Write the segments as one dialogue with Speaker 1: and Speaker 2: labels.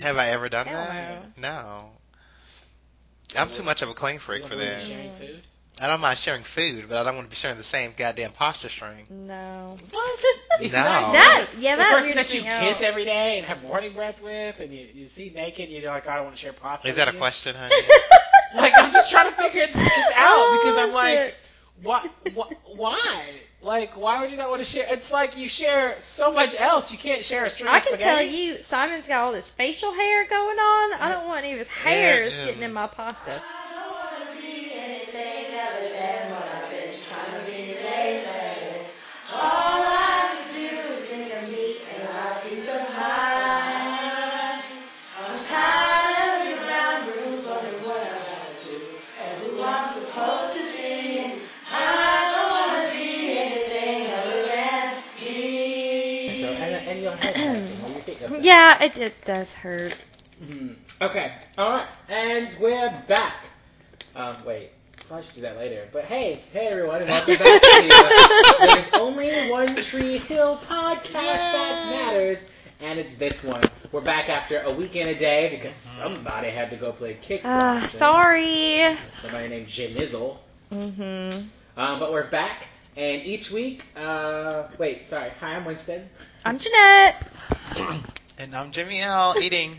Speaker 1: Have I ever done
Speaker 2: Hell
Speaker 1: that? No. I'm too much of a claim freak
Speaker 3: You
Speaker 1: for
Speaker 3: don't mind
Speaker 1: that.
Speaker 3: Sharing food.
Speaker 1: I don't mind sharing food, but I don't want to be sharing the same goddamn pasta string.
Speaker 2: No.
Speaker 3: What?
Speaker 1: No.
Speaker 2: That yeah,
Speaker 3: The
Speaker 2: that
Speaker 3: person
Speaker 2: weirds
Speaker 3: that you
Speaker 2: me out.
Speaker 3: kiss every day and have morning breath with, and you, you see naked, you're like, I don't want to share pasta.
Speaker 1: Is
Speaker 3: with
Speaker 1: that a
Speaker 3: you.
Speaker 1: question, honey?
Speaker 3: Like, I'm just trying to figure this out because I'm
Speaker 2: Oh,
Speaker 3: like,
Speaker 2: shit.
Speaker 3: what, what, why? Like, why would you not want to share? It's like you share so much else. You can't share a string
Speaker 2: I
Speaker 3: of
Speaker 2: can
Speaker 3: spaghetti.
Speaker 2: tell you, Simon's got all this facial hair going on. I don't want any of his hairs
Speaker 1: yeah.
Speaker 2: getting in my pasta.
Speaker 3: And, and your head hurts, and your feet doesn't.
Speaker 2: Yeah, it, it does hurt.
Speaker 3: Mhm. Okay. All right. And we're back. Um, wait. Probably should do that later. But hey, hey everyone, and welcome back to the There's Only One Tree Hill podcast that matters, and it's this one. We're back after a week and a day because somebody had to go play kickboxing.
Speaker 2: Uh, sorry.
Speaker 3: Somebody named Janizzle.
Speaker 2: Mm-hmm.
Speaker 3: Um, but we're back, and each week, uh, wait, sorry. Hi, I'm Winston.
Speaker 2: I'm Jeanette.
Speaker 1: and I'm Jimmy L. Eating.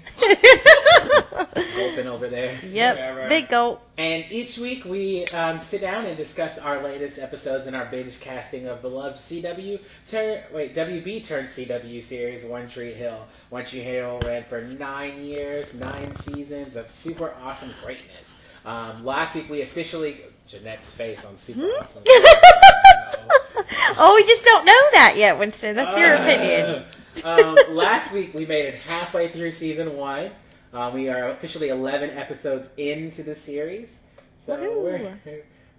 Speaker 3: Open over there.
Speaker 2: yep.
Speaker 3: Whatever.
Speaker 2: Big gulp.
Speaker 3: And each week we um, sit down and discuss our latest episodes in our binge casting of beloved CW turn wait WB turned CW series One Tree Hill. One Tree Hill ran for nine years, nine seasons of super awesome greatness. Um, last week we officially Jeanette's face on super awesome.
Speaker 2: oh, we just don't know that yet, Winston. That's your
Speaker 3: Uh,
Speaker 2: opinion.
Speaker 3: um, last week we made it halfway through season one. Um, we are officially 11 episodes into the series. So
Speaker 2: Woohoo.
Speaker 3: we're,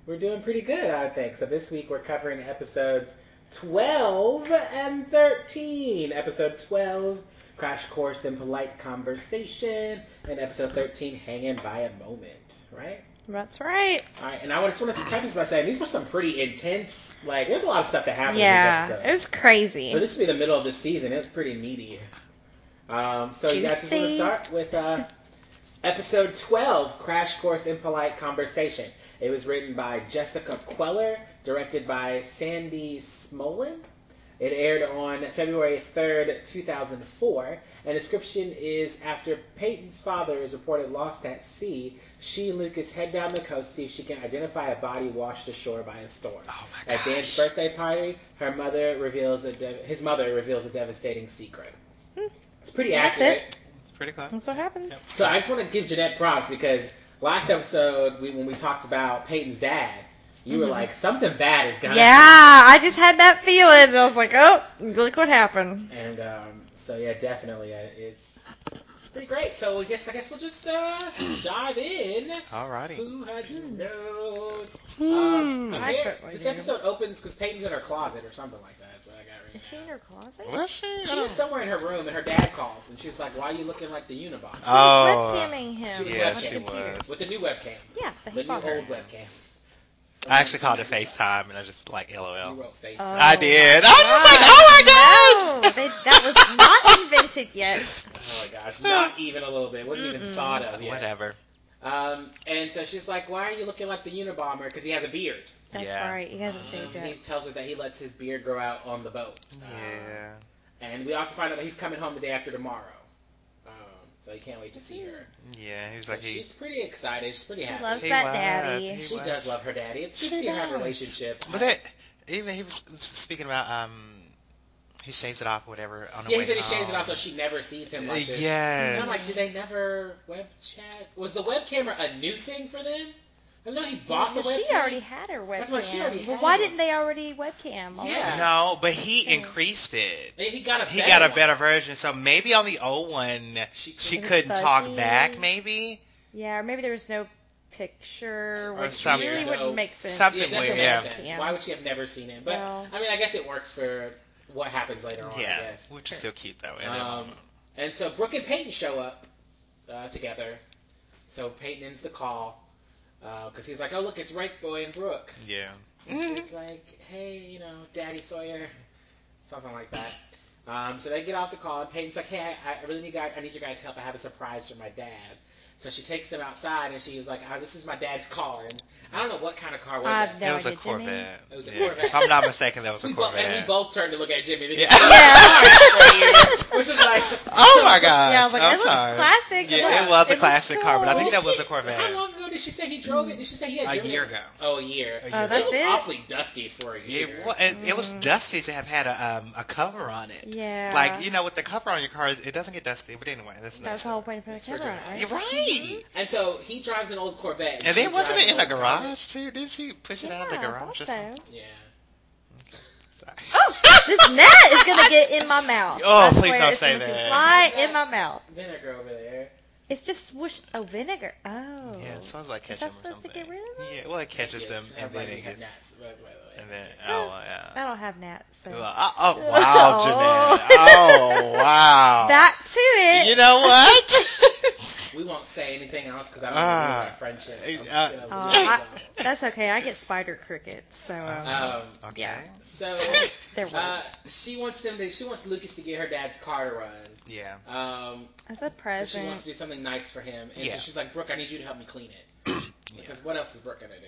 Speaker 3: we're doing pretty good, I think. So this week we're covering episodes 12 and 13. Episode 12, Crash Course in Polite Conversation. And episode 13, Hanging by a Moment. Right?
Speaker 2: That's right.
Speaker 3: All right. And I just want to preface by saying these were some pretty intense, like, there's a lot of stuff that happened in these
Speaker 2: Yeah,
Speaker 3: episodes.
Speaker 2: it was
Speaker 3: But
Speaker 2: crazy.
Speaker 3: this will be the middle of the season. It's pretty meaty. Um, so you guys just want to
Speaker 2: Juicy.
Speaker 3: start with uh, episode 12, Crash Course in Polite Conversation. It was written by Jessica Queller, directed by Sandy Smolin. It aired on February 3rd, 2004, and description is after Peyton's father is reported lost at sea, she and Lucas head down the coast to see if she can identify a body washed ashore by a storm.
Speaker 1: Oh my
Speaker 3: At Dan's
Speaker 1: gosh.
Speaker 3: birthday party, her mother reveals a dev his mother reveals a devastating secret.
Speaker 2: Hmm.
Speaker 3: It's pretty
Speaker 2: That's
Speaker 3: accurate.
Speaker 2: it.
Speaker 1: It's pretty cool.
Speaker 2: That's what happens.
Speaker 1: Yep.
Speaker 3: So I just want to give Jeanette props because last episode we, when we talked about Peyton's dad, you were like something bad is gonna. happen."
Speaker 2: Mm-hmm. Yeah, I just had that feeling. and I was like, oh, look what happened.
Speaker 3: And um, so yeah, definitely uh, it's it's pretty great. So I guess I guess we'll just uh, dive in.
Speaker 1: Alrighty.
Speaker 3: Who has nose?
Speaker 2: Hmm.
Speaker 3: Um, I
Speaker 2: I
Speaker 3: hear
Speaker 2: certainly
Speaker 3: this
Speaker 2: do.
Speaker 3: episode opens because Peyton's in her closet or something like that. That's what I got right
Speaker 2: Is she
Speaker 3: now.
Speaker 2: in her closet?
Speaker 1: Was she? I
Speaker 3: She was
Speaker 1: don't-
Speaker 3: somewhere in her room, and her dad calls, and she's like, "Why are you looking like the Unabomber
Speaker 2: She
Speaker 1: Oh.
Speaker 2: was webcamming him.
Speaker 3: She
Speaker 1: yeah,
Speaker 2: on the
Speaker 1: she
Speaker 2: computer.
Speaker 1: was.
Speaker 3: with the new webcam,
Speaker 2: Yeah, but he
Speaker 3: the new
Speaker 2: bought her.
Speaker 3: old webcam?"
Speaker 1: I actually called it FaceTime, and I just like
Speaker 3: You
Speaker 1: LOL.
Speaker 3: wrote FaceTime.
Speaker 2: Oh
Speaker 1: I did. I
Speaker 2: my
Speaker 1: was just like, oh my
Speaker 2: gosh,
Speaker 1: gosh.
Speaker 2: No, they, that was not invented yet.
Speaker 3: oh my gosh, not even a little bit. Wasn't even
Speaker 2: Mm-mm.
Speaker 3: thought
Speaker 1: Oh,
Speaker 3: of yet.
Speaker 1: Whatever.
Speaker 3: Um, and so she's like, "Why are you looking like the Unabomber? Because he has a beard."
Speaker 2: That's
Speaker 1: Yeah.
Speaker 2: right. You guys have
Speaker 3: Um,
Speaker 2: saved
Speaker 3: he
Speaker 2: it.
Speaker 3: tells her that he lets his beard grow out on the boat.
Speaker 1: Yeah.
Speaker 3: And we also find out that he's coming home the day after tomorrow. Um, so he can't wait to see her.
Speaker 1: Yeah. He was
Speaker 3: So
Speaker 1: like, he,
Speaker 3: she's pretty excited. She's pretty
Speaker 2: She
Speaker 3: happy.
Speaker 2: loves
Speaker 1: he
Speaker 2: that
Speaker 1: was.
Speaker 2: daddy.
Speaker 1: He
Speaker 3: she
Speaker 1: was.
Speaker 3: does love her daddy. It's good
Speaker 1: She
Speaker 3: to see her have a
Speaker 1: does.
Speaker 3: relationship.
Speaker 1: But that even he was speaking about um, he shaves it off, or whatever. On the
Speaker 3: Yeah,
Speaker 1: way
Speaker 3: he said he shaves it
Speaker 1: home.
Speaker 3: off so she never sees him like this. And I'm
Speaker 1: Oh. Yes.
Speaker 3: like, do they never web chat? Was the web camera a new thing for them? I know he bought the
Speaker 2: Well,
Speaker 3: web
Speaker 2: she
Speaker 3: camera.
Speaker 2: already had her webcam.
Speaker 3: That's what she already
Speaker 2: well,
Speaker 3: had
Speaker 2: why
Speaker 3: one.
Speaker 2: didn't they already webcam? already?
Speaker 3: Yeah.
Speaker 1: No, but he increased it.
Speaker 3: And he got a
Speaker 1: He
Speaker 3: better
Speaker 1: got a
Speaker 3: one.
Speaker 1: better version, so maybe on the old one
Speaker 3: She
Speaker 1: she
Speaker 2: It was
Speaker 1: couldn't
Speaker 2: fuzzy.
Speaker 1: talk back. Maybe
Speaker 2: Yeah, or maybe there was no picture,
Speaker 3: Or
Speaker 2: which
Speaker 1: something.
Speaker 2: really
Speaker 3: No.
Speaker 2: wouldn't make sense.
Speaker 1: Something
Speaker 3: Yeah, it
Speaker 1: weird,
Speaker 3: doesn't make
Speaker 1: yeah.
Speaker 3: sense.
Speaker 2: Yeah.
Speaker 3: Why would she have never seen him? But
Speaker 2: Well.
Speaker 3: I mean, I guess it works for what happens later on. I
Speaker 1: yeah,
Speaker 3: guess.
Speaker 1: which is still cute though. And,
Speaker 3: Um, and so Brooke and Peyton show up uh, together. So Peyton ends the call because he's like, "Oh look, it's Rake Boy and Brooke."
Speaker 1: yeah.
Speaker 2: Mm-hmm.
Speaker 3: It's like, hey, you know, Daddy Sawyer, something like that. Um, so they get off the call, and Peyton's like, "Hey, I, I really need guys. I need your guys' help. I have a surprise for my dad." So she takes them outside, and she's like, oh, "This is my dad's car." And I don't know what kind of car was
Speaker 2: I've
Speaker 3: it.
Speaker 2: No,
Speaker 1: it was
Speaker 2: I
Speaker 1: a
Speaker 2: didn't.
Speaker 1: Corvette.
Speaker 3: It was a
Speaker 1: Yeah.
Speaker 3: Corvette.
Speaker 1: If I'm not mistaken, that was a
Speaker 3: We both, and we
Speaker 1: Corvette.
Speaker 3: both turned to look at Jimmy. Because
Speaker 1: Yeah.
Speaker 3: yeah. Which is like,
Speaker 1: Oh my gosh!
Speaker 2: yeah, but
Speaker 1: I'm
Speaker 2: it was
Speaker 1: sorry.
Speaker 2: classic.
Speaker 1: Yeah, it was a classic car, but I
Speaker 2: cool.
Speaker 1: think that was a
Speaker 3: How
Speaker 1: Corvette
Speaker 3: long ago did she say he drove it? Did she say he had
Speaker 1: a
Speaker 3: driven
Speaker 1: year
Speaker 3: it?
Speaker 1: ago.
Speaker 3: Oh, a
Speaker 1: A year
Speaker 2: Oh,
Speaker 3: year. It
Speaker 2: that's
Speaker 1: ago.
Speaker 3: was
Speaker 2: it?
Speaker 3: awfully dusty for a year.
Speaker 1: It, wa- it, it was
Speaker 2: Mhm.
Speaker 1: dusty to have had a um, a cover on it.
Speaker 2: Yeah.
Speaker 1: Like you know, with the cover on your car, it doesn't get dusty. But anyway, that's
Speaker 2: That was the
Speaker 1: not.
Speaker 2: whole point of putting
Speaker 3: It's
Speaker 2: a camera
Speaker 3: for
Speaker 2: on
Speaker 1: You're
Speaker 2: it.
Speaker 1: right.
Speaker 3: And so he drives an old Corvette.
Speaker 1: And
Speaker 3: she
Speaker 1: then wasn't
Speaker 3: drives
Speaker 1: it in a
Speaker 3: an old Corvette.
Speaker 1: garage too? Did she push it
Speaker 2: Yeah,
Speaker 1: out of the
Speaker 2: I
Speaker 1: garage or
Speaker 2: thought
Speaker 1: something?
Speaker 2: so.
Speaker 3: Yeah.
Speaker 1: Sorry.
Speaker 2: Oh, this gnat is gonna get in my mouth.
Speaker 1: Oh,
Speaker 2: I
Speaker 1: please
Speaker 2: swear
Speaker 1: don't
Speaker 2: it's
Speaker 1: say
Speaker 2: gonna just
Speaker 1: that.
Speaker 2: Fly in my mouth.
Speaker 3: Vinegar over there.
Speaker 2: It's just swooshed. Oh, vinegar. Oh.
Speaker 1: Yeah, it sounds like ketchup
Speaker 2: Is that
Speaker 1: or
Speaker 2: supposed to
Speaker 1: something.
Speaker 2: get rid of it?
Speaker 1: Yeah, well, it catches
Speaker 3: Yes,
Speaker 1: them and
Speaker 3: everybody
Speaker 1: then it
Speaker 3: had
Speaker 1: gets
Speaker 3: nuts, by the way.
Speaker 1: and then oh yeah.
Speaker 2: I don't have gnats. So.
Speaker 1: Oh, oh, wow,
Speaker 2: Oh.
Speaker 1: Jeanette. Oh wow.
Speaker 2: Back to it.
Speaker 1: you know what?
Speaker 3: We won't say anything else because I don't
Speaker 1: Ah.
Speaker 3: want to ruin our friendship. I'm just
Speaker 1: Uh,
Speaker 3: gonna
Speaker 2: Oh,
Speaker 3: leave
Speaker 2: I-
Speaker 3: it alone.
Speaker 2: That's okay. I get spider crickets, so um,
Speaker 1: Um,
Speaker 3: Um,
Speaker 1: okay.
Speaker 2: yeah.
Speaker 3: So
Speaker 2: there was.
Speaker 3: uh, she wants them to. She wants Lucas to get her dad's car to run.
Speaker 1: Yeah.
Speaker 3: Um,
Speaker 2: As a
Speaker 3: 'cause she wants to
Speaker 2: present.
Speaker 3: do something nice for him, and
Speaker 1: Yeah.
Speaker 3: so she's like, "Brooke, I need you to help me clean it." Because what else is Brooke gonna do?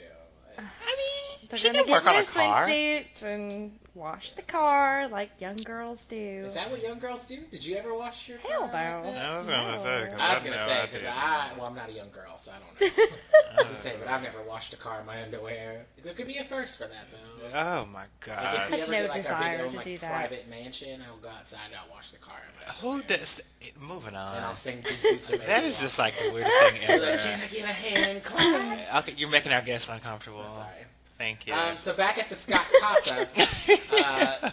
Speaker 3: Like,
Speaker 1: I mean,
Speaker 2: They're
Speaker 1: she
Speaker 2: gonna
Speaker 1: can work
Speaker 2: get
Speaker 1: on a
Speaker 2: new
Speaker 1: car.
Speaker 2: swimsuits and wash the car like young girls do.
Speaker 3: is that what young girls do? Did you ever wash your
Speaker 2: Hell
Speaker 3: car?
Speaker 2: no.
Speaker 3: Like that?
Speaker 1: I was gonna
Speaker 2: No.
Speaker 1: say. 'cause
Speaker 3: I was
Speaker 1: I
Speaker 3: gonna
Speaker 1: know
Speaker 3: say
Speaker 1: I
Speaker 3: because
Speaker 1: did.
Speaker 3: I, well, I'm not a young girl, so I don't know. I was gonna say, but I've never washed a car in my underwear. There could be a first for that though.
Speaker 1: Oh my
Speaker 3: Like,
Speaker 1: gosh.
Speaker 3: if
Speaker 2: I
Speaker 3: you
Speaker 2: have
Speaker 3: ever
Speaker 2: no
Speaker 3: get like a big
Speaker 2: desire
Speaker 3: own
Speaker 2: to
Speaker 3: like
Speaker 2: do that.
Speaker 3: private mansion, I'll go outside and I'll wash the car. in my
Speaker 1: Who
Speaker 3: underwear.
Speaker 1: does? Moving
Speaker 3: And I'll
Speaker 1: on.
Speaker 3: sing these boots are made
Speaker 1: That
Speaker 3: of
Speaker 1: is
Speaker 3: love."
Speaker 1: just like the weirdest thing
Speaker 3: Like, Can
Speaker 1: ever. Uh,
Speaker 3: I get a hand clap?
Speaker 1: Okay, you're making our guests uncomfortable.
Speaker 3: I'm Sorry.
Speaker 1: Thank you.
Speaker 3: Um, so back at the Scott Casa, uh,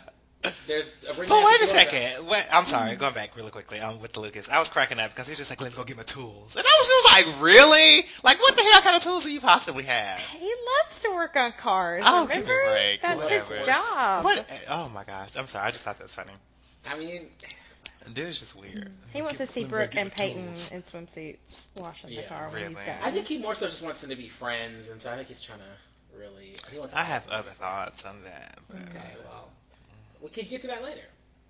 Speaker 3: there's a ring.
Speaker 1: But
Speaker 3: at
Speaker 1: wait
Speaker 3: the
Speaker 1: a
Speaker 3: doorbell.
Speaker 1: second. Wait, I'm sorry. Going back really quickly um, with the Lucas, I was cracking up because he was just like, "Let me go get my tools," and I was just like, "Really? Like, what the hell kind of tools do you possibly have?"
Speaker 2: He loves to work on cars.
Speaker 1: Oh, give me
Speaker 2: remember?
Speaker 1: a break.
Speaker 2: That's
Speaker 1: Whatever.
Speaker 2: his job.
Speaker 1: What? Oh my gosh! I'm sorry. I just thought that was funny.
Speaker 3: I mean,
Speaker 1: Dude is just weird.
Speaker 2: He wants to
Speaker 1: Give-
Speaker 2: see
Speaker 1: let me go
Speaker 2: Brooke
Speaker 1: get
Speaker 2: and
Speaker 1: my
Speaker 2: Peyton
Speaker 1: tools.
Speaker 2: in swimsuits washing
Speaker 3: Yeah,
Speaker 2: the car when he's
Speaker 1: really.
Speaker 2: gone.
Speaker 3: I think he more so just wants them to be friends, and so I think he's trying to really. He wants.
Speaker 1: I have other thoughts on that, but
Speaker 3: Okay, well, we can get to that later.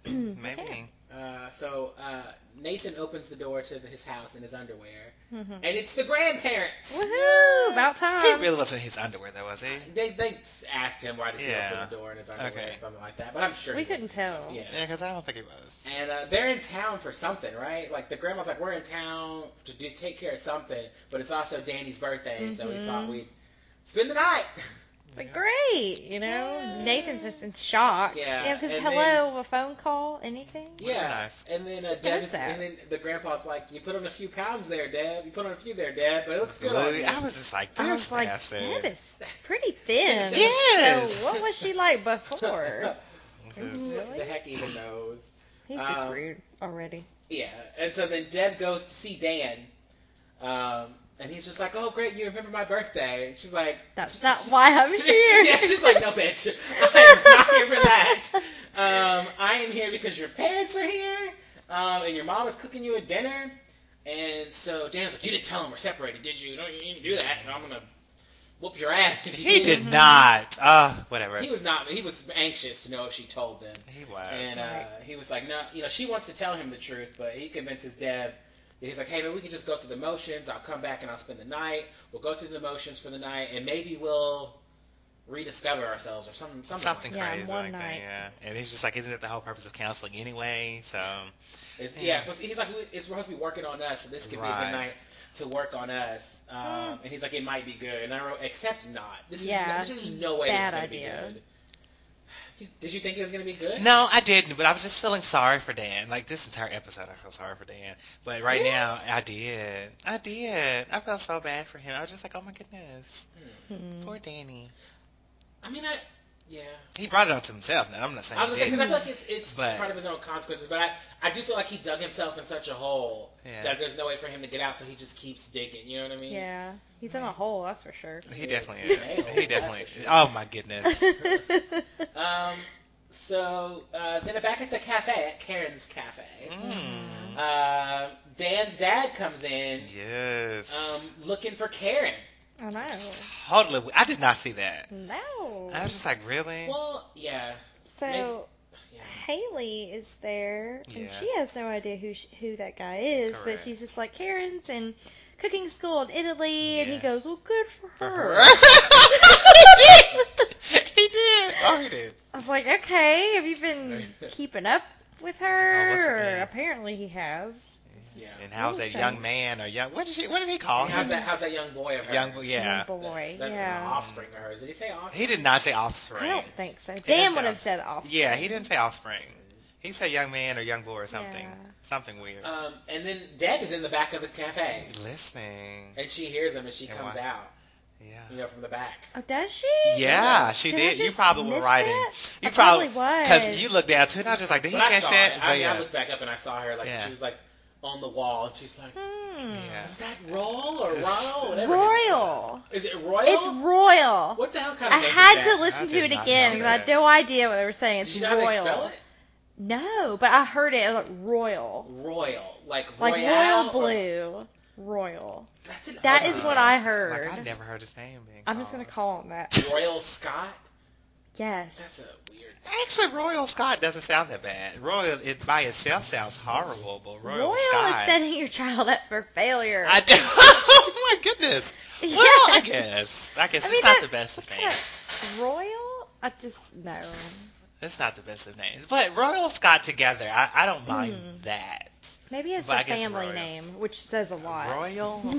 Speaker 2: Mm.
Speaker 1: maybe.
Speaker 3: Uh, so uh, Nathan opens the door to his house in his underwear,
Speaker 2: Mhm.
Speaker 3: and it's the grandparents.
Speaker 2: Woohoo! About
Speaker 1: He
Speaker 2: time.
Speaker 1: really wasn't in his underwear though, was he?
Speaker 3: They they asked him why does he
Speaker 1: Yeah.
Speaker 3: open the door in his underwear
Speaker 1: Okay.
Speaker 3: or something like that, but I'm sure
Speaker 2: we
Speaker 3: he wasn't.
Speaker 2: couldn't tell.
Speaker 3: Yeah.
Speaker 1: Yeah, because I don't think he was.
Speaker 3: And uh, they're in town for something, right? Like the grandma's like, we're in town to do, take care of something, but it's also Danny's birthday, so we
Speaker 2: Mhm.
Speaker 3: thought we'd spend the night.
Speaker 2: It's like, great, you know? Nathan's just in shock.
Speaker 3: Yeah,
Speaker 2: because
Speaker 3: and
Speaker 2: hello,
Speaker 3: then-
Speaker 2: a phone call, anything?
Speaker 3: yeah.
Speaker 1: nice.
Speaker 3: And then uh, Deb
Speaker 2: is
Speaker 3: is,
Speaker 2: that?
Speaker 3: and then the grandpa's like, you put on a few pounds there, Deb. You put on a few there, Deb, but it looks good. on
Speaker 1: Really?
Speaker 3: you."
Speaker 1: I was just like,
Speaker 2: I
Speaker 1: that's
Speaker 2: was like,
Speaker 1: nasty.
Speaker 2: Deb is pretty thin.
Speaker 1: Yes.
Speaker 2: So what was she like before?
Speaker 1: This is-
Speaker 2: Really?
Speaker 3: The heck even knows.
Speaker 2: He's just
Speaker 3: Um,
Speaker 2: rude already.
Speaker 3: Yeah, and so then Deb goes to see Dan, um, and he's just like, "Oh, great, you remember my birthday?" And she's like,
Speaker 2: That's not why I'm here.
Speaker 3: yeah, she's like, "No, bitch, I'm not here for that. Um, I am here because your parents are here, um, and your mom is cooking you a dinner." And so Dan's like, "You didn't tell him we're separated, did you? No, you didn't do that. And I'm gonna whoop your ass if you
Speaker 1: He did not. Uh, whatever.
Speaker 3: He was not. He was anxious to know if she told them.
Speaker 1: He was.
Speaker 3: And uh, he was like, no, you know, she wants to tell him the truth, but he convinces Deb. He's like, hey, maybe we can just go through the motions. I'll come back and I'll spend the night. We'll go through the motions for the night, and maybe we'll rediscover ourselves or something. Something. like
Speaker 1: Something
Speaker 2: Yeah,
Speaker 1: crazy
Speaker 2: one
Speaker 1: like that,
Speaker 2: night.
Speaker 1: yeah. And he's just like, isn't it the whole purpose of counseling anyway? So,
Speaker 3: that. It's-
Speaker 1: Yeah.
Speaker 3: yeah. plus he's like, we- it's supposed to be working on us, so this could be a
Speaker 1: Right.
Speaker 3: good night to work on us. Um, And he's like, it might be good. And I wrote, except not. This is
Speaker 2: Hmm. Yeah,
Speaker 3: this is no way this
Speaker 2: bad
Speaker 3: is going to be
Speaker 2: idea.
Speaker 3: good. Did you think it was going to be good?
Speaker 1: no, I didn't, but I was just feeling sorry for Dan. Like, this entire episode, I feel sorry for Dan. But right
Speaker 3: Really?
Speaker 1: now, I did. I did. I felt so bad for him. I was just like, oh my goodness.
Speaker 3: Mm.
Speaker 2: Hmm.
Speaker 1: Poor Danny.
Speaker 3: I mean, I yeah.
Speaker 1: He brought it up to himself. Now, I'm not saying
Speaker 3: I was gonna
Speaker 1: he
Speaker 3: say because I
Speaker 1: didn't.
Speaker 3: feel like it's, it's
Speaker 1: But-
Speaker 3: part of his own consequences, but I, I do feel like he dug himself in such a hole
Speaker 1: Yeah.
Speaker 3: that there's no way for him to get out, so he just keeps digging. You know what I mean?
Speaker 2: Yeah, he's in a hole, that's for sure.
Speaker 1: He definitely
Speaker 3: Yes.
Speaker 1: is. He definitely
Speaker 3: That's for sure.
Speaker 1: Oh my goodness.
Speaker 3: Um. So uh, then back at the cafe at Karen's cafe,
Speaker 1: Mm.
Speaker 3: uh, Dan's dad comes in
Speaker 1: Yes.
Speaker 3: um, looking for Karen.
Speaker 2: I know.
Speaker 1: totally. I did not see that.
Speaker 2: No.
Speaker 1: I was just like, really?
Speaker 3: Well, yeah.
Speaker 2: So
Speaker 3: Yeah.
Speaker 2: Haley is there, and
Speaker 1: Yeah.
Speaker 2: she has no idea who sh who that guy is, but
Speaker 1: Correct.
Speaker 2: she's just like Karen's in cooking school in Italy, and he
Speaker 1: Yeah.
Speaker 2: goes, "Well, good for
Speaker 1: For
Speaker 2: her."
Speaker 1: he did. He did. Oh, he did.
Speaker 2: I was like, "Okay, have you been keeping up with
Speaker 1: Oh,
Speaker 2: her?"
Speaker 1: what's her
Speaker 2: Or
Speaker 1: name?
Speaker 2: apparently, he has.
Speaker 3: Yeah.
Speaker 1: And how's that
Speaker 2: Wilson.
Speaker 1: young man or young? What did she? What did he call
Speaker 3: How's
Speaker 1: him?
Speaker 3: that? How's that young boy of hers?
Speaker 1: Young, yeah.
Speaker 2: Young boy,
Speaker 3: The, the
Speaker 2: yeah.
Speaker 3: offspring of hers. Did he say offspring?
Speaker 1: He did not say
Speaker 2: I
Speaker 1: offspring.
Speaker 2: don't think so.
Speaker 1: didn't
Speaker 2: Dan would
Speaker 1: say
Speaker 2: have said off.
Speaker 1: Yeah, he didn't say offspring. He said young man or young boy or something.
Speaker 2: Yeah.
Speaker 1: Something weird.
Speaker 3: Um, and then Deb is in the back of the cafe,
Speaker 1: Listening.
Speaker 3: and she hears him, and she
Speaker 1: And
Speaker 3: comes
Speaker 1: why-
Speaker 3: out, you
Speaker 1: Yeah.
Speaker 3: know, from the back.
Speaker 2: Oh, does she?
Speaker 1: Yeah, she
Speaker 2: Did I
Speaker 1: did. You
Speaker 2: just
Speaker 1: probably were
Speaker 2: miss
Speaker 1: writing.
Speaker 2: that?
Speaker 1: You
Speaker 2: I probably was.
Speaker 1: because you looked down too, and I was just like, did he
Speaker 3: But I
Speaker 1: catch
Speaker 3: saw
Speaker 1: that?
Speaker 3: it.
Speaker 1: But
Speaker 3: I,
Speaker 1: yeah.
Speaker 3: I looked back up and I saw her like
Speaker 1: Yeah.
Speaker 3: she was like on the wall, and she's like,
Speaker 2: Hmm.
Speaker 1: Yeah.
Speaker 3: "Is that Roll or Ronald? Whatever. his-
Speaker 2: Royal.
Speaker 3: Is it Royal?
Speaker 2: It's royal.
Speaker 3: what the hell kind
Speaker 2: I
Speaker 3: of name is
Speaker 2: had
Speaker 3: that?
Speaker 2: to listen
Speaker 1: I
Speaker 2: to
Speaker 1: did
Speaker 2: it
Speaker 1: not
Speaker 2: again
Speaker 1: know
Speaker 2: because I had
Speaker 1: that.
Speaker 2: no idea what they were saying.
Speaker 3: Did
Speaker 2: It's
Speaker 3: you know how they
Speaker 2: royal.
Speaker 3: spell it?
Speaker 2: No, but I heard it like royal,
Speaker 3: Royal, like
Speaker 2: like
Speaker 3: Royale
Speaker 2: royal
Speaker 3: or-
Speaker 2: blue, royal.
Speaker 3: that's an
Speaker 2: That
Speaker 3: ugly
Speaker 2: is what
Speaker 3: name.
Speaker 2: I heard.
Speaker 1: Like I never heard his name being.
Speaker 2: I'm just gonna
Speaker 1: called.
Speaker 2: call him that.
Speaker 3: Royal Scott. That's
Speaker 2: Yes.
Speaker 3: a weird.
Speaker 1: Actually, Royal Scott doesn't sound that bad. Royal it by itself sounds horrible, but Royal,
Speaker 2: royal
Speaker 1: Scott.
Speaker 2: is setting your child up for failure.
Speaker 1: I do. oh my goodness. Well, I
Speaker 2: Yes.
Speaker 1: guess. I guess
Speaker 2: I
Speaker 1: it's
Speaker 2: mean,
Speaker 1: not
Speaker 2: that-
Speaker 1: the best of
Speaker 2: Kinda
Speaker 1: names.
Speaker 2: royal? I just no.
Speaker 1: It's not the best of names. But Royal Scott together, I, I don't mind
Speaker 2: Hmm.
Speaker 1: that.
Speaker 2: Maybe it's
Speaker 1: But I
Speaker 2: a
Speaker 1: guess
Speaker 2: family
Speaker 1: royal.
Speaker 2: name, which says a lot.
Speaker 1: Royal? No,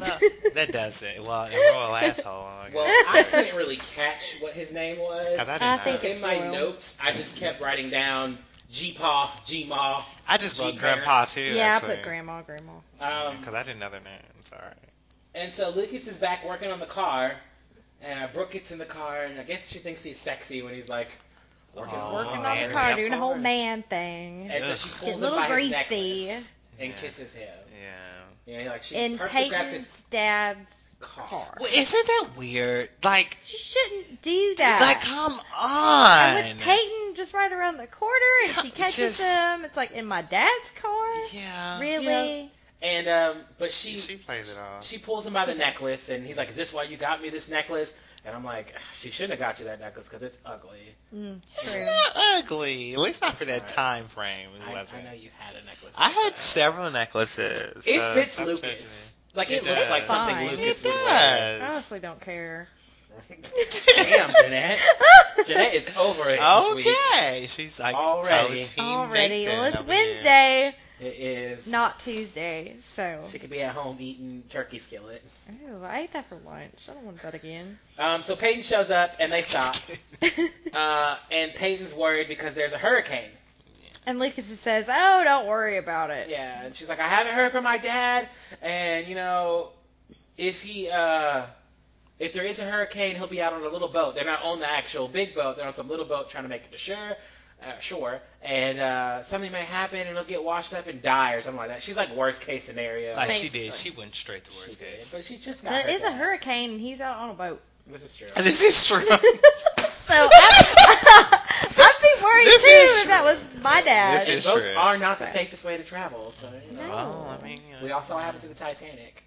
Speaker 1: that doesn't. Well, a royal asshole. I guess.
Speaker 3: Well, I couldn't really catch what his name was.
Speaker 1: 'Cause I, did
Speaker 2: I
Speaker 1: not.
Speaker 2: think-
Speaker 3: in my
Speaker 2: Well.
Speaker 3: notes, I just kept writing down G Paw, G Ma.
Speaker 1: I just love
Speaker 3: Gee,
Speaker 1: Grandpa too.
Speaker 2: yeah, I
Speaker 1: actually.
Speaker 2: put grandma, grandma.
Speaker 3: Um,
Speaker 1: Because I didn't know their names. All right.
Speaker 3: and so Lucas is back working on the car, and uh, Brooke gets in the car, and I guess she thinks he's sexy when he's like working,
Speaker 1: Oh,
Speaker 2: Working on
Speaker 1: man,
Speaker 2: the car,
Speaker 1: yeah,
Speaker 2: doing a whole
Speaker 3: course.
Speaker 2: man thing.
Speaker 3: And so
Speaker 1: Ugh.
Speaker 3: she
Speaker 2: Get a
Speaker 3: pulls him
Speaker 2: little
Speaker 3: by his
Speaker 2: greasy.
Speaker 3: necklace and
Speaker 1: Yeah.
Speaker 3: kisses him.
Speaker 1: Yeah.
Speaker 3: Yeah, like she
Speaker 2: In
Speaker 3: purposely grabs
Speaker 2: Peyton's
Speaker 3: his
Speaker 2: dad's
Speaker 3: car.
Speaker 2: car.
Speaker 1: Well, isn't that weird? Like,
Speaker 2: She shouldn't do
Speaker 1: like,
Speaker 2: that.
Speaker 1: come
Speaker 2: And
Speaker 1: on.
Speaker 2: with Peyton just right around the corner and she
Speaker 1: Just-
Speaker 2: catches him, it's like in my dad's car?
Speaker 1: yeah.
Speaker 2: Really?
Speaker 3: And um, but she,
Speaker 1: She, she plays it off.
Speaker 3: she pulls him by the necklace, and he's like, "Is this why you got me this necklace?" And I'm like, "She shouldn't have got you that necklace because it's ugly."
Speaker 2: Mm,
Speaker 1: It's
Speaker 2: true.
Speaker 1: not ugly. At least not for that
Speaker 3: Sorry.
Speaker 1: time frame. It
Speaker 3: I, I
Speaker 1: wasn't.
Speaker 3: know you had a necklace.
Speaker 1: I had
Speaker 3: Uh,
Speaker 1: several necklaces. uh,
Speaker 3: It
Speaker 1: so
Speaker 3: fits
Speaker 1: stop
Speaker 3: Lucas. Like
Speaker 1: It
Speaker 3: it, looks
Speaker 1: does.
Speaker 3: like something
Speaker 2: Fine.
Speaker 1: judging me. It
Speaker 3: Lucas would wear.
Speaker 1: does.
Speaker 2: I honestly don't care.
Speaker 3: Damn, Jeanette. Jeanette is over it this week.
Speaker 1: Okay, she's like
Speaker 3: Already.
Speaker 1: totally Team
Speaker 2: Already.
Speaker 1: Nathan
Speaker 2: Well, it's
Speaker 1: over here.
Speaker 2: Wednesday,
Speaker 3: It is.
Speaker 2: not Tuesday, so.
Speaker 3: She could be at home eating turkey skillet.
Speaker 2: Ooh, I ate that for lunch. I don't want that again.
Speaker 3: Um, so Peyton shows up and they stop. Uh, and Peyton's worried because there's a hurricane.
Speaker 2: and Lucas says, oh, don't worry about it.
Speaker 3: Yeah, and she's like, I haven't heard from my dad, and you know, if he, uh, if there is a hurricane, he'll be out on a little boat. They're not on the actual big boat; they're on some little boat trying to make it to shore, uh, shore, and uh, something may happen, and he'll get washed up and die or something like that. She's like worst case scenario.
Speaker 1: Like she
Speaker 2: Basically.
Speaker 1: did. She went straight to
Speaker 3: She
Speaker 1: worst
Speaker 3: did,
Speaker 1: case.
Speaker 3: but she just got.
Speaker 2: But
Speaker 3: her
Speaker 2: it is a
Speaker 3: dad.
Speaker 2: hurricane, and he's out on a boat.
Speaker 3: This is true.
Speaker 1: This is true.
Speaker 2: Oh. So I, I'd be worried
Speaker 1: This
Speaker 2: too
Speaker 1: is
Speaker 2: if that was my dad.
Speaker 1: This is-
Speaker 3: boats
Speaker 1: true.
Speaker 3: are not the safest way to travel, so you know.
Speaker 2: No.
Speaker 1: well, I mean, you know,
Speaker 3: We all saw what happened to the Titanic.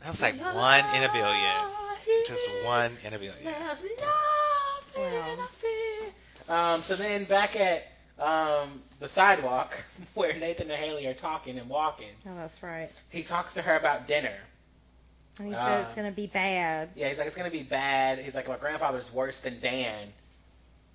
Speaker 1: that was like one in a billion. Just one in a billion.
Speaker 3: There's nothing
Speaker 2: Wow.
Speaker 3: I fear. Um, so then back at um, the sidewalk where Nathan and Haley are talking and walking,
Speaker 2: oh, that's right.
Speaker 3: he talks to her about dinner.
Speaker 2: And he
Speaker 3: Uh,
Speaker 2: said it's gonna be bad.
Speaker 3: Yeah, he's like, it's gonna be bad. He's like, my grandfather's worse than Dan.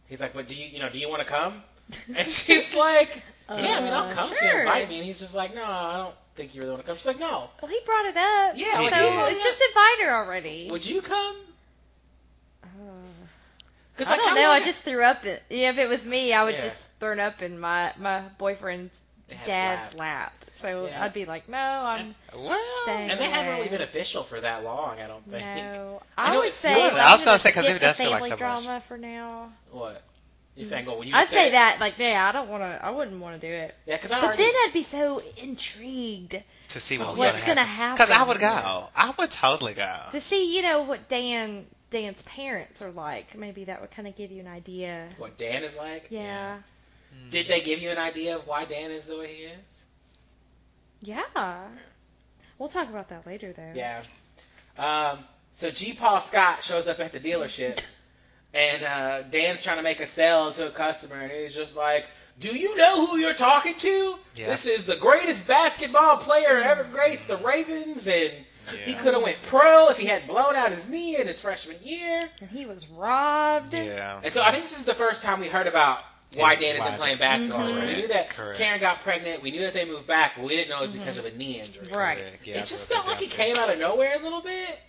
Speaker 3: He's like, but do you, you know, do you want to come? And she's like, yeah, I mean, I'll
Speaker 2: Uh,
Speaker 3: come if you invite me. And he's just like, no, I don't think you really want to come. She's like, no,
Speaker 2: Well, he brought it up.
Speaker 3: Yeah,
Speaker 1: He
Speaker 2: so
Speaker 1: did.
Speaker 2: it's just invite her already.
Speaker 3: would you come?
Speaker 2: Uh,
Speaker 3: 'Cause,
Speaker 2: I
Speaker 3: like,
Speaker 2: don't
Speaker 3: how
Speaker 2: know. I
Speaker 3: long-
Speaker 2: just threw up. It. Yeah, if it was me, I would
Speaker 3: Yeah.
Speaker 2: just thrown up in my my boyfriend's
Speaker 3: Dad's
Speaker 2: dad's
Speaker 3: laugh.
Speaker 2: lap. So
Speaker 3: Yeah.
Speaker 2: I'd be like, no, I'm
Speaker 1: Well,
Speaker 2: Dang.
Speaker 3: And they haven't really been official for that long, I don't think.
Speaker 2: no.
Speaker 3: You
Speaker 2: I
Speaker 3: know,
Speaker 2: would
Speaker 3: it
Speaker 2: say.
Speaker 3: feels-
Speaker 2: I'm
Speaker 1: I was gonna say, 'cause
Speaker 2: skip
Speaker 1: it
Speaker 2: the
Speaker 1: does feel like
Speaker 2: family
Speaker 1: so much.
Speaker 2: drama for now.
Speaker 3: What? You're saying, well, when you
Speaker 2: I'd
Speaker 3: say
Speaker 2: say that like, yeah, I don't want to. I wouldn't want to do it.
Speaker 3: Yeah, because I
Speaker 2: But
Speaker 3: already.
Speaker 2: then I'd be so intrigued
Speaker 1: to see what was
Speaker 2: what's
Speaker 1: Oh, gonna
Speaker 2: gonna
Speaker 1: happen.
Speaker 2: happen.
Speaker 1: Because I would go. I would totally go.
Speaker 2: to see, you know, what Dan Dan's parents are like. Maybe that would kind of give you an idea.
Speaker 3: What Dan is like?
Speaker 2: Yeah,
Speaker 3: Did they give you an idea of why Dan is the way he is?
Speaker 2: yeah. We'll talk about that later, though.
Speaker 3: Yeah. Um, so G. Paul Scott shows up at the dealership And uh, Dan's trying to make a sale to a customer, and he's just like, "Do you know who you're talking to?
Speaker 1: Yeah.
Speaker 3: This is the greatest basketball player ever graced the Ravens, and he
Speaker 1: Mm, Yeah.
Speaker 3: could have went pro if he had blown out his knee in his freshman year."
Speaker 2: And he was robbed.
Speaker 1: Yeah.
Speaker 3: And so I think this is the first time we heard about why
Speaker 1: Yeah,
Speaker 3: Dan
Speaker 1: why
Speaker 3: isn't
Speaker 1: Dan-
Speaker 3: playing basketball.
Speaker 2: Mhm.
Speaker 3: Mm-hmm. We knew that
Speaker 1: Correct.
Speaker 3: Karen got pregnant. We knew that they moved back, but we didn't know it was because of a knee injury.
Speaker 2: Right.
Speaker 1: Correct. Yeah, I
Speaker 3: Mm-hmm. it just
Speaker 1: wrote
Speaker 3: felt
Speaker 1: that
Speaker 3: like
Speaker 1: down
Speaker 3: it
Speaker 1: too.
Speaker 3: came out of nowhere a little bit.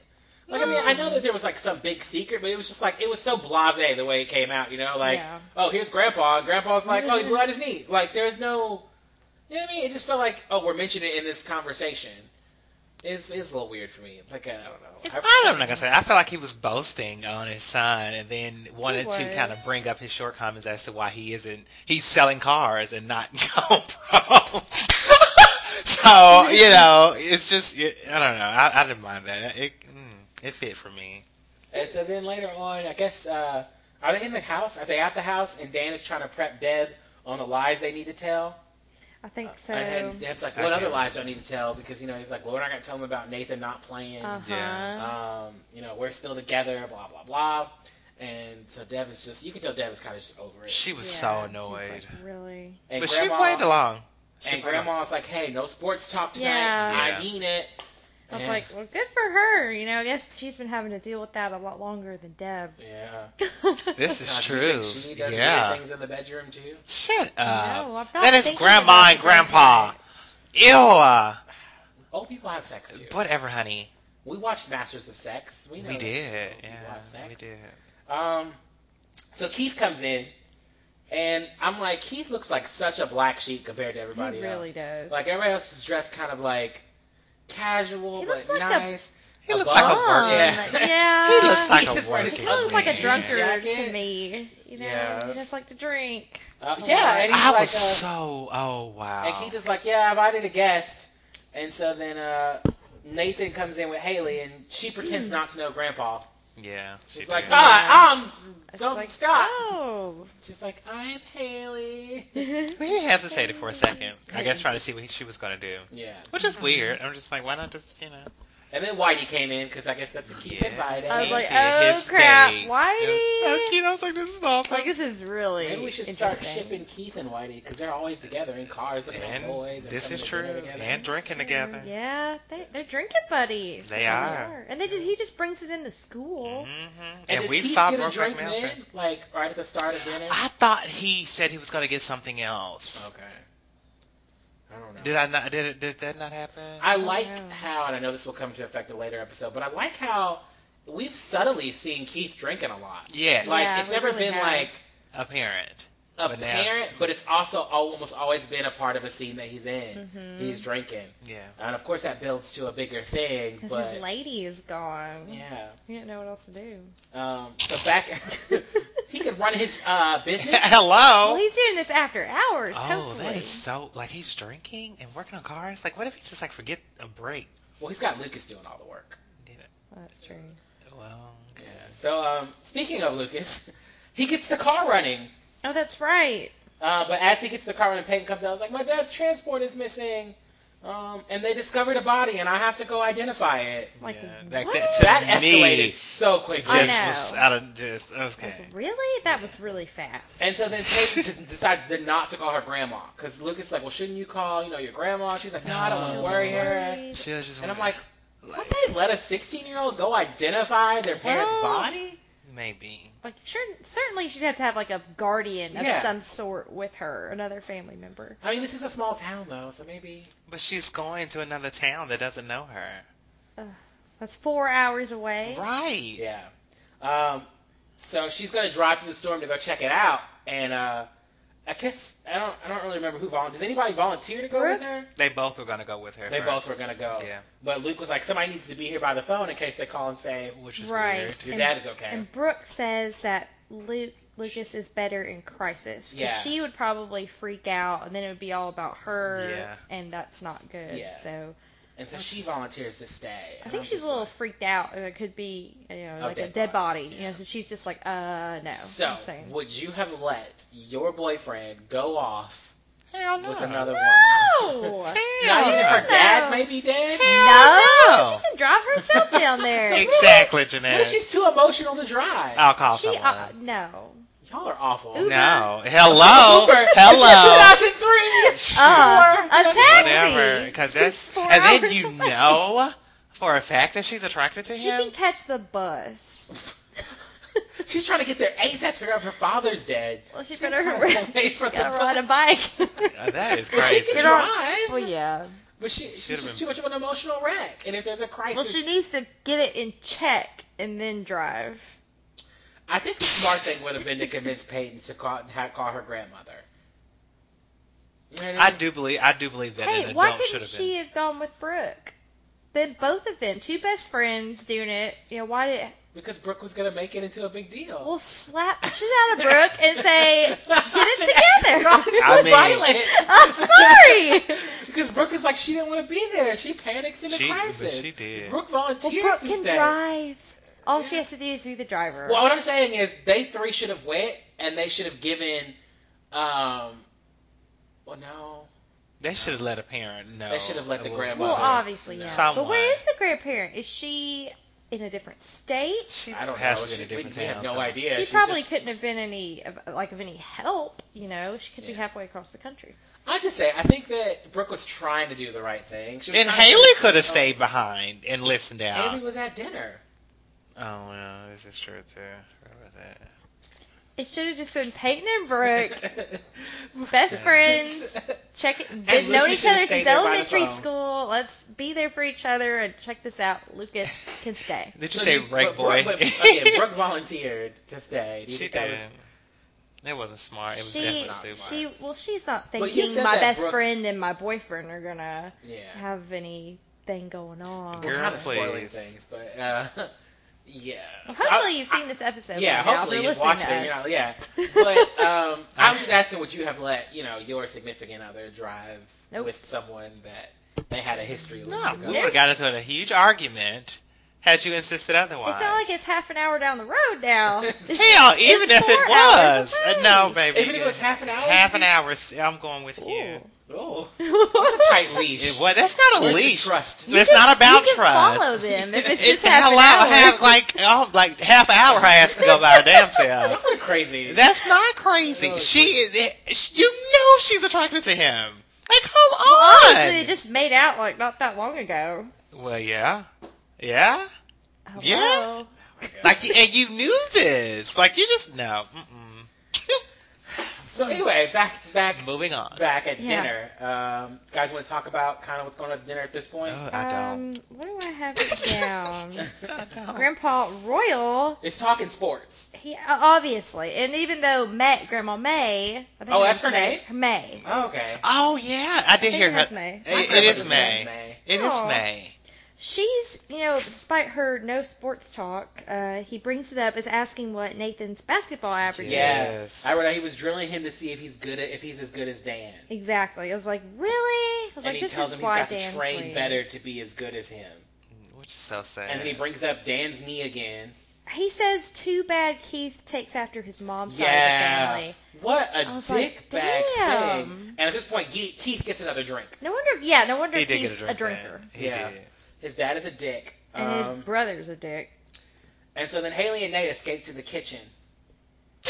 Speaker 3: Like I mean, I know that there was like some big secret, but it was just like it was so blasé the way it came out. You know, like
Speaker 2: Yeah.
Speaker 3: oh here's Grandpa, and Grandpa's like oh he blew out his knee. Like there's no, you know what I mean? It just felt like oh we're mentioning it in this conversation. It's, it's a little weird for me. Like I don't know.
Speaker 1: I don't know. Like I said, I felt like he was boasting on his son, and then wanted to
Speaker 2: was.
Speaker 1: kind of bring up his shortcomings as to why he isn't. He's selling cars and not GoPro. so you know, it's just it, I don't know. I, I didn't mind that. It mm, it fit for me.
Speaker 3: And so then later on, I guess, uh, are they in the house? Are they at the house? And Dan is trying to prep Deb on the lies they need to tell.
Speaker 2: I think so.
Speaker 3: And, uh, and Deb's like,
Speaker 1: I
Speaker 3: what
Speaker 1: can't
Speaker 3: other lies do I need to tell? Because, you know, he's like, well, we're not going to tell them about Nathan not playing.
Speaker 2: Uh-huh.
Speaker 1: Yeah.
Speaker 3: Um, you know, we're still together, blah, blah, blah. And so Deb is just, you can tell Deb is kind of just over it.
Speaker 1: She was
Speaker 2: Yeah.
Speaker 1: so
Speaker 2: He's
Speaker 1: annoyed,
Speaker 2: like, really?
Speaker 3: and
Speaker 1: but
Speaker 3: grandma,
Speaker 1: she played along. She
Speaker 3: And
Speaker 1: played along.
Speaker 3: grandma's like, hey, no sports talk tonight.
Speaker 2: Yeah.
Speaker 1: Yeah.
Speaker 3: I mean it.
Speaker 2: I was
Speaker 3: And-
Speaker 2: like, well, good for her. You know, I guess she's been having to deal with that a lot longer than Deb.
Speaker 3: yeah.
Speaker 1: This is
Speaker 3: Uh, do you
Speaker 1: true.
Speaker 3: think she does weird
Speaker 1: Yeah.
Speaker 3: things in the bedroom, too?
Speaker 1: Shut up.
Speaker 2: no, I'm not
Speaker 1: uh, that is
Speaker 2: thinking
Speaker 1: grandma
Speaker 2: about
Speaker 1: and grandpa. Ew. uh,
Speaker 3: Old people have sex, too.
Speaker 1: Whatever, honey.
Speaker 3: We watched Masters of Sex. We, know
Speaker 1: We
Speaker 3: that
Speaker 1: did.
Speaker 3: people
Speaker 1: Yeah,
Speaker 3: have sex.
Speaker 1: we did.
Speaker 3: Um, so Keith comes in, and I'm like, Keith looks like such a black sheep compared to everybody
Speaker 2: He really
Speaker 3: else.
Speaker 2: does.
Speaker 3: Like everybody else is dressed kind of like casual
Speaker 2: He
Speaker 3: but
Speaker 2: looks like a
Speaker 3: nice.
Speaker 1: He
Speaker 3: A
Speaker 1: looks like a
Speaker 2: bum.
Speaker 1: worker.
Speaker 3: Yeah.
Speaker 2: Yeah.
Speaker 1: He looks like a
Speaker 3: He's wearing
Speaker 1: worker.
Speaker 3: his
Speaker 2: He looks like a
Speaker 3: Yeah.
Speaker 2: drunkard
Speaker 3: Jacket.
Speaker 2: to me. You know,
Speaker 3: Yeah.
Speaker 2: he just like to drink.
Speaker 3: Uh,
Speaker 2: Oh,
Speaker 3: yeah,
Speaker 2: wow.
Speaker 3: and he's
Speaker 1: I
Speaker 3: like,
Speaker 1: was
Speaker 3: uh,
Speaker 1: so. Oh wow.
Speaker 3: and Keith is like, yeah, I invited a guest, and so then uh, Nathan comes in with Haley, and she pretends
Speaker 2: Hmm.
Speaker 3: not to know Grandpa.
Speaker 1: yeah. she
Speaker 3: She's like,
Speaker 1: did.
Speaker 2: ah.
Speaker 3: hi, I'm
Speaker 2: It's
Speaker 3: so
Speaker 2: like,
Speaker 3: Scott.
Speaker 2: Oh.
Speaker 3: She's like, I'm Haley.
Speaker 1: He hesitated for a second. I guess trying to see what he- she was going to do,
Speaker 3: Yeah.
Speaker 1: which is weird. I'm just like, why not just you know?
Speaker 3: And then Whitey came in because I guess that's a Keith
Speaker 1: Yeah.
Speaker 3: invited.
Speaker 2: I was
Speaker 1: he
Speaker 2: like,
Speaker 1: did
Speaker 2: oh,
Speaker 1: his
Speaker 2: crap,
Speaker 1: thing.
Speaker 2: Whitey.
Speaker 1: It was so cute. I was like, this is awesome.
Speaker 2: Like this is really
Speaker 3: Maybe we should start
Speaker 2: interesting.
Speaker 3: shipping Keith and Whitey because they're always together in cars and,
Speaker 1: and
Speaker 3: boys. And
Speaker 1: this
Speaker 3: coming
Speaker 1: is
Speaker 3: to
Speaker 1: true.
Speaker 3: dinner together.
Speaker 1: And drinking together.
Speaker 2: Yeah, they, they're drinking buddies.
Speaker 1: Mm-hmm. They are.
Speaker 2: and they just he just brings it into school.
Speaker 1: hmm And,
Speaker 3: And, does
Speaker 1: we
Speaker 3: Keith
Speaker 1: saw
Speaker 3: get a
Speaker 1: Brokeback
Speaker 3: drink
Speaker 1: Mountain.
Speaker 3: then, like right at the start of dinner.
Speaker 1: I thought he said he was going to get something else.
Speaker 3: okay, I don't know.
Speaker 1: Did I not? Did it, did that not happen?
Speaker 3: I like
Speaker 2: I don't know.
Speaker 3: how, and I know this will come to affect a later episode, but I like how we've subtly seen Keith drinking a lot.
Speaker 1: yes,
Speaker 3: Like
Speaker 2: Yeah,
Speaker 3: it's
Speaker 2: we
Speaker 3: never
Speaker 2: really
Speaker 3: been
Speaker 2: have.
Speaker 3: like
Speaker 1: apparent.
Speaker 3: a
Speaker 1: But now-
Speaker 3: parent, but it's also al- almost always been a part of a scene that he's in.
Speaker 2: Mhm.
Speaker 3: He's drinking,
Speaker 1: Yeah.
Speaker 3: and of course that builds to a bigger thing.
Speaker 2: Because
Speaker 3: But
Speaker 2: his lady is gone.
Speaker 3: yeah.
Speaker 2: He didn't know what else to do.
Speaker 3: Um, so back, he could run his uh, business.
Speaker 1: Hello.
Speaker 2: Well, he's doing this after hours,
Speaker 1: Oh,
Speaker 2: hopefully.
Speaker 1: that is so. Like he's drinking and working on cars. Like, what if he just like forget a break?
Speaker 3: Well, he's got Lucas doing all the work.
Speaker 2: That's true.
Speaker 1: Well,
Speaker 3: Yeah. So um, speaking of Lucas, he gets the car running.
Speaker 2: Oh, that's right.
Speaker 3: Uh, but as he gets the car running, Peyton comes out. I was like, my dad's transport is missing, um, and they discovered a body, and I have to go identify it.
Speaker 2: Like,
Speaker 1: yeah.
Speaker 2: what?
Speaker 1: that, to
Speaker 3: That
Speaker 1: me,
Speaker 3: escalated so quickly.
Speaker 2: I
Speaker 1: just
Speaker 2: know.
Speaker 1: was out of just okay.
Speaker 2: Like, really? That was really fast.
Speaker 3: And so then Peyton just decides to not to call her grandma because Lucas is like, well, shouldn't you call you know your grandma? She's like, no, I don't want to
Speaker 1: No.
Speaker 3: worry her.
Speaker 2: Worried.
Speaker 1: She was just
Speaker 3: And I'm like,
Speaker 1: weird.
Speaker 3: would they let a 16 year old go identify their parents'
Speaker 1: Well,
Speaker 3: body?
Speaker 1: maybe.
Speaker 2: Like, sure, certainly she'd have to have like a guardian of
Speaker 3: Yeah.
Speaker 2: some sort with her, another family member.
Speaker 3: I mean, this is a small town though, so maybe.
Speaker 1: But she's going to another town that doesn't know her.
Speaker 2: That's four hours away.
Speaker 1: Right.
Speaker 3: Yeah. Um, so she's gonna drive through the storm to go check it out, and uh, I guess I don't I don't really remember who volunteered. Does anybody volunteer to go
Speaker 2: Brooke?
Speaker 3: with her?
Speaker 1: They both were gonna go with her.
Speaker 3: They
Speaker 1: first.
Speaker 3: both were gonna go.
Speaker 1: Yeah.
Speaker 3: But Luke was like, somebody needs to be here by the phone in case they call and say
Speaker 1: Which is
Speaker 2: Right.
Speaker 1: weird.
Speaker 3: your
Speaker 2: And-
Speaker 3: dad is okay.
Speaker 2: And Brooke says that Luke Lucas is better in crisis. 'cause
Speaker 3: Yeah.
Speaker 2: She would probably freak out, and then it would be all about her.
Speaker 1: Yeah.
Speaker 2: And that's not good.
Speaker 3: Yeah.
Speaker 2: So
Speaker 3: and so she volunteers to stay.
Speaker 2: I
Speaker 3: And
Speaker 2: think
Speaker 3: I'm
Speaker 2: she's
Speaker 3: just
Speaker 2: a little
Speaker 3: like-
Speaker 2: freaked out, and it could be you know
Speaker 3: A
Speaker 2: like a
Speaker 3: dead
Speaker 2: dead
Speaker 3: body,
Speaker 2: body. You know, so she's just like, uh, no.
Speaker 3: So
Speaker 2: Insane.
Speaker 3: would you have let your boyfriend go off
Speaker 1: Hell no.
Speaker 3: with another woman?
Speaker 2: Oh, no.
Speaker 1: Hell
Speaker 3: Not even if her
Speaker 2: No.
Speaker 3: dad may be dead.
Speaker 1: Hell know.
Speaker 2: She can drive herself down there.
Speaker 1: Exactly,
Speaker 3: No,
Speaker 1: Janae.
Speaker 3: she's too emotional to drive.
Speaker 1: I'll call
Speaker 2: she
Speaker 1: someone.
Speaker 2: uh, no.
Speaker 3: Y'all are awful.
Speaker 2: Uber.
Speaker 1: no. Hello.
Speaker 3: Uber.
Speaker 1: Hello.
Speaker 3: It's 2003.
Speaker 2: Uh, a taxi.
Speaker 1: Whatever. Because that's
Speaker 2: Four
Speaker 1: and then
Speaker 2: hours
Speaker 1: you
Speaker 2: away.
Speaker 1: know for a fact that she's attracted to
Speaker 2: She can
Speaker 1: him.
Speaker 2: catch the bus.
Speaker 3: She's trying to get there ASAP to figure out if her father's dead.
Speaker 2: well, she's
Speaker 3: She's
Speaker 2: better
Speaker 3: trying to wait for the
Speaker 2: gotta ride a
Speaker 3: bus.
Speaker 2: bike.
Speaker 1: Uh, that is
Speaker 3: But she
Speaker 1: crazy.
Speaker 3: can
Speaker 2: Get on-
Speaker 3: drive.
Speaker 2: well, yeah.
Speaker 3: But she, she's
Speaker 1: Should've
Speaker 3: just
Speaker 1: been-
Speaker 3: too much of an emotional wreck. And if there's a crisis,
Speaker 2: Well, she needs to get it in check and then drive.
Speaker 3: I think the smart thing would have been to convince Peyton to call, ha call her grandmother. You know what
Speaker 1: I
Speaker 3: mean?
Speaker 1: do believe I do believe that an
Speaker 2: Hey, why
Speaker 1: adult should
Speaker 2: couldn't
Speaker 1: have
Speaker 2: she
Speaker 1: been.
Speaker 2: have gone with Brooke? Then both of them, two best friends, doing it. You know, why did
Speaker 3: because Brooke was going to make it into a big deal.
Speaker 2: well slap the shit out of Brooke and say, "Get it together."
Speaker 3: Y'all are so
Speaker 1: I mean-
Speaker 2: I'm sorry.
Speaker 3: Because Brooke is like, she didn't want to be there. She panics in a
Speaker 1: She- but
Speaker 3: crisis.
Speaker 1: she did.
Speaker 3: Brooke
Speaker 2: Well,
Speaker 3: volunteers
Speaker 2: Brooke
Speaker 3: to
Speaker 2: can
Speaker 3: stay.
Speaker 2: drive. All she has to do is be the driver.
Speaker 3: Well, what I'm saying is they three should have went and they should have given. um Well, no.
Speaker 1: They should have let a parent know.
Speaker 3: They should have let
Speaker 1: a
Speaker 3: the
Speaker 1: little
Speaker 3: grandmother-
Speaker 2: Well,
Speaker 3: Well,
Speaker 1: further.
Speaker 2: obviously, yeah.
Speaker 1: Someone.
Speaker 2: But where is the grandparent? Is she in a different state?
Speaker 1: She
Speaker 3: I don't
Speaker 1: has
Speaker 3: know.
Speaker 1: to be in a
Speaker 3: She, we,
Speaker 1: different
Speaker 3: we
Speaker 1: town.
Speaker 3: have no
Speaker 1: somewhere.
Speaker 3: idea.
Speaker 2: she, probably
Speaker 3: just-
Speaker 2: couldn't have been any of- like of any help. You know, she could be
Speaker 3: Yeah.
Speaker 2: halfway across the country.
Speaker 3: I just say I think that Brooke was trying to do the right thing. She was
Speaker 1: And
Speaker 3: trying to-
Speaker 1: Haley could have stayed behind and listened out.
Speaker 3: Haley was at dinner.
Speaker 1: Oh yeah, this is true too. Remember that.
Speaker 2: It should have just been Peyton and Brooke, best friends, check been known
Speaker 3: Lucas
Speaker 2: each
Speaker 3: should have
Speaker 2: other
Speaker 3: stayed
Speaker 2: since
Speaker 3: there by the
Speaker 2: elementary
Speaker 3: phone.
Speaker 2: school. Let's be there for each other and check this out. Lucas can stay.
Speaker 1: Did you
Speaker 3: So
Speaker 1: say
Speaker 3: you-
Speaker 1: right
Speaker 3: but
Speaker 1: boy?
Speaker 3: Brooke, but, okay, Brooke volunteered to stay. Do you
Speaker 1: she
Speaker 3: think that
Speaker 1: did.
Speaker 3: was-
Speaker 1: It wasn't smart. It was
Speaker 2: She,
Speaker 1: definitely stupid.
Speaker 2: she, well, she's not
Speaker 3: But you
Speaker 2: thinking
Speaker 3: said
Speaker 2: my
Speaker 3: that
Speaker 2: best
Speaker 3: Brooke-
Speaker 2: friend and my boyfriend are gonna
Speaker 3: yeah.
Speaker 2: have anything going on.
Speaker 3: We're
Speaker 1: Girl,
Speaker 3: kind of spoiling
Speaker 1: please.
Speaker 3: things, but uh, yeah.
Speaker 2: Well,
Speaker 3: So I-
Speaker 2: hopefully you've seen this episode.
Speaker 3: yeah,
Speaker 2: by now,
Speaker 3: hopefully
Speaker 2: if
Speaker 3: you've
Speaker 2: you're
Speaker 3: watched
Speaker 2: listening
Speaker 3: it.
Speaker 2: to us.
Speaker 3: you know, yeah, but um, I was just asking, would you have let you know your significant other drive
Speaker 2: Nope.
Speaker 3: with someone that they had a history with? oh,
Speaker 1: No, we
Speaker 3: Because-
Speaker 1: would have got into a huge argument had you insisted otherwise.
Speaker 2: It's not like it's half an hour down the road now. It's-
Speaker 1: Hell, even if
Speaker 2: four
Speaker 1: it was. Uh,
Speaker 2: hours away.
Speaker 1: No, baby.
Speaker 3: Even if it was half an hour,
Speaker 1: half an
Speaker 3: you'd
Speaker 1: hour, s- I'm going with you.
Speaker 2: Ooh.
Speaker 3: Oh,
Speaker 2: It's
Speaker 3: that's a tight leash.
Speaker 1: It, what? That's not a
Speaker 3: Where's the
Speaker 1: leash.
Speaker 3: Trust.
Speaker 1: It's not about
Speaker 2: you can
Speaker 1: trust.
Speaker 2: Follow them if it's
Speaker 1: It's
Speaker 2: just half
Speaker 1: hello,
Speaker 2: an hour.
Speaker 1: half like oh, like half an hour has to go by her damn self.
Speaker 3: Y'all are crazy.
Speaker 1: That's not crazy.
Speaker 3: Really?
Speaker 1: She is. it- You know she's attracted to him. Like, come
Speaker 2: Well,
Speaker 1: on.
Speaker 2: honestly, they just made out like not that long ago.
Speaker 1: Well, yeah, yeah.
Speaker 2: Hello.
Speaker 1: Yeah. Like, you- and you knew this. Like, you just know. Mm-mm.
Speaker 3: so anyway, back back
Speaker 1: Moving on.
Speaker 3: back at
Speaker 2: Yeah.
Speaker 3: dinner. Um, guys, want to talk about kind of what's going on at dinner at this point?
Speaker 1: Oh, I don't. Oh.
Speaker 2: Um, what do I have it down?
Speaker 1: I don't.
Speaker 2: Grandpa Royal,
Speaker 3: it's talking sports.
Speaker 2: he obviously, and even though Met Grandma May, I think
Speaker 3: Oh,
Speaker 2: her
Speaker 3: that's
Speaker 2: name's
Speaker 3: her
Speaker 2: May.
Speaker 3: Oh, okay.
Speaker 1: Oh yeah, I
Speaker 2: I
Speaker 1: did
Speaker 2: think
Speaker 1: hear
Speaker 2: her name's
Speaker 1: her.
Speaker 2: May.
Speaker 1: It- it
Speaker 3: My
Speaker 1: is
Speaker 3: grandmother's
Speaker 1: May.
Speaker 3: name's May.
Speaker 1: It
Speaker 2: Aw.
Speaker 1: is May.
Speaker 2: She's, you know, despite her no sports talk, uh, he brings it up as asking what Nathan's basketball average is.
Speaker 3: Yes.
Speaker 1: Yes.
Speaker 3: I read that he was drilling him to see if he's good at, if he's as good as Dan.
Speaker 2: Exactly. I was like, really? I was
Speaker 3: And
Speaker 2: like,
Speaker 3: he
Speaker 2: this
Speaker 3: tells
Speaker 2: is
Speaker 3: him he's
Speaker 2: why
Speaker 3: got to
Speaker 2: Dan
Speaker 3: train
Speaker 2: wins.
Speaker 3: better to be as good as him.
Speaker 1: Which is so sad.
Speaker 3: And then he brings up Dan's knee again.
Speaker 2: He says, too bad Keith takes after his mom's
Speaker 3: Yeah.
Speaker 2: side of the family.
Speaker 3: What a
Speaker 2: I was like,
Speaker 3: dickbag thing.
Speaker 2: damn.
Speaker 3: And at this point, Ge- Keith gets another drink.
Speaker 2: No wonder, yeah, no wonder
Speaker 1: He did
Speaker 2: Keith's
Speaker 1: get a drink. then.
Speaker 2: drinker.
Speaker 1: He
Speaker 3: Yeah.
Speaker 1: did.
Speaker 3: His dad is a dick.
Speaker 2: And
Speaker 3: um,
Speaker 2: his brother's a dick.
Speaker 3: and so then Haley and Nate escape to the kitchen.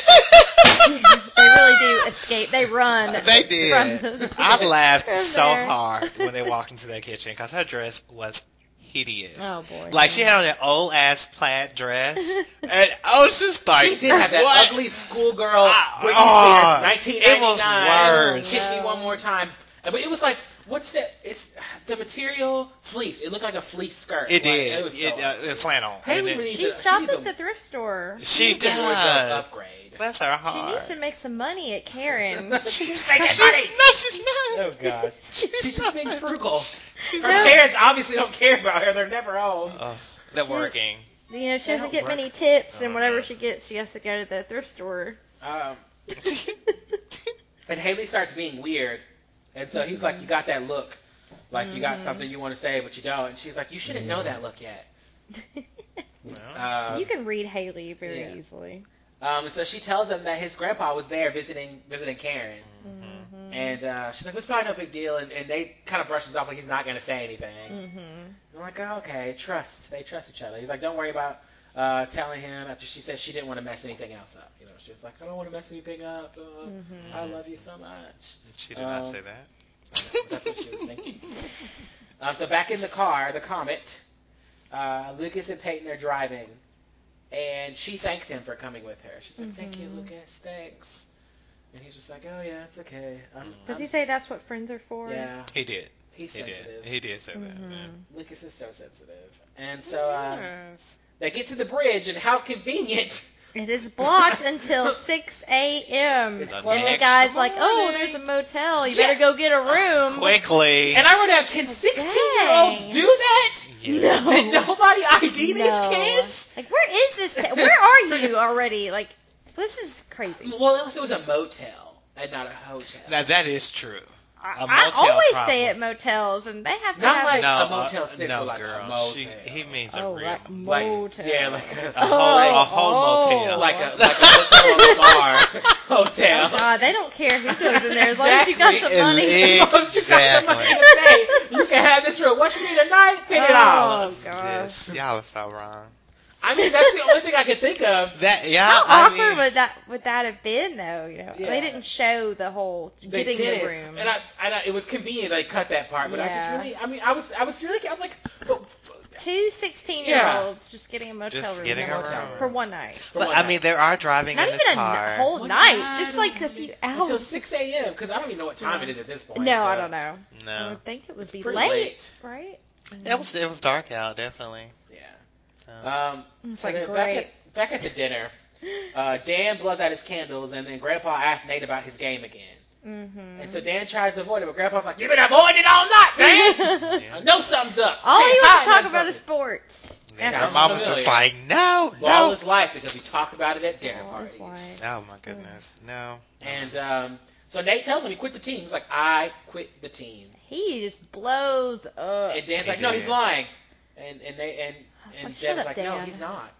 Speaker 2: They really do escape. They run.
Speaker 1: They did.
Speaker 2: From the-
Speaker 1: I laughed
Speaker 2: From
Speaker 1: so
Speaker 2: there.
Speaker 1: hard when they walked into that kitchen because her dress was hideous.
Speaker 2: Oh boy.
Speaker 1: Like she had on that old ass plaid dress, and I was just like,
Speaker 3: she did have that
Speaker 1: what?
Speaker 3: ugly schoolgirl
Speaker 1: Ah,
Speaker 3: Britney
Speaker 1: ah,
Speaker 3: Spears,
Speaker 1: it was
Speaker 3: 1999.
Speaker 2: worse.
Speaker 3: Kiss me
Speaker 2: No.
Speaker 3: one more time. Uh, But it was like, what's that? It's the material fleece. It looked like a fleece skirt.
Speaker 1: It
Speaker 3: Like,
Speaker 1: did.
Speaker 3: It
Speaker 1: It,
Speaker 3: was so
Speaker 1: uh, it flannel.
Speaker 3: Haley
Speaker 1: And it-
Speaker 3: really-
Speaker 2: She
Speaker 3: She
Speaker 2: stopped
Speaker 3: needs
Speaker 2: at
Speaker 3: a-
Speaker 2: the thrift store.
Speaker 1: she
Speaker 3: needs a wardrobe
Speaker 1: does.
Speaker 3: upgrade.
Speaker 1: Bless her
Speaker 2: She
Speaker 1: heart.
Speaker 2: needs to make some money at Karen.
Speaker 3: She's
Speaker 1: She's-
Speaker 3: making money.
Speaker 1: No, she's not.
Speaker 3: Oh god. She's just being frugal.
Speaker 1: She's
Speaker 3: Her
Speaker 2: No.
Speaker 3: parents obviously don't care about her. They're never home.
Speaker 1: Oh, they're working.
Speaker 2: You know, she
Speaker 3: They
Speaker 2: doesn't
Speaker 3: don't
Speaker 2: get
Speaker 3: work.
Speaker 2: many tips, and
Speaker 1: Oh,
Speaker 2: whatever
Speaker 1: no.
Speaker 2: she gets, she has to go to the thrift store.
Speaker 3: Um, and Haley starts being weird, and so he's like, "You got that look, like you
Speaker 1: Mm-hmm.
Speaker 3: got something you want to say, but you don't." And she's like, "You shouldn't know that look yet."
Speaker 1: Well,
Speaker 3: Um,
Speaker 2: you can read Haley very
Speaker 3: yeah.
Speaker 2: easily.
Speaker 1: Mm-hmm.
Speaker 3: um, and so she tells him that his grandpa was there visiting visiting Karen,
Speaker 2: Mm-hmm.
Speaker 3: And uh, she's like, "It's probably no big deal," and, and they kind of brushes off like he's not going to say anything.
Speaker 2: Mm-hmm.
Speaker 3: I'm like, oh, okay, trust. They trust each other. He's like, don't worry about uh, telling him after she said she didn't want to mess anything else up. You know, she was like, I don't want to mess anything up. Uh,
Speaker 2: Mm-hmm.
Speaker 3: I love you so much.
Speaker 1: She did not
Speaker 2: Uh,
Speaker 3: Um,
Speaker 1: say that.
Speaker 3: That's what she was thinking. Um, so back in the car, the Comet, uh, Lucas and Peyton are driving, and she thanks him for coming with her. She's like, thank you,
Speaker 2: Mhm.
Speaker 3: Lucas. Thanks. And he's just like, oh yeah, it's okay. I'm,
Speaker 1: Mhm.
Speaker 2: Does
Speaker 3: I'm-
Speaker 2: he say that's what friends are for?
Speaker 3: Yeah,
Speaker 1: He did.
Speaker 3: he's
Speaker 1: He
Speaker 3: sensitive.
Speaker 1: did. He did say that.
Speaker 2: Mhm.
Speaker 1: yeah.
Speaker 3: Lucas is so sensitive. And so uh,
Speaker 1: Yes.
Speaker 3: they get to the bridge, and how convenient.
Speaker 2: It is blocked until 6 a.m.
Speaker 3: It's
Speaker 1: The
Speaker 3: closed.
Speaker 2: And the
Speaker 1: next
Speaker 2: guy's like, oh,
Speaker 1: morning.
Speaker 2: there's a motel. You
Speaker 3: Yeah.
Speaker 2: better go get a room.
Speaker 1: quickly.
Speaker 3: And I wrote down, can 16 year olds
Speaker 2: Dang.
Speaker 3: do that?
Speaker 1: Yeah.
Speaker 2: No.
Speaker 3: Did nobody ID
Speaker 2: No.
Speaker 3: these kids?
Speaker 2: Like, where is this? ta- where are you already? Like, this is crazy.
Speaker 3: Well, at least it was a motel and not a hotel.
Speaker 1: Now that is true.
Speaker 2: I,
Speaker 1: A
Speaker 2: I
Speaker 1: motel
Speaker 2: always
Speaker 1: problem.
Speaker 2: stay at motels, and they have to
Speaker 3: Not
Speaker 2: have
Speaker 3: like-
Speaker 2: like,
Speaker 1: no,
Speaker 3: a motel
Speaker 1: uh,
Speaker 3: sick,
Speaker 1: no,
Speaker 3: but like a
Speaker 1: girl.
Speaker 3: motel.
Speaker 1: She, he means a
Speaker 2: oh,
Speaker 1: real.
Speaker 2: like
Speaker 3: like,
Speaker 2: motel.
Speaker 3: yeah, like a,
Speaker 1: a whole, a
Speaker 2: Oh,
Speaker 1: whole
Speaker 2: oh.
Speaker 1: motel.
Speaker 3: like a, like a motel on the bar
Speaker 2: Oh,
Speaker 3: hotel.
Speaker 2: God, they don't care who goes in there as long as you got some
Speaker 1: Exactly.
Speaker 2: money.
Speaker 1: Exactly.
Speaker 3: As long as you got the money to pay, you can have this room. What you need a night, fifty dollars.
Speaker 2: Oh, gosh.
Speaker 1: yes, y'all are so wrong.
Speaker 2: Oh.
Speaker 3: I mean, that's the only thing I could think of.
Speaker 1: That yeah.
Speaker 2: How
Speaker 1: I
Speaker 2: awkward
Speaker 1: mean,
Speaker 2: would that would that have been though? You know,
Speaker 3: Yeah.
Speaker 2: they didn't show the whole
Speaker 3: They
Speaker 2: getting
Speaker 3: did,
Speaker 2: the room.
Speaker 3: and I, and I, it was convenient they cut that part. But I just
Speaker 2: Yeah.
Speaker 3: really, I mean, I was, I was really, I was like, but
Speaker 2: Two 16 year
Speaker 3: Yeah.
Speaker 2: olds just getting a motel
Speaker 1: Just
Speaker 2: room
Speaker 1: getting
Speaker 3: a
Speaker 2: for-
Speaker 3: room.
Speaker 2: for one night.
Speaker 1: but, I mean, they are driving
Speaker 2: Not
Speaker 1: in
Speaker 2: even
Speaker 1: this
Speaker 2: a
Speaker 1: car.
Speaker 2: n- whole
Speaker 3: One
Speaker 2: night,
Speaker 3: night,
Speaker 2: just like a few hours.
Speaker 3: until 6 a.m. because I don't even know what time it is at this point.
Speaker 2: no,
Speaker 3: but
Speaker 2: I don't know. I
Speaker 1: no,
Speaker 2: would think it would
Speaker 3: It's
Speaker 2: be
Speaker 3: pretty
Speaker 2: late,
Speaker 3: late.
Speaker 2: right?
Speaker 1: it was it was dark out definitely. Um,
Speaker 3: Yeah. Um,
Speaker 2: It's
Speaker 3: so
Speaker 2: like
Speaker 3: then back
Speaker 2: great.
Speaker 3: at, back at the dinner, uh, Dan blows out his candles, and then Grandpa asks Nate about his game again.
Speaker 2: Mm-hmm.
Speaker 3: And so Dan tries to avoid it, but Grandpa's like, "You've been avoiding it all night, man. I know something's up."
Speaker 2: All he
Speaker 3: Can't
Speaker 2: wants
Speaker 3: hide
Speaker 2: to talk
Speaker 3: nothing
Speaker 2: about
Speaker 3: from
Speaker 2: is
Speaker 3: it."
Speaker 2: sports.
Speaker 1: and
Speaker 3: Yeah,
Speaker 1: her mom was
Speaker 3: familiar.
Speaker 1: just like, no,
Speaker 3: Well, all
Speaker 1: no.
Speaker 3: his life because we talk about it at dinner
Speaker 2: All his
Speaker 3: parties.
Speaker 2: life.
Speaker 1: Oh my goodness, no.
Speaker 3: And um, so Nate tells him he quit the team. He's like, "I quit the team."
Speaker 2: He just blows up.
Speaker 3: And Dan's
Speaker 1: He
Speaker 3: like, "No,
Speaker 1: did.
Speaker 3: he's lying." And and they and
Speaker 2: I was
Speaker 3: And
Speaker 2: like,
Speaker 3: Deb's
Speaker 2: shut
Speaker 3: like,
Speaker 2: up,
Speaker 3: no,
Speaker 2: Dan.
Speaker 3: he's not.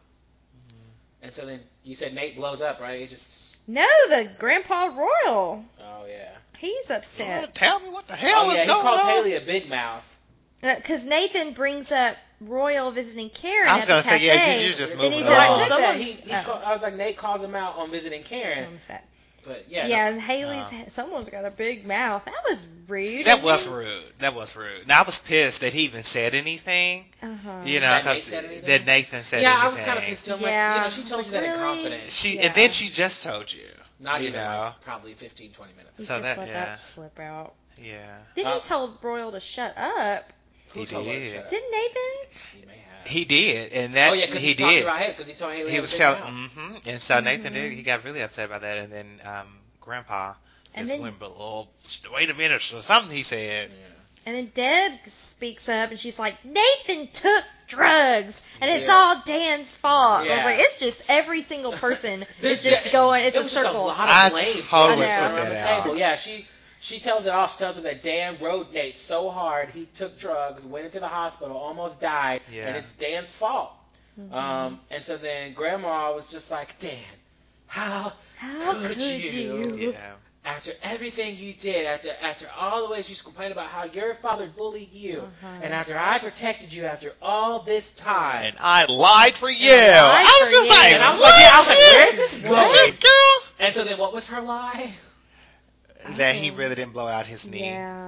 Speaker 3: And so then you said Nate blows up, right? It just,
Speaker 2: No, the Grandpa Royal.
Speaker 3: oh yeah.
Speaker 2: He's
Speaker 1: Well,
Speaker 2: upset.
Speaker 1: tell me what the hell
Speaker 3: oh
Speaker 1: is
Speaker 3: yeah, he
Speaker 1: going
Speaker 3: calls
Speaker 1: on.
Speaker 3: Haley a big mouth.
Speaker 2: Because Uh, Nathan brings up Royal visiting Karen.
Speaker 1: I was
Speaker 2: at
Speaker 1: gonna
Speaker 2: the
Speaker 1: say, yeah,
Speaker 2: cafe.
Speaker 1: you- you just
Speaker 2: And
Speaker 1: moving
Speaker 2: he's
Speaker 3: He's
Speaker 1: along.
Speaker 2: like,
Speaker 3: I, said that.
Speaker 2: someone-
Speaker 3: He, he
Speaker 2: Oh.
Speaker 3: call, I was like, Nate calls him out on visiting Karen,
Speaker 2: I'm upset.
Speaker 3: but yeah,
Speaker 2: Yeah,
Speaker 3: yeah.
Speaker 2: and Haley's. someone's got a big mouth. That was rude.
Speaker 1: Uh. That was rude. That was rude. Now I was pissed that he even said anything.
Speaker 2: Uh-huh.
Speaker 1: You know,
Speaker 3: That Nate
Speaker 1: 'cause
Speaker 3: said anything?
Speaker 1: that Nathan said
Speaker 3: Mm. yeah,
Speaker 1: anything.
Speaker 3: I was kind of pissed too. I'm like,
Speaker 2: Yeah.
Speaker 3: you know, she told you that in
Speaker 2: Really?
Speaker 3: confidence.
Speaker 1: She
Speaker 2: Yeah.
Speaker 1: and then she just told you.
Speaker 3: Not
Speaker 1: You
Speaker 3: even
Speaker 1: know.
Speaker 3: like probably 15, 20 minutes.
Speaker 2: He
Speaker 1: so
Speaker 2: just
Speaker 1: that-
Speaker 2: let
Speaker 1: yeah.
Speaker 2: that slip out.
Speaker 1: Yeah,
Speaker 2: Then
Speaker 3: Uh,
Speaker 2: he told Royal to shut up.
Speaker 3: Who
Speaker 1: He
Speaker 3: told
Speaker 1: did.
Speaker 3: Her to shut up?
Speaker 2: Didn't Nathan?
Speaker 3: He may have.
Speaker 1: he did, and that
Speaker 3: oh yeah, because he, talked
Speaker 1: did.
Speaker 3: about Haley because he told Haley
Speaker 1: he
Speaker 3: had a
Speaker 1: was
Speaker 3: big
Speaker 1: telling,
Speaker 3: mouth.
Speaker 1: hmm and so Nathan
Speaker 2: Mhm.
Speaker 3: Mm-hmm.
Speaker 1: did. He got really upset about that, and then um, Grandpa
Speaker 2: And
Speaker 1: just
Speaker 2: then-
Speaker 1: went, "But oh, wait a minute," or something. He said,
Speaker 2: And then Deb speaks up and she's like, Nathan took drugs and it's
Speaker 3: Yeah.
Speaker 2: all Dan's fault. I
Speaker 3: Yeah.
Speaker 2: was like, it's just every single person
Speaker 3: There's
Speaker 2: is just
Speaker 3: just-
Speaker 2: going, it's
Speaker 3: It
Speaker 2: a
Speaker 3: was just
Speaker 2: circle.
Speaker 3: lot
Speaker 1: I
Speaker 3: of blame
Speaker 1: totally
Speaker 2: put
Speaker 3: around
Speaker 2: that
Speaker 3: the
Speaker 1: out.
Speaker 3: table. Yeah, she she tells it off. She tells him that Dan rode Nate so hard he took drugs, went into the hospital, almost died,
Speaker 1: Yeah.
Speaker 3: and it's Dan's fault.
Speaker 2: Mm-hmm.
Speaker 3: Um, and so then Grandma was just like, Dan, how
Speaker 2: How
Speaker 3: could
Speaker 2: could
Speaker 3: you?
Speaker 2: you?
Speaker 1: "Yeah,
Speaker 3: after everything you did, after after all the ways you complained about how your father bullied you,
Speaker 2: Uh-huh.
Speaker 3: and after I protected you after all this time.
Speaker 1: and I lied for you."
Speaker 2: lied
Speaker 1: I was
Speaker 2: for
Speaker 1: just
Speaker 2: you.
Speaker 1: like,
Speaker 3: And I was
Speaker 1: "What?
Speaker 3: like, yeah, I was like, where is this
Speaker 1: What?
Speaker 3: going?
Speaker 1: girl?"
Speaker 3: And so then what was her lie?
Speaker 1: That he
Speaker 2: Oh.
Speaker 1: really didn't blow out his knee.
Speaker 2: Yeah.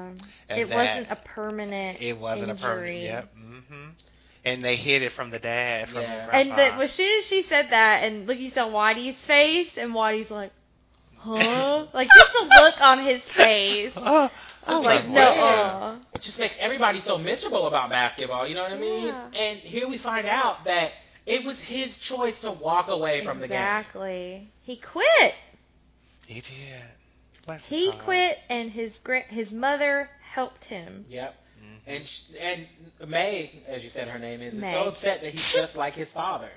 Speaker 1: and
Speaker 2: it
Speaker 1: that
Speaker 2: wasn't a permanent.
Speaker 1: It wasn't a permanent.
Speaker 2: injury.
Speaker 1: Yep. hmm And they hid it from the dad from
Speaker 3: Yeah.
Speaker 1: Grandpa.
Speaker 2: And the, as soon as she said that, and look, you saw Waddy's face, and Waddy's like, huh? like, just the look on his face. I
Speaker 1: Oh,
Speaker 2: was
Speaker 1: I
Speaker 2: like,
Speaker 1: was
Speaker 2: no.
Speaker 1: like,
Speaker 2: uh."
Speaker 3: It just makes everybody so miserable about basketball, you know what I mean?
Speaker 2: Yeah.
Speaker 3: And here we find out that it was his choice to walk away from
Speaker 2: Exactly. He quit.
Speaker 1: he did. Bless his
Speaker 2: He
Speaker 1: heart.
Speaker 2: quit, and his gra- his mother helped him.
Speaker 3: the game. Yep.
Speaker 1: Mhm.
Speaker 3: And sh and May, as you said her name is, is
Speaker 2: May.
Speaker 3: so upset that he's just like his father.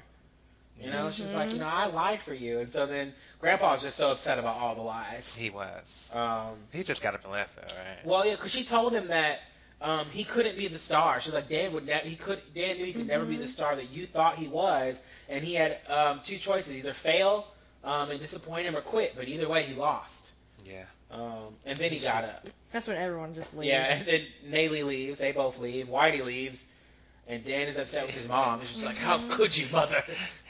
Speaker 3: You know, she's
Speaker 2: Mhm.
Speaker 3: like, you know, I lied for you. And so then Grandpa's just so upset about all the lies.
Speaker 1: He was.
Speaker 3: Um,
Speaker 1: He just got up and left, though, right?
Speaker 3: well, yeah, because she told him that um, he couldn't be the star. She's like, Dan would ne- he could Dan knew he could never be
Speaker 2: Mhm.
Speaker 3: the star that you thought he was, and he had um, two choices: either fail um, and disappoint him, or quit. But either way, he lost.
Speaker 1: Yeah.
Speaker 3: Um, and then he got up.
Speaker 2: That's when everyone just leaves.
Speaker 3: Yeah, and then Naylee leaves. They both leave. Whitey leaves. And Dan is upset with his mom. He's just like, how could you, mother?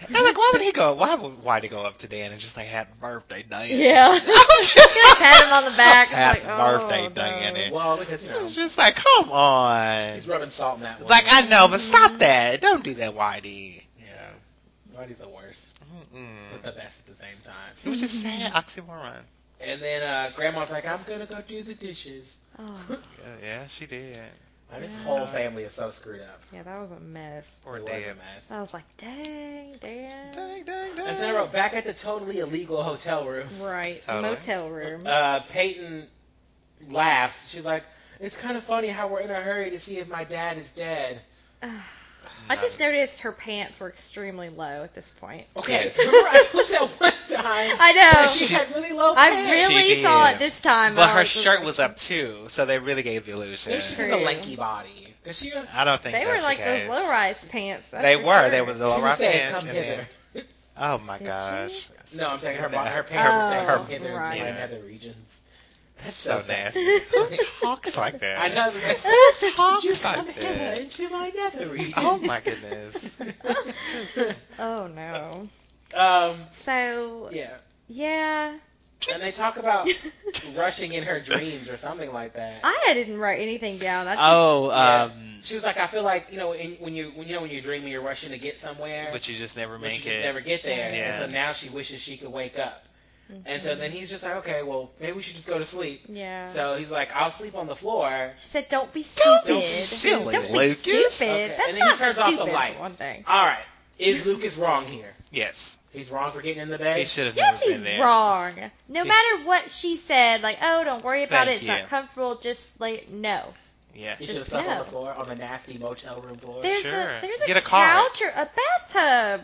Speaker 1: And I'm like, why would he go? Why would Whitey go up to Dan and just like, happy birthday, Dan?
Speaker 2: Yeah. Pat him on the back.
Speaker 1: Happy
Speaker 2: It's like,
Speaker 1: birthday,
Speaker 2: oh,
Speaker 1: Diana.
Speaker 3: Well, because, you
Speaker 1: I
Speaker 3: know,
Speaker 1: was just like, come on.
Speaker 3: he's rubbing salt in that one.
Speaker 1: Like, I know, but stop that. Don't do that, Whitey.
Speaker 3: Yeah. Whitey's the worst, but
Speaker 1: Mm-mm.
Speaker 3: the best at the same time.
Speaker 1: It was just sad oxymoron.
Speaker 3: And then uh, Grandma's like, I'm going to go do the dishes.
Speaker 2: no. Oh,
Speaker 3: and
Speaker 1: Yeah, yeah, she did.
Speaker 3: this
Speaker 2: Yeah.
Speaker 3: whole family is so screwed up.
Speaker 2: yeah, that was a mess.
Speaker 1: Or
Speaker 3: it
Speaker 1: did.
Speaker 3: was a mess.
Speaker 2: I was like, dang,
Speaker 1: Dang,
Speaker 2: damn.
Speaker 1: dang, dang.
Speaker 3: And then I wrote, back at the totally illegal hotel room.
Speaker 2: Right.
Speaker 1: Totally.
Speaker 2: Motel room.
Speaker 3: Uh, Peyton laughs. She's like, it's kind of funny how we're in a hurry to see if my dad is dead.
Speaker 2: I just noticed her pants were extremely low at this point.
Speaker 3: Okay,
Speaker 1: Yeah.
Speaker 3: remember I told you that one time?
Speaker 2: I know.
Speaker 3: She had really low
Speaker 2: I
Speaker 3: pants.
Speaker 1: She
Speaker 2: really
Speaker 1: did.
Speaker 2: thought this time.
Speaker 1: But
Speaker 2: I
Speaker 1: her
Speaker 2: was just
Speaker 1: shirt
Speaker 2: like-
Speaker 1: was up too, so they really gave the illusion.
Speaker 3: Maybe she's just a
Speaker 2: True.
Speaker 3: lanky body. 'Cause she was,
Speaker 1: I don't think
Speaker 2: They
Speaker 1: that's
Speaker 2: were like
Speaker 1: the
Speaker 2: those
Speaker 1: case.
Speaker 2: low rise pants. that's
Speaker 1: They
Speaker 2: for
Speaker 1: were.
Speaker 2: sure.
Speaker 1: They were the
Speaker 3: she
Speaker 1: low
Speaker 3: was
Speaker 1: rise
Speaker 3: saying,
Speaker 1: pants.
Speaker 3: come
Speaker 1: And then,
Speaker 3: hither.
Speaker 1: oh my
Speaker 2: Did
Speaker 1: gosh,
Speaker 2: she?
Speaker 3: No, I'm saying her,
Speaker 1: That-
Speaker 3: bo- her pants were saying
Speaker 2: Oh,
Speaker 3: come hither
Speaker 2: right.
Speaker 3: to my
Speaker 1: Yeah.
Speaker 3: nether regions. That's
Speaker 1: so
Speaker 3: sad.
Speaker 1: nasty. Who talks like that?
Speaker 3: I know.
Speaker 1: Who
Speaker 3: You
Speaker 1: talks
Speaker 3: come
Speaker 1: like
Speaker 3: hither
Speaker 1: that?
Speaker 3: into my nether regions.
Speaker 1: Oh my goodness.
Speaker 2: Oh no.
Speaker 3: um,
Speaker 2: So
Speaker 3: yeah.
Speaker 2: yeah,
Speaker 3: And they talk about rushing in her dreams or something like that.
Speaker 2: I didn't write anything down. I just,
Speaker 1: Oh,
Speaker 3: Yeah.
Speaker 1: um,
Speaker 3: She was like, I feel like you know in, when you when you know when you're dreaming, you're rushing to get somewhere,
Speaker 1: but you just never
Speaker 3: but you
Speaker 1: make
Speaker 3: just
Speaker 1: it.
Speaker 3: never get there. And
Speaker 1: Yeah.
Speaker 3: so now she wishes she could wake up. And so then he's just like, okay, well maybe we should just go to sleep.
Speaker 2: Mm-hmm. yeah.
Speaker 3: So he's like, I'll sleep on the floor.
Speaker 2: she said, "Don't be stupid."
Speaker 1: Don't be silly,
Speaker 2: Don't be
Speaker 1: Lucas.
Speaker 2: Stupid.
Speaker 3: Okay, and
Speaker 2: That's
Speaker 3: then he
Speaker 2: not
Speaker 3: turns off the
Speaker 2: stupid. for
Speaker 3: light.
Speaker 2: One thing.
Speaker 3: All right, is Lucas wrong here?
Speaker 1: Yes,
Speaker 3: He's wrong for getting in the
Speaker 1: he
Speaker 3: bed.
Speaker 1: should have never
Speaker 2: Yes,
Speaker 1: been
Speaker 2: he's
Speaker 1: there.
Speaker 2: wrong. No matter what she said, like, "Oh, don't worry about
Speaker 1: Thank
Speaker 2: it. It's not
Speaker 1: you.
Speaker 2: comfortable." Just like, no.
Speaker 1: Yeah,
Speaker 3: You should have
Speaker 2: Just
Speaker 3: slept on
Speaker 2: no.
Speaker 3: the floor on the nasty motel room floor.
Speaker 2: There's
Speaker 1: sure.
Speaker 2: a there's a
Speaker 1: Get a car.
Speaker 2: couch or a bathtub.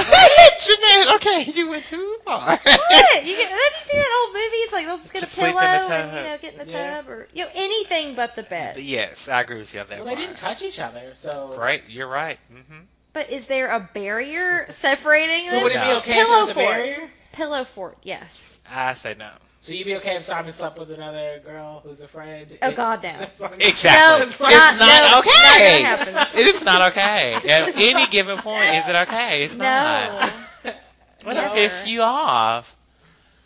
Speaker 1: Jeanette, okay, you went too far.
Speaker 2: What? You get, did you see that old movie? It's like they'll just get
Speaker 1: Just
Speaker 2: a
Speaker 1: sleep in
Speaker 2: pillow
Speaker 1: the
Speaker 2: and you
Speaker 1: tub.
Speaker 2: know get in the
Speaker 3: Yeah.
Speaker 2: tub or you know anything but the
Speaker 1: But
Speaker 2: bed.
Speaker 1: yes, I agree with you on that
Speaker 3: Well, they
Speaker 1: part.
Speaker 3: didn't touch each other, so
Speaker 1: right, you're right. hmm
Speaker 2: But is there a barrier separating
Speaker 3: So
Speaker 2: them?
Speaker 3: would it be
Speaker 1: No.
Speaker 3: okay if there
Speaker 2: Pillow
Speaker 3: was a
Speaker 2: fort.
Speaker 3: barrier?
Speaker 2: Pillow fort, yes.
Speaker 1: I say no.
Speaker 3: So you'd be okay if Simon slept with another girl who's a friend?
Speaker 2: Oh God, no.
Speaker 3: That's fine.
Speaker 1: Exactly.
Speaker 2: No,
Speaker 1: it's
Speaker 2: not-
Speaker 1: not,
Speaker 2: no, it's not
Speaker 1: okay.
Speaker 2: gonna happen.
Speaker 1: it is not okay. At any given point, is it okay? It's
Speaker 2: No.
Speaker 1: not. What
Speaker 2: Never.
Speaker 1: will piss you off?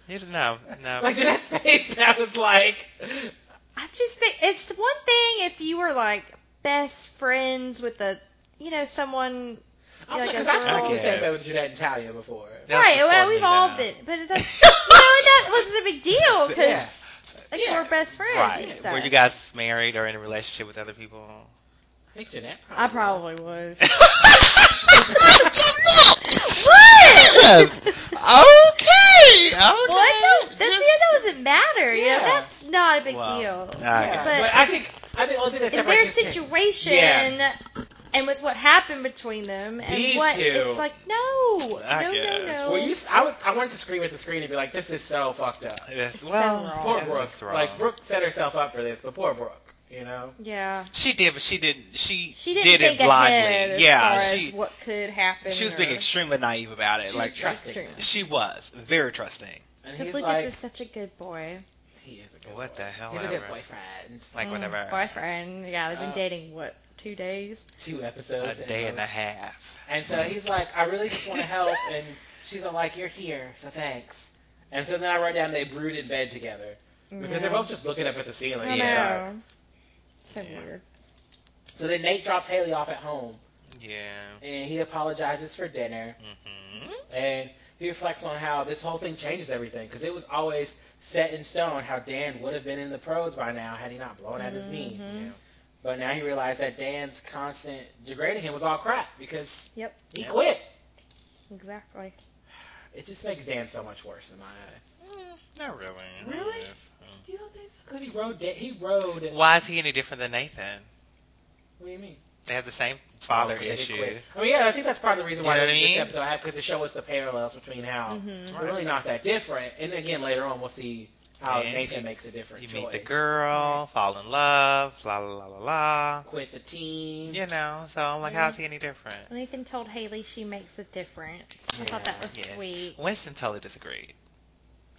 Speaker 1: You don't know. No.
Speaker 3: like in that space, that was like,
Speaker 2: I'm just think it's one thing if you were like best friends with a you know someone
Speaker 3: also
Speaker 2: like a
Speaker 3: because I've slept in the
Speaker 1: girl.
Speaker 3: same bed with Jeanette and Talia before.
Speaker 1: That was
Speaker 2: right.
Speaker 1: before
Speaker 2: Well,
Speaker 1: me,
Speaker 2: we've all
Speaker 1: though.
Speaker 2: been, but it doesn't. no, that was a big deal because
Speaker 3: Yeah.
Speaker 2: like
Speaker 3: Yeah.
Speaker 2: we're best friends.
Speaker 1: Right.
Speaker 2: so.
Speaker 1: Were you guys married or in a relationship with other people?
Speaker 3: I think Jeanette. Probably
Speaker 2: I probably was.
Speaker 1: Yes. Okay. Okay.
Speaker 2: Well, I don't, that's,
Speaker 1: Just-
Speaker 2: yeah, that doesn't matter. Yeah,
Speaker 3: Yeah.
Speaker 2: that's not a big
Speaker 1: Well,
Speaker 2: deal.
Speaker 1: I
Speaker 3: Yeah,
Speaker 1: guess.
Speaker 2: but-
Speaker 3: but, I think I think the only thing that
Speaker 2: In
Speaker 3: separates
Speaker 2: their
Speaker 3: this case-
Speaker 2: situation
Speaker 3: Yeah.
Speaker 2: and with what happened between them and
Speaker 3: These
Speaker 2: what
Speaker 3: two.
Speaker 2: it's like, no,
Speaker 1: I
Speaker 2: no,
Speaker 1: guess.
Speaker 2: no, no.
Speaker 3: Well, you, s- I, would, I wanted to scream at the screen and be like, "This is so fucked up."
Speaker 1: Yes,
Speaker 2: so
Speaker 1: well,
Speaker 2: wrong.
Speaker 3: Poor
Speaker 1: that's
Speaker 3: Brooke.
Speaker 1: what's wrong.
Speaker 3: Like Brooke set herself up for this, but poor Brooke. You know.
Speaker 2: yeah,
Speaker 1: she did, but she didn't. She,
Speaker 2: she didn't
Speaker 1: did
Speaker 2: think
Speaker 1: it blindly.
Speaker 2: ahead as
Speaker 1: yeah,
Speaker 2: far
Speaker 1: she
Speaker 2: as what could happen.
Speaker 1: she was
Speaker 2: or,
Speaker 1: being extremely naive about it.
Speaker 3: She
Speaker 1: like
Speaker 3: was trusting.
Speaker 2: Extreme.
Speaker 3: him.
Speaker 1: she was very trusting.
Speaker 3: And
Speaker 2: Because
Speaker 3: he's
Speaker 2: Lucas
Speaker 3: like,
Speaker 2: is such a good boy.
Speaker 3: he is a good
Speaker 1: What the
Speaker 3: boy.
Speaker 1: hell
Speaker 3: He's a good
Speaker 1: ever.
Speaker 3: boyfriend.
Speaker 1: Like
Speaker 2: Mm,
Speaker 1: whenever
Speaker 2: boyfriend. Yeah, they've been
Speaker 3: Uh,
Speaker 2: dating what two days?
Speaker 3: Two
Speaker 1: a
Speaker 3: episodes.
Speaker 1: day and a
Speaker 3: those-
Speaker 1: half.
Speaker 3: And so he's like, I really just want to help. And she's all like, You're here, so thanks. And so then I wrote down they brood in bed together. Because they're both just looking up at the ceiling.
Speaker 2: I
Speaker 1: Yeah.
Speaker 2: know. Mm. So
Speaker 1: Yeah.
Speaker 2: weird.
Speaker 3: So then Nate drops Haley off at home.
Speaker 1: Yeah.
Speaker 3: And he apologizes for dinner.
Speaker 1: hmm
Speaker 3: And he reflects on how this whole thing changes everything. Because it was always set in stone how Dan would have been in the pros by now had he not blown out his knee.
Speaker 2: Mhm.
Speaker 3: But now he realized that Dan's constant degrading him was all crap because
Speaker 2: Yep.
Speaker 3: he
Speaker 1: Yep.
Speaker 3: quit.
Speaker 2: Exactly.
Speaker 3: It just makes Dan so much worse in my eyes.
Speaker 1: Mm, not really.
Speaker 3: Really?
Speaker 1: Yes.
Speaker 3: You don't think so? Because he rode. Da- he rode. What
Speaker 1: Why is he any different than Nathan?
Speaker 3: do you mean?
Speaker 1: They have the same father
Speaker 3: Oh, 'cause they did
Speaker 1: issue.
Speaker 3: quit. I mean, yeah, I think that's part of the reason
Speaker 1: You
Speaker 3: why
Speaker 1: know
Speaker 3: they
Speaker 1: what I
Speaker 3: did this
Speaker 1: mean?
Speaker 3: episode because it showed us the parallels between how
Speaker 2: Mhm.
Speaker 3: they're really not that different. And again, later on, we'll see how
Speaker 1: And
Speaker 3: Nathan makes a different
Speaker 1: You
Speaker 3: choice.
Speaker 1: meet the girl, fall in love, la la la la la.
Speaker 3: quit the team.
Speaker 1: You know, so I'm like,
Speaker 3: Mm-hmm.
Speaker 1: how's he any different?
Speaker 2: Nathan told Haley she makes a difference. I thought that was
Speaker 1: Yes.
Speaker 2: sweet.
Speaker 1: Winston totally disagreed.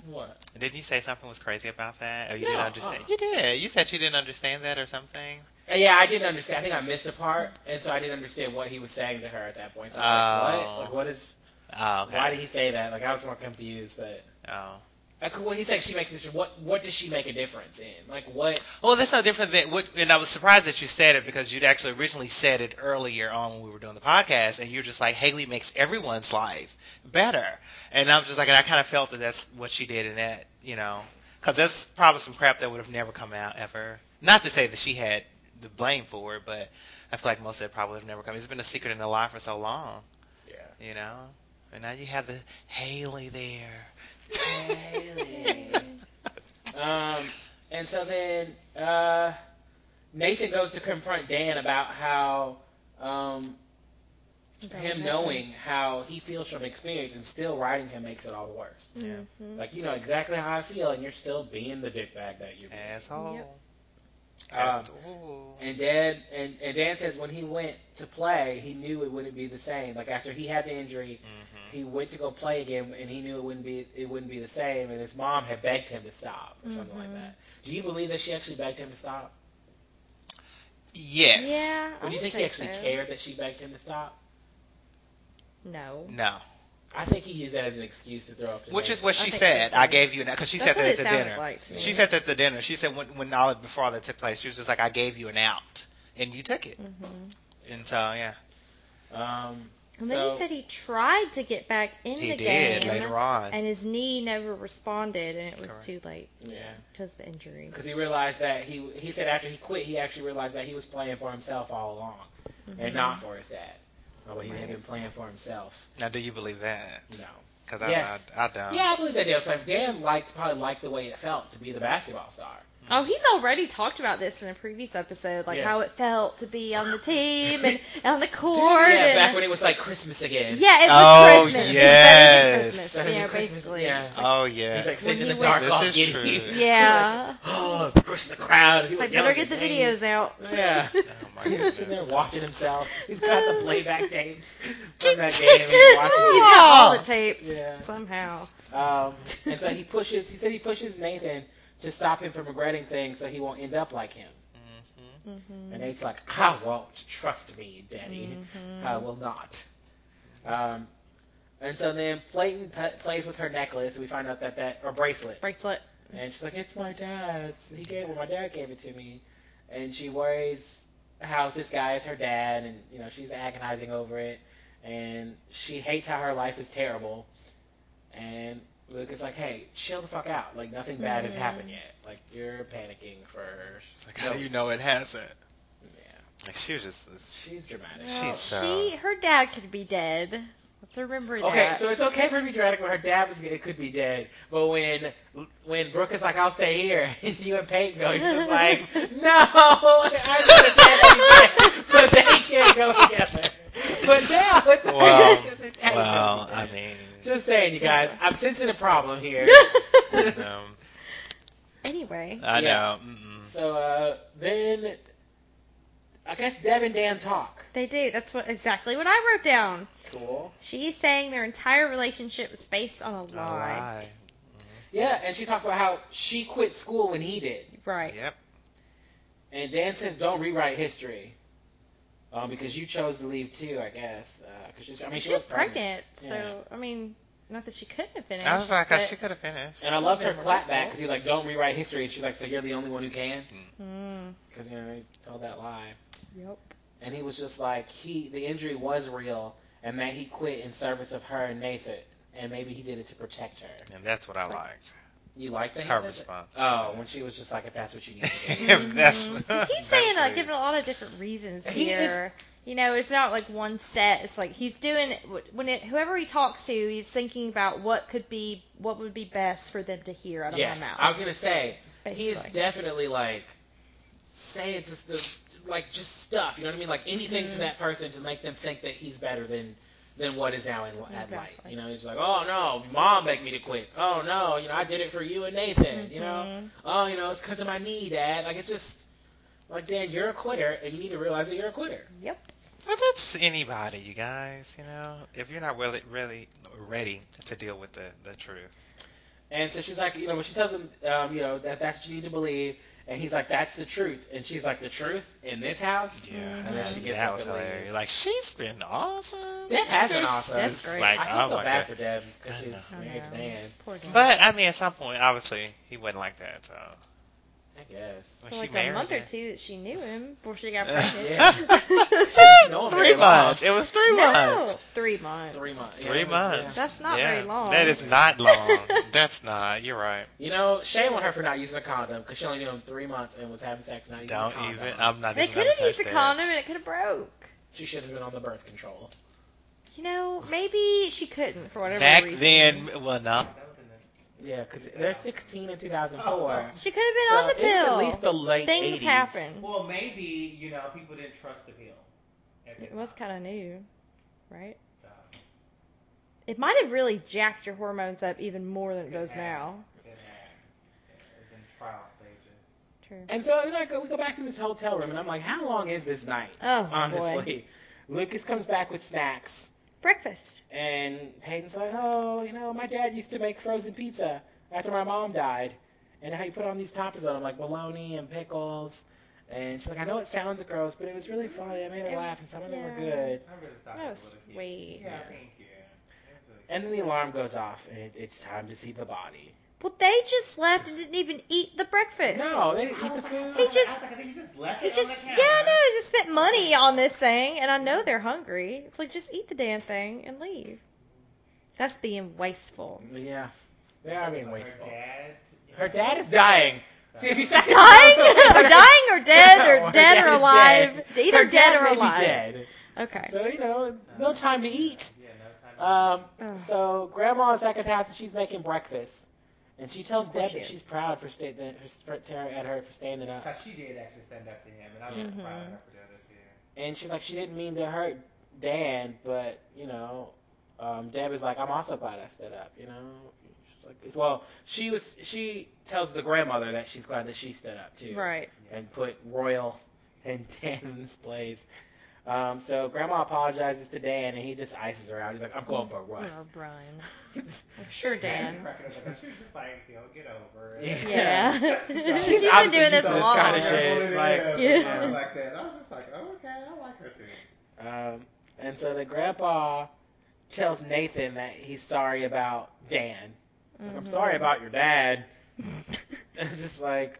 Speaker 3: What?
Speaker 1: Didn't you say something was crazy about that? Or you
Speaker 3: No,
Speaker 1: didn't understand?
Speaker 3: uh-uh.
Speaker 1: You did. You said you didn't understand that or something.
Speaker 3: Yeah, I didn't understand. I think I missed a part, and so I didn't understand what he was saying to her at that point. So I was like,
Speaker 1: Oh.
Speaker 3: what? Like, what is?
Speaker 1: Oh, okay.
Speaker 3: Why did he say that? Like, I was more confused, but.
Speaker 1: Oh.
Speaker 3: Like, well, he's saying she makes this. What? What does she make a difference in? Like, what?
Speaker 1: Well, that's no different than what. And I was surprised that you said it because you'd actually originally said it earlier on when we were doing the podcast, and you're just like Haley makes everyone's life better, and I'm just like, and I kind of felt that that's what she did in that, you know, because that's probably some crap that would have never come out ever. Not to say that she had the blame for it, but I feel like most of it probably would have never come. It's been a secret in the lie for so long,
Speaker 3: Yeah.
Speaker 1: you know, and now you have the Haley there.
Speaker 3: Um, and so then uh, Nathan goes to confront Dan about how um, him knowing how he feels from experience and still writing him makes it all the worse.
Speaker 1: Yeah.
Speaker 2: Mhm.
Speaker 3: Like you know exactly how I feel, and you're still being the dickbag that you. are
Speaker 1: Asshole.
Speaker 2: Yep.
Speaker 1: Ass-
Speaker 3: Um,
Speaker 1: ooh.
Speaker 3: And Dan and, and Dan says when he went to play, he knew it wouldn't be the same. Like after he had the injury,
Speaker 1: Mhm.
Speaker 3: he went to go play again, and he knew it wouldn't be it wouldn't be the same. And his mom had begged him to stop or something like
Speaker 2: Mhm.
Speaker 3: that. Do you believe that she actually begged him to stop?
Speaker 1: Yes.
Speaker 2: Yeah. I
Speaker 3: Or do
Speaker 2: would
Speaker 3: you think he actually
Speaker 2: so.
Speaker 3: cared that she begged him to stop?
Speaker 2: No.
Speaker 1: No.
Speaker 3: I think he used that as an excuse to throw up. the
Speaker 1: Which
Speaker 3: name.
Speaker 1: is what
Speaker 2: I
Speaker 1: she
Speaker 2: think
Speaker 1: said.
Speaker 2: so,
Speaker 1: I
Speaker 2: too.
Speaker 1: gave you an because she
Speaker 2: That's
Speaker 1: said
Speaker 2: what
Speaker 1: that
Speaker 2: it
Speaker 1: at the
Speaker 2: sounded
Speaker 1: dinner.
Speaker 2: like to me.
Speaker 1: She said that at the dinner. She said when when all before all that took place, she was just like, "I gave you an out, and you took it."
Speaker 2: Mhm.
Speaker 1: And so yeah,
Speaker 3: Um,
Speaker 2: And then
Speaker 3: So-
Speaker 2: he said he tried to get back in
Speaker 1: he
Speaker 2: the
Speaker 1: did
Speaker 2: game,
Speaker 1: later on.
Speaker 2: and his knee never responded, and it was
Speaker 1: Correct.
Speaker 2: too late
Speaker 3: yeah,
Speaker 2: because the injury.
Speaker 3: because he realized that he he said after he quit, he actually realized that he was playing for himself all along
Speaker 2: Mm-hmm.
Speaker 3: and not for his dad. Oh, but he had been playing for himself.
Speaker 1: now, do you believe that?
Speaker 3: No.
Speaker 1: Because I,
Speaker 3: Yes.
Speaker 1: I, I
Speaker 2: Oh.
Speaker 1: don't.
Speaker 3: Yeah, I believe that Dan was playing. Dan liked probably liked the way it felt to be the basketball star.
Speaker 2: Oh, he's already talked about this in a previous episode, like
Speaker 3: Yeah.
Speaker 2: how it felt to be on the team and on the court.
Speaker 3: Yeah,
Speaker 2: and,
Speaker 3: back when it was like Christmas again.
Speaker 2: yeah, it was
Speaker 1: Oh,
Speaker 2: Christmas. It was
Speaker 1: yes.
Speaker 2: better than Christmas,
Speaker 3: Better than
Speaker 2: yeah,
Speaker 3: Christmas,
Speaker 2: basically.
Speaker 3: yeah.
Speaker 1: Oh yeah.
Speaker 3: He's like sitting in
Speaker 2: When
Speaker 3: the
Speaker 2: he
Speaker 3: dark
Speaker 1: went-
Speaker 3: all
Speaker 1: This is
Speaker 3: giddy.
Speaker 1: true.
Speaker 2: Yeah.
Speaker 3: Like, oh, of course the crowd. People
Speaker 2: It's like
Speaker 3: yelling
Speaker 2: better get the
Speaker 3: his name.
Speaker 2: videos out.
Speaker 3: Yeah.
Speaker 1: oh my
Speaker 3: He's sitting there
Speaker 1: goodness.
Speaker 3: watching himself. He's got the playback tapes from that game. And he's
Speaker 2: He's
Speaker 3: watching it. Oh,
Speaker 2: got all the tapes
Speaker 3: Yeah.
Speaker 2: somehow.
Speaker 3: Um, and so he pushes. He said he pushes Nathan to stop him from regretting things, so he won't end up like him.
Speaker 1: Mhm.
Speaker 2: Mm-hmm.
Speaker 3: And Nate's like, I won't. Trust me, Daddy. I will not. Um, and so then Clayton p- plays with her necklace. We find out that that or bracelet,
Speaker 2: Bracelet.
Speaker 3: and she's like, "It's my dad's. He gave it. My dad gave it to me." And she worries how this guy is her dad, and you know she's agonizing over it, and she hates how her life is terrible. And Luke is like, "Hey, chill the fuck out. Like nothing bad has happened yet. Like you're panicking for."
Speaker 1: It's like, how do you know it hasn't? Like she was just. it's-
Speaker 3: She's dramatic.
Speaker 1: She's
Speaker 2: Well,
Speaker 1: so-
Speaker 2: she, her dad could be dead. Let's remember
Speaker 3: Okay,
Speaker 2: that.
Speaker 3: so it's okay for her to be dramatic when her dad was it could be dead, but when when Brooke is like, "I'll stay here," and you and Peyton go, you're just like, "No, I understand, that he's dead, but they can't go together." But now it's okay.
Speaker 1: Well,
Speaker 3: It's okay for her
Speaker 1: Well,
Speaker 3: to be
Speaker 1: I
Speaker 3: dead.
Speaker 1: mean,
Speaker 3: just saying, you guys, I'm sensing a problem here.
Speaker 1: um,
Speaker 2: anyway.
Speaker 1: I
Speaker 3: Yeah.
Speaker 1: know. Mm-mm.
Speaker 3: so uh, then, I guess Deb and Dan talk.
Speaker 2: They do. That's what exactly what I wrote down.
Speaker 3: Cool.
Speaker 2: She's saying their entire relationship is based on a
Speaker 1: A
Speaker 2: lie.
Speaker 1: lie.
Speaker 3: Yeah, and she talks about how she quit school when he did.
Speaker 2: Right.
Speaker 1: Yep.
Speaker 3: And Dan says, "Don't rewrite history," um, because you chose to leave too, I guess. Uh, 'cause she's, I mean, she,
Speaker 2: she was
Speaker 3: pregnant.
Speaker 2: pregnant, so I mean, not that she couldn't have finished.
Speaker 1: I was like, I
Speaker 2: but,
Speaker 1: she could have finished.
Speaker 3: And I loved her
Speaker 2: They were
Speaker 3: clap
Speaker 2: awful.
Speaker 3: back because he's like, "Don't rewrite history," and she's like, "So you're the only one who can,"
Speaker 2: Mm,
Speaker 3: because you know he told that lie.
Speaker 2: yep.
Speaker 3: And he was just like, "He the injury was real, and that he quit in service of her and Nathan, and maybe he did it to protect her."
Speaker 1: And that's what I liked.
Speaker 3: You like that? he
Speaker 1: Her
Speaker 3: said that?
Speaker 1: response.
Speaker 3: Oh, when she was just like, "If that's what you need." to do.
Speaker 1: if that's
Speaker 2: Mm, 'cause he's saying like
Speaker 1: Exactly.
Speaker 2: giving a lot of different reasons
Speaker 3: He
Speaker 2: here. You know, it's not like one set. It's like he's doing when it whoever he talks to, he's thinking about what could be what would be best for them to hear out of my
Speaker 3: yes,
Speaker 2: mouth.
Speaker 3: I was gonna say he is
Speaker 2: basically.
Speaker 3: definitely like saying just the like just stuff. You know what I mean? Like anything to
Speaker 2: Mhm.
Speaker 3: that person to make them think that he's better than than what is now in at light.
Speaker 2: Exactly.
Speaker 3: You know, he's like, oh no, mom begged me to quit. Oh no, you know, I did it for you and Nathan. You know,
Speaker 2: Mhm.
Speaker 3: oh you know, it's because of my knee, Dad. Like it's just like Dan, you're a quitter, and you need to realize that you're a quitter.
Speaker 2: Yep.
Speaker 1: Well, that's anybody, you guys. You know, if you're not really, really ready to deal with the, the truth,
Speaker 3: And so she's like, you know, when she tells him, um, you know, that that's what you need to believe, and he's like, that's the truth. And she's like, the truth in this house?
Speaker 1: Yeah,
Speaker 3: And then she gets
Speaker 1: that
Speaker 3: up
Speaker 1: was
Speaker 3: and leaves.
Speaker 1: hilarious. Like she's been awesome.
Speaker 3: Deb has been
Speaker 2: That's-
Speaker 3: awesome.
Speaker 2: that's great.
Speaker 1: Like,
Speaker 3: I feel
Speaker 1: oh
Speaker 3: so
Speaker 1: my
Speaker 3: bad
Speaker 1: God.
Speaker 3: for Deb because
Speaker 1: I
Speaker 3: she's
Speaker 2: I
Speaker 3: married to
Speaker 2: know.
Speaker 3: Dan.
Speaker 2: Poor guy.
Speaker 1: But I mean, at some point, obviously, he wasn't like that. So
Speaker 3: I guess.
Speaker 1: when
Speaker 2: So
Speaker 1: she
Speaker 2: like
Speaker 1: married
Speaker 2: a month or
Speaker 1: him-
Speaker 2: two that she knew him before she got
Speaker 1: Yeah.
Speaker 2: pregnant.
Speaker 3: know him
Speaker 1: three
Speaker 3: very long.
Speaker 1: months. It was three
Speaker 2: no,
Speaker 1: months.
Speaker 2: three months.
Speaker 3: Three months.
Speaker 1: Three
Speaker 3: yeah,
Speaker 1: months.
Speaker 2: That's not
Speaker 1: Yeah.
Speaker 2: very long.
Speaker 1: That is not long. That's not. You're right.
Speaker 3: yeah. You know, shame on her for not using a condom because she only knew him three months and was having sex not using a
Speaker 1: Don't
Speaker 3: condom.
Speaker 1: even. I'm not
Speaker 2: They
Speaker 1: even.
Speaker 2: could
Speaker 1: gonna
Speaker 2: have used a
Speaker 1: touch that.
Speaker 2: condom and it could have broke.
Speaker 3: She should have been on the birth control.
Speaker 2: You know, maybe she couldn't for whatever
Speaker 1: Back
Speaker 2: reason.
Speaker 1: then, well, no.
Speaker 3: Yeah, because they're 16 in 2004.
Speaker 2: she could have been on the pill.
Speaker 3: the late
Speaker 2: Things happen.
Speaker 4: Well, maybe you know people didn't trust the pill. at that
Speaker 2: It was
Speaker 4: time,
Speaker 2: kind of new, right?
Speaker 4: so
Speaker 2: It might have really jacked your hormones up even more than it does now.
Speaker 4: it didn't happen. It was in trial stages.
Speaker 2: True.
Speaker 3: And so you know, I go- we go back to this hotel room, and I'm like, how long is this night?
Speaker 2: Oh boy,
Speaker 3: Honestly, Lucas comes back with snacks.
Speaker 2: breakfast.
Speaker 3: And Peyton's like, oh, you know, my dad used to make frozen pizza after my mom died. And how you put on these toppings on them, like bologna and pickles. And she's like, I know it sounds gross, but it was really funny. I made her laugh, and some of them were
Speaker 2: Yeah.
Speaker 3: good.
Speaker 4: I really thought
Speaker 2: That
Speaker 4: it was
Speaker 2: was
Speaker 4: a little
Speaker 2: sweet.
Speaker 4: cute. Yeah,
Speaker 3: Yeah.
Speaker 4: thank you. It was really
Speaker 3: And then the alarm goes off, and it, it's time to see the body.
Speaker 2: Well, they just left and didn't even eat the breakfast.
Speaker 3: No, they didn't eat
Speaker 2: He
Speaker 3: the food.
Speaker 4: cute. I
Speaker 2: just,
Speaker 4: was like, I think you just left
Speaker 2: he
Speaker 4: it on
Speaker 2: just,
Speaker 4: the
Speaker 2: yeah,
Speaker 4: counter.
Speaker 2: no, he just spent money on this thing, and I know they're hungry. It's like just eat the damn thing and leave. That's being wasteful.
Speaker 3: Yeah, they are being wasteful.
Speaker 4: Her dad.
Speaker 3: Her dad is dying. See if you said
Speaker 2: Dying, or dying, or dead,
Speaker 3: No,
Speaker 2: or
Speaker 3: her
Speaker 2: dead,
Speaker 3: dad
Speaker 2: or
Speaker 3: is
Speaker 2: alive. Either
Speaker 3: Her
Speaker 2: dead
Speaker 3: dad
Speaker 2: or
Speaker 3: may be
Speaker 2: alive.
Speaker 3: dead.
Speaker 2: Okay.
Speaker 3: So you know, no time to eat.
Speaker 4: Yeah, no time.
Speaker 3: Um,
Speaker 2: Ugh.
Speaker 3: so grandma is back at the house and she's making breakfast, and she tells Deb that
Speaker 2: Yes.
Speaker 3: she's proud for sta- that her for Tara at her for standing up,
Speaker 4: Because she did actually stand up to him, and I was
Speaker 2: Mhm.
Speaker 4: proud of her for doing this here.
Speaker 3: and she's like she didn't mean to hurt Dan, but you know, um, Deb is like I'm also glad I stood up. You know, she's like well she was she tells the grandmother that she's glad that she stood up too,
Speaker 2: Right.
Speaker 3: and put Royal and Dan in this place. Um, so grandma apologizes to Dan and he just ices her out. He's like I'm going for a run.
Speaker 2: Oh, Brian. I'm sure
Speaker 4: She
Speaker 2: Dan.
Speaker 4: cracked up because she was just like, yo, get over it.
Speaker 3: Yeah.
Speaker 2: Yeah.
Speaker 4: She's
Speaker 2: She's been
Speaker 3: obviously
Speaker 2: doing this
Speaker 3: used
Speaker 2: a
Speaker 3: to this
Speaker 2: lot.
Speaker 3: kind
Speaker 4: kind
Speaker 3: of
Speaker 4: of
Speaker 3: shit, like-
Speaker 2: Yeah.
Speaker 4: like that. And I was just like, oh, okay, I like her too.
Speaker 3: Um, and so the grandpa tells Nathan that he's sorry about Dan. It's like, I'm sorry about your dad.
Speaker 2: Mm-hmm.
Speaker 3: it's just like,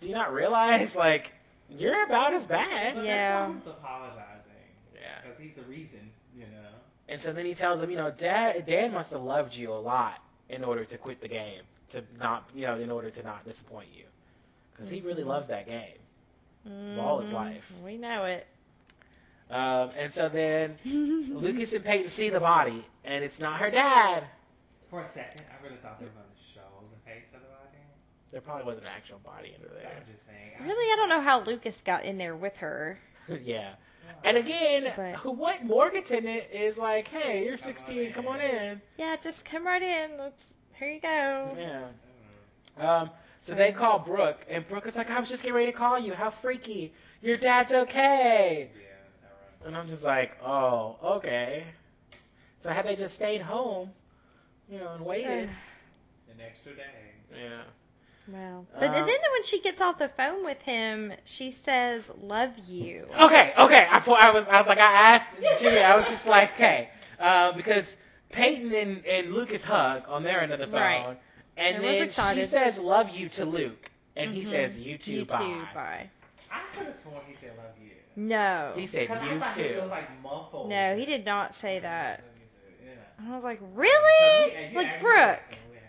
Speaker 3: do you not realize, like, you're about as bad?
Speaker 4: But
Speaker 2: Yeah.
Speaker 4: that's why he's apologizing
Speaker 3: Yeah.
Speaker 4: because he's the reason, you know.
Speaker 3: And so then he tells him, you know, Dad, Dan must have loved you a lot in order to quit the game, to not, you know, in order to not disappoint you, because he really loves that game of all his life.
Speaker 2: We know it.
Speaker 3: Um, and so then Lucas and Peyton see the body, and it's not her dad.
Speaker 4: For a second, I really thought they were going to show the face of the body.
Speaker 3: There probably wasn't an actual body under there.
Speaker 4: I'm just saying.
Speaker 2: Really, I don't know how Lucas got in there with her.
Speaker 3: yeah. And again,
Speaker 2: But-
Speaker 3: who what Morganton i- is like, hey, you're 16, come on in.
Speaker 2: Yeah, just come right in. Let's. Here you go.
Speaker 3: Yeah.
Speaker 4: Mm,
Speaker 3: Um, so they call Brooke, and Brooke is like, I was just getting ready to call you. How freaky. Your dad's okay.
Speaker 4: Yeah, all
Speaker 3: And I'm just like, oh, okay. So had they just stayed home, you know, and waited.
Speaker 4: right. An extra day.
Speaker 3: Yeah.
Speaker 2: Wow. But
Speaker 3: Um,
Speaker 2: then when she gets off the phone with him, she says, "Love you."
Speaker 3: Okay, okay. I, thought- I was, I was like, I asked Jimmy. I was just like, okay, uh, because Peyton and, and Lucas hug on their end of the phone,
Speaker 2: Right.
Speaker 3: and
Speaker 2: Everyone's
Speaker 3: then she
Speaker 2: excited.
Speaker 3: says, "Love you" to Luke, and he
Speaker 2: Mhm.
Speaker 3: says, "You too,
Speaker 2: You
Speaker 3: bye.
Speaker 2: too. Bye.
Speaker 4: I could have sworn he said love you.
Speaker 2: No.
Speaker 3: He said,
Speaker 4: Because I thought
Speaker 3: "You
Speaker 4: he
Speaker 3: too."
Speaker 4: was like muffled.
Speaker 2: No, he did not say that.
Speaker 4: Love you too, yeah.
Speaker 2: And I was like,
Speaker 4: So we-
Speaker 2: really?
Speaker 4: and you
Speaker 2: Like
Speaker 4: act
Speaker 2: Brooke.
Speaker 4: innocent, yeah.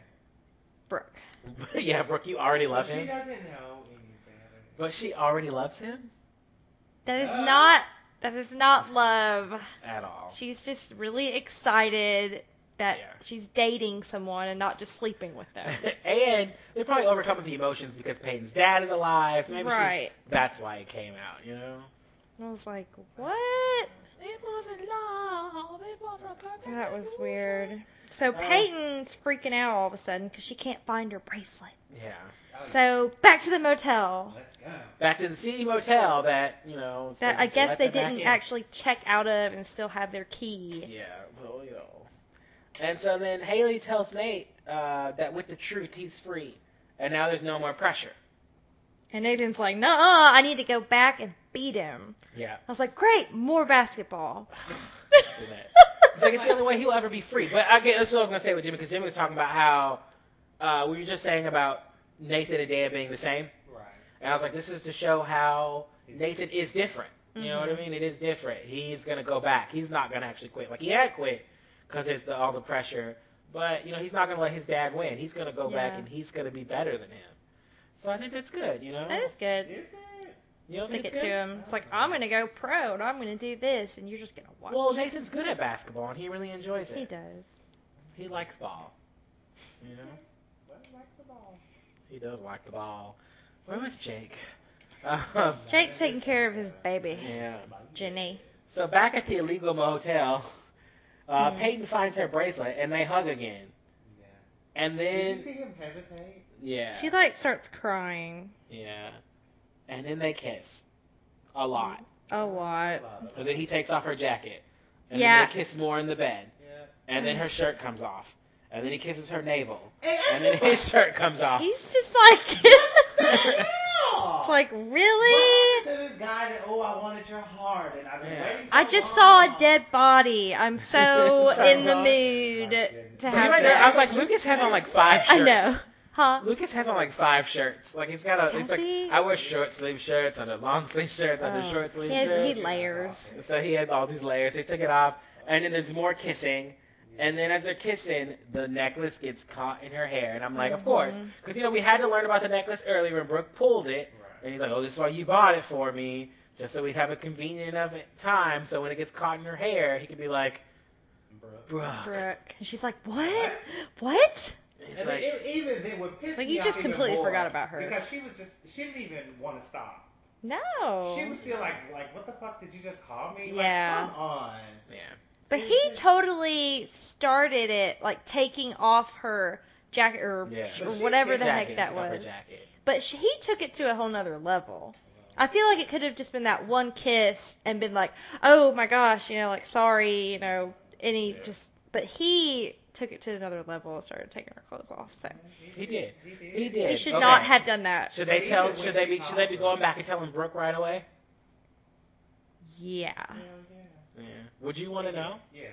Speaker 2: Brooke.
Speaker 3: yeah, Brooke, you already love
Speaker 4: She
Speaker 3: him,
Speaker 4: doesn't know anything.
Speaker 3: but she already loves him
Speaker 2: That is
Speaker 3: Uh.
Speaker 4: Ah.
Speaker 2: not. That is not love.
Speaker 3: at all.
Speaker 2: She's just really excited that
Speaker 3: Yeah.
Speaker 2: she's dating someone and not just sleeping with them.
Speaker 3: and they're probably overcoming the emotions because Peyton's dad is alive. So maybe she-
Speaker 2: right.
Speaker 3: that's why it came out, you know.
Speaker 2: I was like, what?
Speaker 3: It wasn't love. It was a perfect.
Speaker 2: That was
Speaker 3: illusion.
Speaker 2: weird. So
Speaker 3: Uh.
Speaker 2: Peyton's freaking out all of a sudden because she can't find her bracelet.
Speaker 3: Yeah.
Speaker 4: Oh,
Speaker 2: So back to the motel.
Speaker 4: Let's go.
Speaker 3: back to the CD motel that you know.
Speaker 2: That
Speaker 3: they
Speaker 2: I
Speaker 3: just
Speaker 2: guess
Speaker 3: let
Speaker 2: they
Speaker 3: them back
Speaker 2: didn't
Speaker 3: in.
Speaker 2: actually check out of and still have their key.
Speaker 3: Yeah, well, you know. And so then Haley tells Nate uh, that with the truth he's free, and now there's no more pressure.
Speaker 2: And Nathan's like, "No, I need to go back and beat him."
Speaker 3: Yeah.
Speaker 2: I was like, "Great, more basketball."
Speaker 3: It's like it's the only way he'll ever be free. But I get that's what I was gonna say with Jimmy because Jimmy was talking about how uh, we were just saying about Nathan and Dan being the same,
Speaker 4: Right.
Speaker 3: and I was like, this is to show how
Speaker 4: He's-
Speaker 3: Nathan is different. You know what I
Speaker 2: Mhm.
Speaker 3: mean? It is different. He's gonna go back. He's not gonna actually quit. Like he had quit because it's the, all the pressure. But you know he's not gonna let his dad win. He's gonna go back
Speaker 2: Yeah.
Speaker 3: and he's gonna be better than him. So I think that's good. You know.
Speaker 2: That is good.
Speaker 4: Is it?
Speaker 3: you don't
Speaker 2: Stick it
Speaker 3: think it's
Speaker 2: to
Speaker 3: good?
Speaker 2: him. It's like I'm gonna go pro and I'm gonna do this, and you're just gonna watch.
Speaker 3: Well, Nathan's good at basketball and he really enjoys
Speaker 2: he
Speaker 3: it.
Speaker 2: does.
Speaker 3: He, likes ball. You know.
Speaker 4: Well, like the ball.
Speaker 3: He does like the ball. Where was Jake? Um,
Speaker 2: Jake's taking care of his baby,
Speaker 3: yeah.
Speaker 2: Jenny.
Speaker 3: So back at the illegal motel, uh,
Speaker 2: Mhm.
Speaker 3: Peyton finds her bracelet and they hug again.
Speaker 4: Yeah.
Speaker 3: And
Speaker 4: Did you
Speaker 3: then
Speaker 4: see him hesitate?
Speaker 3: yeah,
Speaker 2: She like starts crying
Speaker 3: yeah, and then they kiss a lot.
Speaker 2: a
Speaker 4: Love
Speaker 2: lot.
Speaker 1: Mm.
Speaker 3: And
Speaker 4: it.
Speaker 3: then he takes off her jacket. And
Speaker 2: Yeah.
Speaker 3: then they kiss more in the bed.
Speaker 4: Yeah.
Speaker 3: And then her shirt comes off. And then he kisses her navel. And
Speaker 4: And
Speaker 3: then his shirt comes off.
Speaker 2: He's just like, it's
Speaker 4: it's
Speaker 2: like
Speaker 4: What
Speaker 2: really.
Speaker 4: happened to this guy that oh I wanted your heart and I've been
Speaker 3: Yeah.
Speaker 4: waiting. So
Speaker 2: I just
Speaker 4: long.
Speaker 2: saw a dead body. I'm so
Speaker 3: Sorry,
Speaker 2: in the
Speaker 3: what?
Speaker 2: mood to
Speaker 4: So
Speaker 3: So
Speaker 2: have
Speaker 3: you might know-
Speaker 2: sex.
Speaker 3: I was like, Lucas has on like five shirts.
Speaker 2: I know, huh?
Speaker 3: Lucas has on like five shirts. Like he's got a. He's
Speaker 2: Does
Speaker 3: like
Speaker 2: he?
Speaker 3: I wear short sleeve shirts under long sleeve shirts under
Speaker 2: Oh.
Speaker 3: short sleeve
Speaker 2: He has-
Speaker 3: shirts.
Speaker 2: he layers.
Speaker 3: So he had all these layers. He took it off, and then there's more kissing. And then as they're kissing, the necklace gets caught in her hair, and I'm like, of course,
Speaker 2: Mhm.
Speaker 3: because you know we had to learn about the necklace earlier when Brooke pulled it,
Speaker 4: Right.
Speaker 3: and he's like, oh, this is why you bought it for me, just so we'd have a convenient enough time, so when it gets caught in her hair, he could be like,
Speaker 4: Brooke.
Speaker 3: Brooke.
Speaker 2: Brooke. And she's like, what? What?
Speaker 3: He's
Speaker 4: And then
Speaker 3: like,
Speaker 4: it, even then, what pissed
Speaker 2: Like
Speaker 4: me
Speaker 2: you just
Speaker 4: off even
Speaker 2: completely
Speaker 4: more,
Speaker 2: forgot about her.
Speaker 4: because she was just she didn't even want to stop. She
Speaker 2: No.
Speaker 4: was still like like what the fuck did you just call me?
Speaker 2: Oh. Yeah.
Speaker 4: Like, come on.
Speaker 3: yeah,
Speaker 2: But he totally started it, like taking off her jacket or,
Speaker 3: Yeah.
Speaker 2: or whatever the
Speaker 3: Jacket,
Speaker 2: heck that
Speaker 3: took off her
Speaker 2: was.
Speaker 3: jacket.
Speaker 2: But she, he took it to a whole nother level. I feel like it could have just been that one kiss and been like, oh my gosh, you know, like sorry, you know, any
Speaker 4: Yeah.
Speaker 2: just. But he took it to another level and started taking her clothes off. So
Speaker 3: He did.
Speaker 4: He did.
Speaker 3: He did.
Speaker 2: he should
Speaker 3: Okay.
Speaker 2: not have done that.
Speaker 3: Should they tell? Should they be? Should they be going back and telling Brooke right away?
Speaker 2: Yeah.
Speaker 4: Hell yeah.
Speaker 3: Yeah. Would you want to know?
Speaker 4: Yes.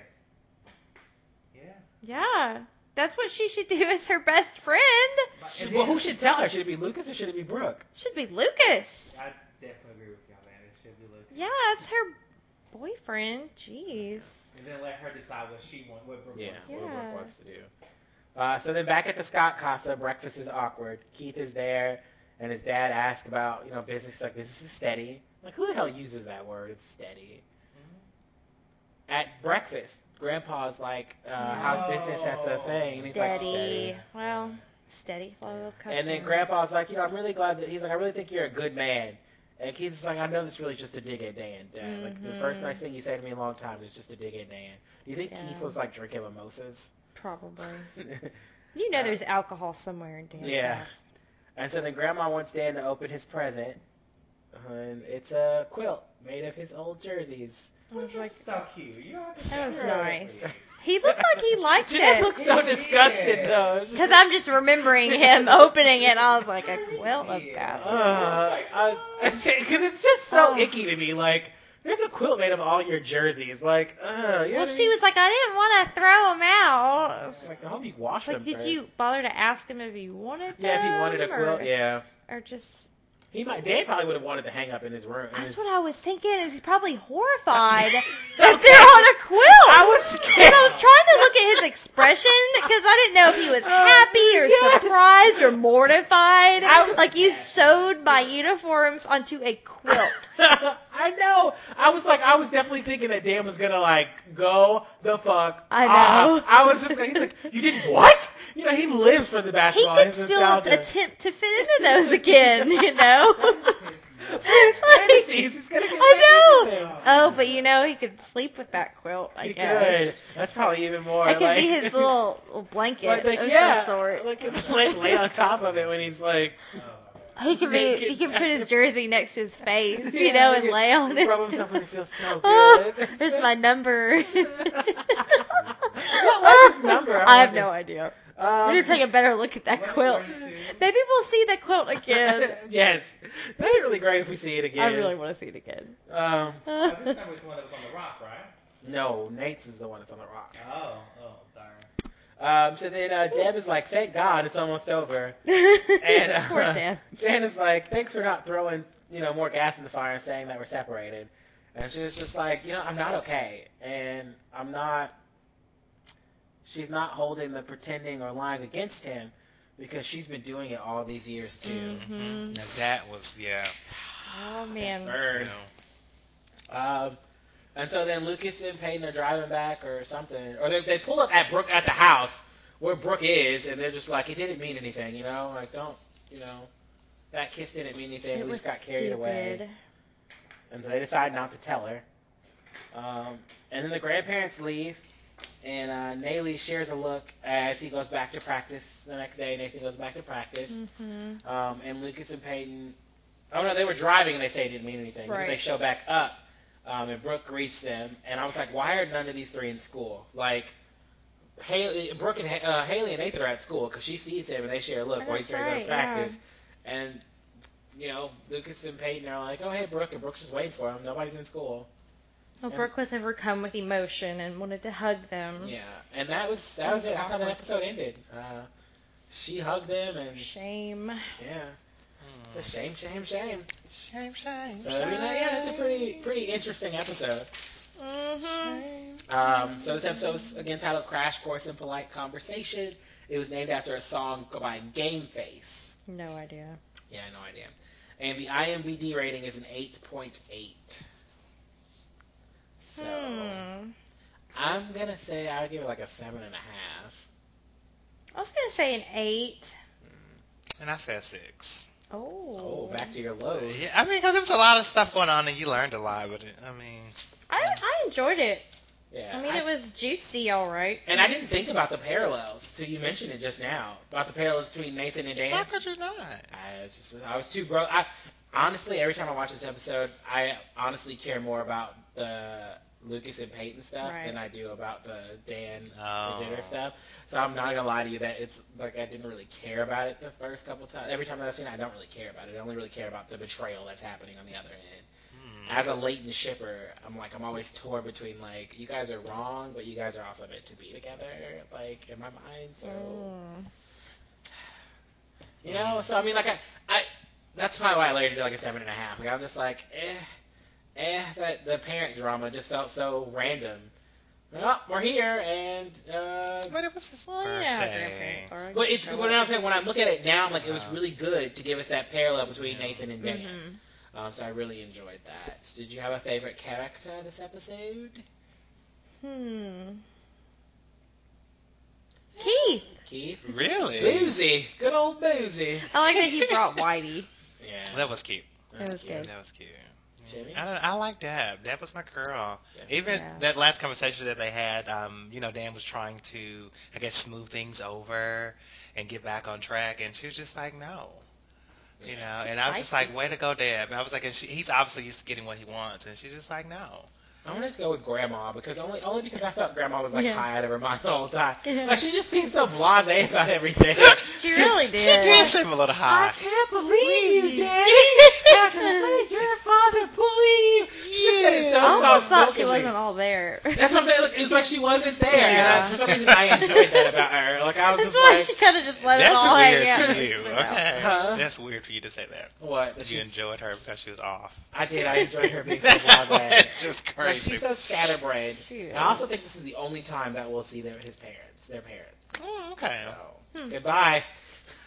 Speaker 4: Yeah.
Speaker 2: Yeah. That's what she should do as her best friend.
Speaker 4: But-
Speaker 3: Should-
Speaker 4: and
Speaker 3: well,
Speaker 4: then-
Speaker 3: who should tell her? Should it be Lucas or should it be Brooke?
Speaker 2: Should be Lucas.
Speaker 4: I definitely agree with y'all, man. It should be looking.
Speaker 2: Yeah, it's her boyfriend. Jeez.
Speaker 4: And then let her decide what she wants, what Brooke wants.
Speaker 2: Yeah.
Speaker 3: What Brooke wants to do. Uh, so then back at the Scott Casa, breakfast is awkward. Keith is there, and his dad asks about you know business like business is steady. Like who the hell uses that word? It's steady.
Speaker 2: Mm-hmm.
Speaker 3: At breakfast, Grandpa's like, uh, "How's business at
Speaker 4: Oh.
Speaker 3: the thing?" And he's like,
Speaker 2: Steady.
Speaker 3: "Steady."
Speaker 2: Well, steady flow of customers.
Speaker 3: And then Grandpa's like, you know, I'm really glad that he's like, I really think you're a good man. And Keith's just like, I know this really just a dig at Dan. Dad. Like it's the first
Speaker 2: Mhm.
Speaker 3: nice thing you said to me in a long time is just a dig at Dan. Do you think
Speaker 2: Yeah.
Speaker 3: Keith was like drinking mimosas?
Speaker 2: Probably. You know there's alcohol somewhere in Dan's
Speaker 3: Yeah.
Speaker 2: house.
Speaker 3: and so then Grandma wants Dan to open his present. And it's a quilt made of his old jerseys.
Speaker 2: I was like,
Speaker 4: so cute. You don't have to
Speaker 2: That was
Speaker 4: share it
Speaker 2: nice.
Speaker 4: with me.
Speaker 2: he looked like he liked
Speaker 3: Jeanette
Speaker 2: it.
Speaker 3: looks so
Speaker 4: Yeah.
Speaker 3: disgusted though.
Speaker 2: Because I'm just remembering him opening it, and I was like, a quilt of
Speaker 4: Yeah.
Speaker 3: Oh,
Speaker 2: basketball.
Speaker 3: because it's just so
Speaker 2: Oh.
Speaker 3: icky to me. Like, there's a quilt made of all your jerseys. Like, uh, you know
Speaker 2: Well,
Speaker 3: what I
Speaker 2: she
Speaker 3: mean?
Speaker 2: was like, I didn't want to throw him out. I
Speaker 3: It's
Speaker 2: was like,
Speaker 3: like, I hope you washed them
Speaker 2: like, did
Speaker 3: first.
Speaker 2: you bother to ask him if he wanted
Speaker 3: Yeah, if he wanted a
Speaker 2: them,
Speaker 3: quilt,
Speaker 2: or,
Speaker 3: yeah.
Speaker 2: or just
Speaker 3: He might. Dan probably would have wanted to hang up in his room. in
Speaker 2: that's
Speaker 3: his-
Speaker 2: what I was thinking. Is he's probably horrified that
Speaker 3: Okay.
Speaker 2: they're on a quilt?
Speaker 3: I was
Speaker 2: And
Speaker 3: scared.
Speaker 2: I was trying to look at his expression because I didn't know if he was
Speaker 3: Oh,
Speaker 2: happy or
Speaker 3: yes.
Speaker 2: surprised or mortified.
Speaker 3: I was-
Speaker 2: like you sewed my uniforms onto a quilt.
Speaker 3: I know. I was like, I was definitely thinking that Dan was gonna like go the fuck.
Speaker 2: I
Speaker 3: off.
Speaker 2: know.
Speaker 3: I was just like, he's like, you did what? You know, he lives for the
Speaker 2: He
Speaker 3: basketball.
Speaker 2: could
Speaker 3: His
Speaker 2: still
Speaker 3: nostalgia.
Speaker 2: attempt to fit into those again, you know.
Speaker 4: Oh
Speaker 3: His fantasies. He's gonna get
Speaker 2: I
Speaker 3: back into them.
Speaker 2: Oh, but you know he could sleep with that quilt. I
Speaker 3: He
Speaker 2: guess
Speaker 3: could. That's probably even more.
Speaker 2: that could
Speaker 3: like,
Speaker 2: be his little little blanket
Speaker 3: Like, like,
Speaker 2: of
Speaker 3: yeah,
Speaker 2: some sort.
Speaker 3: like it's like lay on top of it when he's like
Speaker 4: Oh,
Speaker 2: He could be. He
Speaker 3: naked.
Speaker 2: can put his jersey next to his face, you
Speaker 3: Yeah,
Speaker 2: know,
Speaker 3: he
Speaker 2: and
Speaker 3: could
Speaker 2: lay on it.
Speaker 3: rub himself and it feels so
Speaker 2: Oh,
Speaker 3: good.
Speaker 2: There's my number.
Speaker 3: what was his number?
Speaker 2: I have
Speaker 3: wonder.
Speaker 2: no idea. We're
Speaker 3: Um,
Speaker 2: gonna take a better look at that
Speaker 4: What
Speaker 2: quilt.
Speaker 4: are we going to-
Speaker 2: Maybe we'll see that quilt again.
Speaker 3: yes, that'd be really great if we see it again.
Speaker 2: I really want to see it again.
Speaker 3: Um,
Speaker 4: I think that was the one that was on the rock, right?
Speaker 3: no, Nate's is the one that's on the rock.
Speaker 4: Oh, oh, sorry.
Speaker 3: Um, so then uh, Deb is like, "Thank God, it's almost over." And, uh,
Speaker 2: Poor Dan.
Speaker 3: Santa's like, "Thanks for not throwing, you know, more gas in the fire and saying that we're separated." And she's just like, "You know, I'm not okay, and I'm not." She's not holding the pretending or lying against him because she's been doing it all these years too. Mm-hmm.
Speaker 2: hmm
Speaker 1: Now that was yeah.
Speaker 2: Oh man.
Speaker 1: You
Speaker 3: Burn.
Speaker 1: know.
Speaker 3: Um, and so then Lucas and Peyton are driving back or something, or they, they pull up at Brooke at the house where Brooke is, and they're just like, it didn't mean anything, you know, like don't, you know, that kiss didn't mean anything.
Speaker 2: It
Speaker 3: we
Speaker 2: was
Speaker 3: just got
Speaker 2: stupid.
Speaker 3: carried away, and so they decide not to tell her. Um, and then the grandparents leave, and uh, Nayli shares a look as he goes back to practice the next day. Nathan goes back to practice.
Speaker 2: hmm
Speaker 3: Um, and Lucas and Peyton. Oh no, they were driving and they say it didn't mean anything. But
Speaker 2: Right.
Speaker 3: They show back up, um, and Brooke greets them. And I was like, why are none of these three in school? Like, Haley, Brooke and Ha- uh, Haley and Nathan are at school because she sees him and they share a look
Speaker 2: Oh,
Speaker 3: while he's
Speaker 2: that's
Speaker 3: trying to go to
Speaker 2: right,
Speaker 3: practice. And you know, Lucas and Peyton are like, oh hey Brooke, and Brooke's just waiting for him. Nobody's in school.
Speaker 2: Well,
Speaker 3: And-
Speaker 2: Brooke was overcome with emotion and wanted to hug them.
Speaker 3: Yeah, and that was that was it. That's how the episode ended. Uh, she hugged them and
Speaker 2: Shame.
Speaker 3: yeah, it's a shame, shame, shame.
Speaker 1: Shame, shame,
Speaker 3: So I mean, that- Oh, yeah, it's a pretty pretty interesting episode.
Speaker 2: hmm
Speaker 3: Um, so this episode was again titled "Crash Course in Polite Conversation." It was named after a song by Game Face.
Speaker 2: No idea.
Speaker 3: Yeah, no idea. And the IMBD rating is an eight point eight. So
Speaker 2: Hmm.
Speaker 3: I'm gonna say I would give it like a seven and a half.
Speaker 2: I was gonna say an eight.
Speaker 1: And I said six.
Speaker 2: Oh.
Speaker 3: Oh, back to your
Speaker 1: Yeah,
Speaker 3: lows.
Speaker 1: I mean, because there was a lot of stuff going on, and you learned a lot. But it, I mean,
Speaker 2: I, I enjoyed it.
Speaker 3: Yeah,
Speaker 2: I mean, it was juicy, all right.
Speaker 3: And I didn't think about the parallels till you mentioned it just now about the parallels between Nathan and Dan.
Speaker 1: how could you not?
Speaker 3: I was just I was too gross. I honestly every time I watch this episode, I honestly care more about the Lucas and Peyton stuff
Speaker 2: Right.
Speaker 3: than I do about the Dan
Speaker 1: Oh.
Speaker 3: and dinner stuff. So I'm not gonna lie to you that it's like I didn't really care about it the first couple times. Every time that I've seen it, I don't really care about it. I only really care about the betrayal that's happening on the other end.
Speaker 1: Hmm.
Speaker 3: As a latent shipper, I'm like I'm always torn between like you guys are wrong, but you guys are also meant to be together, like in my mind. So.
Speaker 2: Mm.
Speaker 3: You know, so I mean, like I, I that's probably why I laid it like a seven and a half. Like I'm just like, eh, eh. That the parent drama just felt so random. Well, we're here, and uh,
Speaker 1: But it was his
Speaker 2: Well, Oh, yeah,
Speaker 1: birthday.
Speaker 2: grandparents are.
Speaker 3: but it's what I'm saying. When I look at it now, I'm like, it was
Speaker 1: Wow.
Speaker 3: really good to give us that parallel between Nathan and Dan.
Speaker 2: Mhm.
Speaker 3: Um, so I really enjoyed that. Did you have a favorite character this episode?
Speaker 2: Hmm. Keith.
Speaker 3: Keith,
Speaker 1: Really?
Speaker 3: Boozy, good old Boozy.
Speaker 2: Oh, I like that he brought Whitey.
Speaker 3: Yeah,
Speaker 1: That was cute.
Speaker 2: That was
Speaker 3: Yeah.
Speaker 2: good.
Speaker 1: That was cute.
Speaker 3: Jimmy?
Speaker 1: I, don't, I like Deb. Deb was my girl.
Speaker 3: Yeah.
Speaker 1: Even
Speaker 2: Yeah.
Speaker 1: that last conversation that they had, um, you know, Dan was trying to, I guess, smooth things over and get back on track, and she was just like, no. You know, and I was just
Speaker 2: Spicy.
Speaker 1: like, way to go, Deb. And I was like, and she, he's obviously used to getting what he wants, and she's just like, no.
Speaker 3: I'm gonna just go with grandma because only only because I felt grandma was like
Speaker 2: Yeah.
Speaker 3: high out of her mind the whole time. Like she just seemed so blasé about everything.
Speaker 2: She really did.
Speaker 1: She did seem a little high.
Speaker 2: Ah,
Speaker 3: can't believe
Speaker 1: you,
Speaker 3: Daddy.
Speaker 1: After the
Speaker 3: your father, believe. She said it so
Speaker 2: Oh, I almost thought she
Speaker 3: soft-spokenly.
Speaker 2: wasn't all there.
Speaker 3: That's what I'm saying. Look, it's like she wasn't there.
Speaker 2: Yeah.
Speaker 3: And I, for some reason, I enjoyed that about her. Like I was
Speaker 2: That's
Speaker 3: just
Speaker 2: why
Speaker 3: like,
Speaker 2: she kind of just let it
Speaker 1: That's
Speaker 2: all hang out.
Speaker 1: weird for you.
Speaker 2: It's like, well,
Speaker 1: Okay.
Speaker 3: Huh?
Speaker 1: That's weird for you to say that.
Speaker 3: what? That
Speaker 1: That you
Speaker 3: she's-
Speaker 1: enjoyed her because she was off.
Speaker 3: I did. I enjoyed her being so blasé.
Speaker 1: That's just
Speaker 3: Like
Speaker 1: crazy.
Speaker 3: she's so scatterbrained.
Speaker 2: She
Speaker 3: And I also think this is the only time that we'll see their, his parents, their parents.
Speaker 1: Oh, okay.
Speaker 3: So
Speaker 2: Hmm.
Speaker 3: goodbye.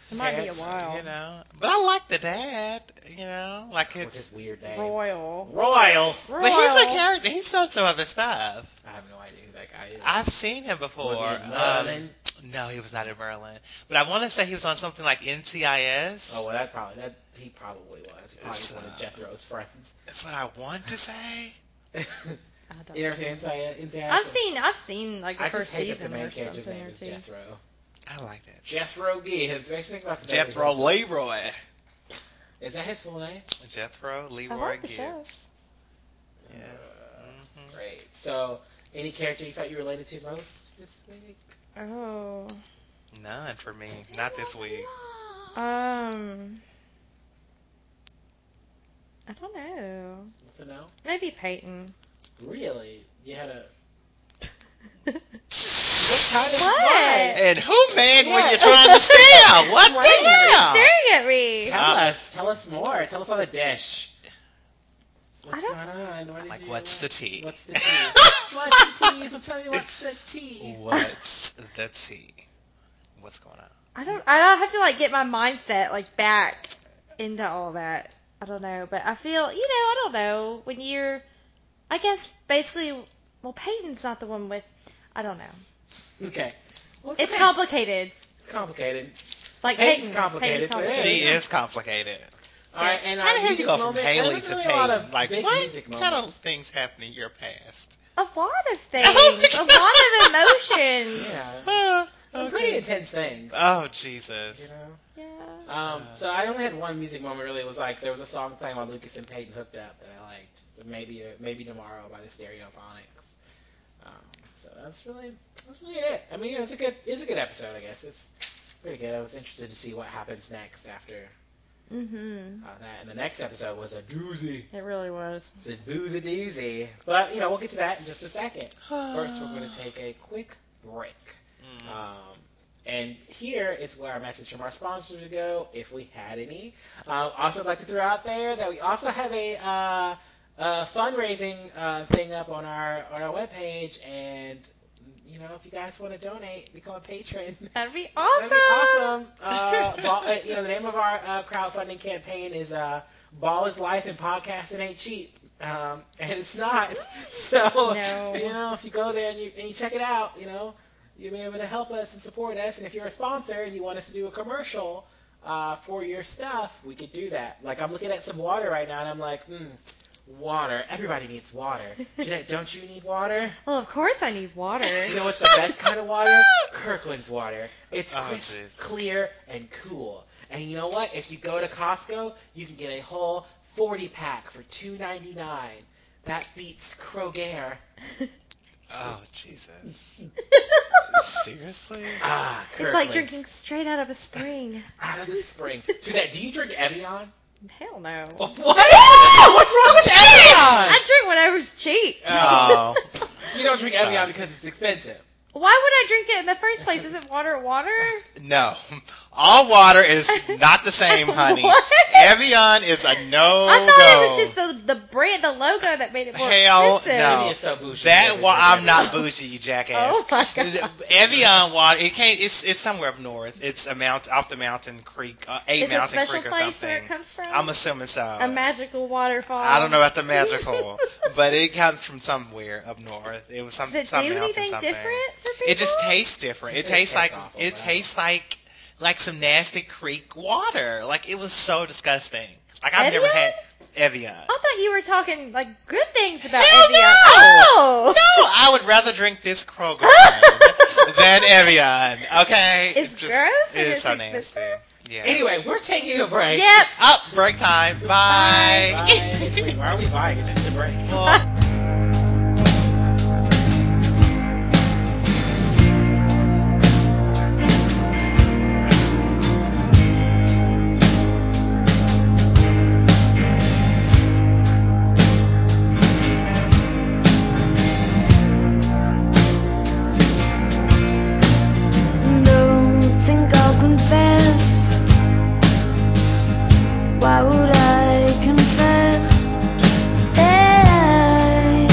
Speaker 2: It might be a
Speaker 3: Parents.
Speaker 2: while.
Speaker 1: You know, but I like the dad. You know, like
Speaker 3: With his
Speaker 1: it's.
Speaker 3: weird name.
Speaker 2: Royal.
Speaker 3: Royal.
Speaker 2: Royal.
Speaker 1: But he's a character. He's done some other stuff.
Speaker 3: I have no idea who that guy is.
Speaker 1: I've seen him before.
Speaker 3: Was it
Speaker 1: Um,
Speaker 3: Merlin?
Speaker 1: no, he was not in Merlin. But I want to say he was on something like NCIS.
Speaker 3: oh well, that probably that he probably was. He probably was
Speaker 1: It's,
Speaker 3: one of
Speaker 1: uh,
Speaker 3: Jethro's friends.
Speaker 1: That's what I want to say.
Speaker 3: you
Speaker 2: I don't
Speaker 3: ever seen Inside Inside Out?
Speaker 2: I've seen, I've seen like the
Speaker 3: I just
Speaker 2: first
Speaker 3: hate that the
Speaker 2: season
Speaker 3: main
Speaker 2: or
Speaker 3: character's
Speaker 2: something
Speaker 3: name
Speaker 2: or
Speaker 3: is
Speaker 2: two.
Speaker 3: Jethro.
Speaker 1: I like that.
Speaker 3: Jethro Gibbs. What do you think about the
Speaker 1: Jethro Leroy.
Speaker 3: Is that his full name?
Speaker 1: Jethro
Speaker 2: I
Speaker 1: Leroy
Speaker 2: like the show.
Speaker 1: Gibbs. Yeah.
Speaker 3: Uh,
Speaker 1: Mhm.
Speaker 3: great. So, any character you thought you related to most this week?
Speaker 2: Oh,
Speaker 1: None for me. Not this week.
Speaker 2: Um, I don't know.
Speaker 3: So no,
Speaker 2: Maybe Peyton.
Speaker 3: really, you had a
Speaker 1: what
Speaker 3: kind of
Speaker 2: What?
Speaker 3: why?
Speaker 1: And who man were you
Speaker 3: Yes.
Speaker 1: trying to steal? What
Speaker 3: Right.
Speaker 1: the hell?
Speaker 2: Staring at me.
Speaker 3: Tell
Speaker 1: Uh,
Speaker 3: us, tell us more. Tell us on the dish. What's
Speaker 2: I
Speaker 3: going
Speaker 2: don't-
Speaker 3: on? What did
Speaker 1: Like,
Speaker 3: you-
Speaker 1: what's the tea?
Speaker 3: What's the tea? what's the tea? So tell me what's the tea.
Speaker 1: What's the tea? What's going on?
Speaker 2: I don't. I don't have to like get my mindset like back into all that. I don't know, but I feel you know. I don't know when you're. I guess basically, well, Peyton's not the one with. I don't know.
Speaker 3: Okay. Well,
Speaker 2: It's
Speaker 3: okay.
Speaker 2: complicated.
Speaker 3: complicated.
Speaker 2: Like
Speaker 3: Peyton's
Speaker 2: Peyton.
Speaker 3: complicated,
Speaker 2: Peyton's
Speaker 3: too.
Speaker 1: She
Speaker 3: Yeah.
Speaker 1: is complicated.
Speaker 3: All right, and
Speaker 1: How the hell
Speaker 3: uh,
Speaker 1: you
Speaker 3: music
Speaker 1: go from
Speaker 3: moment.
Speaker 1: Haley
Speaker 3: There's
Speaker 1: to
Speaker 3: really a lot
Speaker 1: Peyton?
Speaker 3: of
Speaker 1: Like
Speaker 3: big
Speaker 1: what
Speaker 3: music
Speaker 1: kind of
Speaker 3: moments.
Speaker 1: things happen in your past?
Speaker 2: A lot of
Speaker 1: Oh
Speaker 2: things.
Speaker 1: my
Speaker 2: a lot of emotions.
Speaker 3: Yeah.
Speaker 1: Ah,
Speaker 3: Some
Speaker 1: okay.
Speaker 3: Uh, pretty intense things.
Speaker 1: Oh
Speaker 3: You
Speaker 1: Jesus!
Speaker 3: know.
Speaker 2: Yeah.
Speaker 3: Um, so I only had one music moment. Really, it was like there was a song playing while Lucas and Peyton hooked up that I liked. So maybe uh, maybe tomorrow by the Stereophonics. Um, so that's really that's really it. I mean, it's a good it's a good episode. I guess it's pretty good. I was interested to see what happens next after
Speaker 2: Mhm.
Speaker 3: uh, that. And the next episode was a doozy.
Speaker 2: It really was.
Speaker 3: It's a doozy doozy. But you know we'll get to that in just a second. First, we're going to take a quick break.
Speaker 1: Mm.
Speaker 3: Um, and here is where our message from our sponsors would go, if we had any. Uh, also, I'd like to throw out there that we also have a, uh, a fundraising uh, thing up on our on our webpage, and you know, if you guys want to donate, become a patron.
Speaker 2: That'd be
Speaker 3: That'd
Speaker 2: awesome.
Speaker 3: be awesome. Uh, ball, uh, you know, the name of our uh, crowdfunding campaign is uh, "Ball is Life and Podcasting Ain't Cheap," um, and it's not. So
Speaker 2: No.
Speaker 3: you know, if you go there and you, and you check it out, you know, you'll be able to help us and support us. And if you're a sponsor and you want us to do a commercial uh, for your stuff, we could do that. Like I'm looking at some water right now, and I'm like, mm, water. Everybody needs water. Jeanette, don't you need water?
Speaker 2: Well, of course I need water.
Speaker 3: You know what's the best kind of water? Kirkland's water. It's
Speaker 1: Oh,
Speaker 3: crisp,
Speaker 1: jeez.
Speaker 3: clear, and cool. And you know what? If you go to Costco, you can get a whole 40 pack for $2.99. That beats Kroger.
Speaker 1: Oh Jesus! Seriously?
Speaker 3: Ah,
Speaker 2: it's
Speaker 3: Kirkland's.
Speaker 2: like drinking straight out of a spring.
Speaker 3: out of the spring. Jeanette, do you drink Evian?
Speaker 2: Hell no.
Speaker 1: Oh,
Speaker 3: What? What's wrong with Evian?
Speaker 2: I drink whatever's cheap.
Speaker 1: Oh,
Speaker 3: So you don't drink Evian
Speaker 1: Sorry.
Speaker 3: because it's expensive.
Speaker 2: Why would I drink it in the first place? Isn't water water?
Speaker 1: no! All water is not the same, honey.
Speaker 2: What?
Speaker 1: Evian is a no
Speaker 2: I
Speaker 1: go.
Speaker 2: thought it was just the, the brand, the logo that made it more
Speaker 1: Hell
Speaker 2: expensive.
Speaker 1: No.
Speaker 3: Evian is so bougie. She
Speaker 1: Oh. That
Speaker 3: doesn't
Speaker 1: why
Speaker 3: drink
Speaker 1: I'm
Speaker 3: Evian.
Speaker 1: not bougie, you jackass.
Speaker 2: Oh my God.
Speaker 1: Evian water, it can't. It's it's somewhere up north. It's a mount off the mountain creek, uh, a
Speaker 2: Is it a
Speaker 1: mountain
Speaker 2: special
Speaker 1: creek or
Speaker 2: place where
Speaker 1: something.
Speaker 2: it comes from?
Speaker 1: I'm assuming so.
Speaker 2: a magical waterfall.
Speaker 1: I don't know about the magical, but it comes from somewhere up north. It was some
Speaker 2: Does it
Speaker 1: some
Speaker 2: do
Speaker 1: mountain
Speaker 2: anything
Speaker 1: something.
Speaker 2: different for people?
Speaker 1: It just tastes different.
Speaker 3: It
Speaker 1: It, tastes
Speaker 3: tastes
Speaker 1: like
Speaker 3: awful,
Speaker 1: it
Speaker 3: but I
Speaker 1: tastes like like some nasty creek water. Like it was so disgusting. Like I've never
Speaker 2: Evian?
Speaker 1: had Evian.
Speaker 2: I thought you were talking like good things about
Speaker 1: Hell
Speaker 2: Evian.
Speaker 1: no!
Speaker 2: Oh,
Speaker 1: No, I would rather drink this Kroger brand than Evian. Okay,
Speaker 2: It's gross and
Speaker 1: It's
Speaker 2: it's
Speaker 1: so nasty.
Speaker 2: expensive?
Speaker 1: Yeah.
Speaker 3: Anyway, we're taking a break.
Speaker 2: Yep.
Speaker 1: up break time. Bye.
Speaker 3: Bye. Wait, why are we buying? It's just a break.
Speaker 1: Well,
Speaker 5: Don't think I'll confess. Why would I confess? Hey.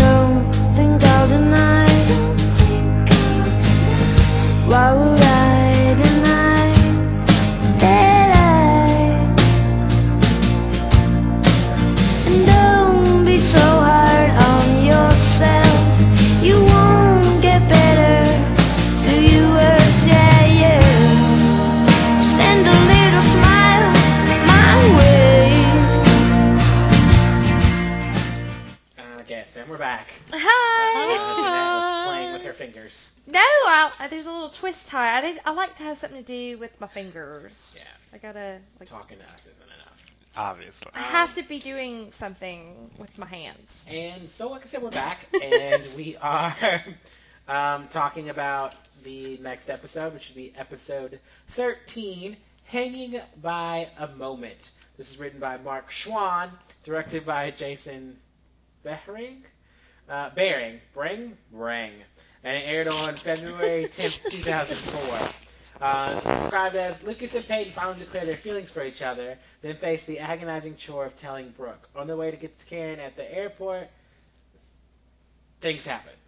Speaker 5: Don't think I'll deny. Why would I deny? Hey. And don't be so hard on yourself. You won't get better till you worse, yeah, yeah. Send a little smile my way.
Speaker 3: I guess, and we're back. Uh,
Speaker 2: Hi.
Speaker 3: Jeanette was playing with her fingers.
Speaker 2: No, I, I- there's a little twist tie. I, did, I like to have something to do with my fingers.
Speaker 3: Yeah,
Speaker 2: I gotta like.
Speaker 3: talking to us isn't enough.
Speaker 1: obviously.
Speaker 2: I have to be doing something with my hands.
Speaker 3: And so, like I said, we're back, and we are um, talking about the next episode, which would be episode 13 Hanging by a Moment. This is written by Mark Schwann, directed by Jason Behring. Uh, Behring. Bring? Bring. And it aired on February 10th, 2004. Uh, it's described as Lucas and Peyton finally declare their feelings for each other, then face the agonizing chore of telling Brooke. On their way to get Karen at the airport, things happen.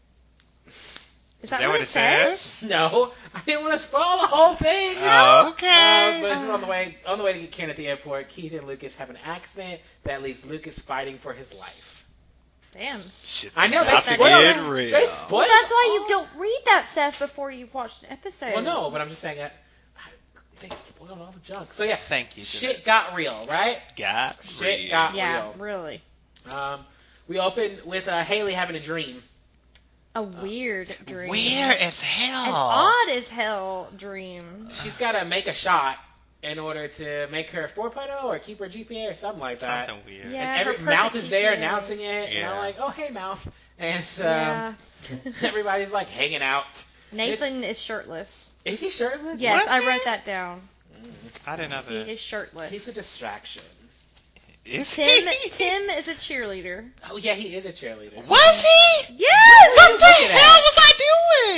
Speaker 2: Is
Speaker 1: that what it
Speaker 2: says?
Speaker 1: says?
Speaker 3: No, I didn't want to spoil the whole thing.
Speaker 1: Oh,
Speaker 3: Uh,
Speaker 1: okay.
Speaker 3: but it's on the way on the way to get Karen at the airport. Keith and Lucas have an accident that leaves Lucas fighting for his life.
Speaker 2: Damn.
Speaker 1: Shit's
Speaker 3: I know, they
Speaker 1: about to
Speaker 3: spoiled
Speaker 1: get
Speaker 3: it.
Speaker 1: real.
Speaker 3: They spoiled
Speaker 2: Well, that's why
Speaker 3: all-
Speaker 2: you don't read that stuff before you've watched an episode.
Speaker 3: Well, no, but I'm just saying that they spoiled all the junk. So yeah,
Speaker 1: Thank you.
Speaker 3: shit got real, right?
Speaker 1: got
Speaker 3: Shit
Speaker 1: real.
Speaker 3: got-
Speaker 2: Yeah,
Speaker 3: Real.
Speaker 2: really.
Speaker 3: Um, we open with uh, Haley having a dream.
Speaker 2: A weird dream.
Speaker 1: weird as
Speaker 2: An
Speaker 1: hell.
Speaker 2: odd as hell dream.
Speaker 3: She's got to make a shot in order to make her 4.0 or keep her GPA or something like that.
Speaker 1: Something weird.
Speaker 2: Yeah.
Speaker 3: And every
Speaker 2: her
Speaker 3: mouth
Speaker 2: perfect
Speaker 3: is there
Speaker 2: GPA.
Speaker 3: announcing it, and I'm
Speaker 1: Yeah.
Speaker 3: like, oh hey mouth, and um,
Speaker 2: yeah.
Speaker 3: everybody's like hanging out.
Speaker 2: Nathan is shirtless.
Speaker 3: Is he shirtless?
Speaker 2: Yes,
Speaker 1: Was
Speaker 2: I
Speaker 1: he?
Speaker 2: wrote that down.
Speaker 1: I didn't know
Speaker 2: He
Speaker 1: that.
Speaker 2: is shirtless.
Speaker 3: He's a distraction.
Speaker 1: Is
Speaker 2: Tim
Speaker 1: he?
Speaker 2: Tim is a cheerleader.
Speaker 3: Oh yeah, he is a cheerleader.
Speaker 1: Was he?
Speaker 2: Yes.
Speaker 1: What the
Speaker 3: looking at?
Speaker 1: hell was I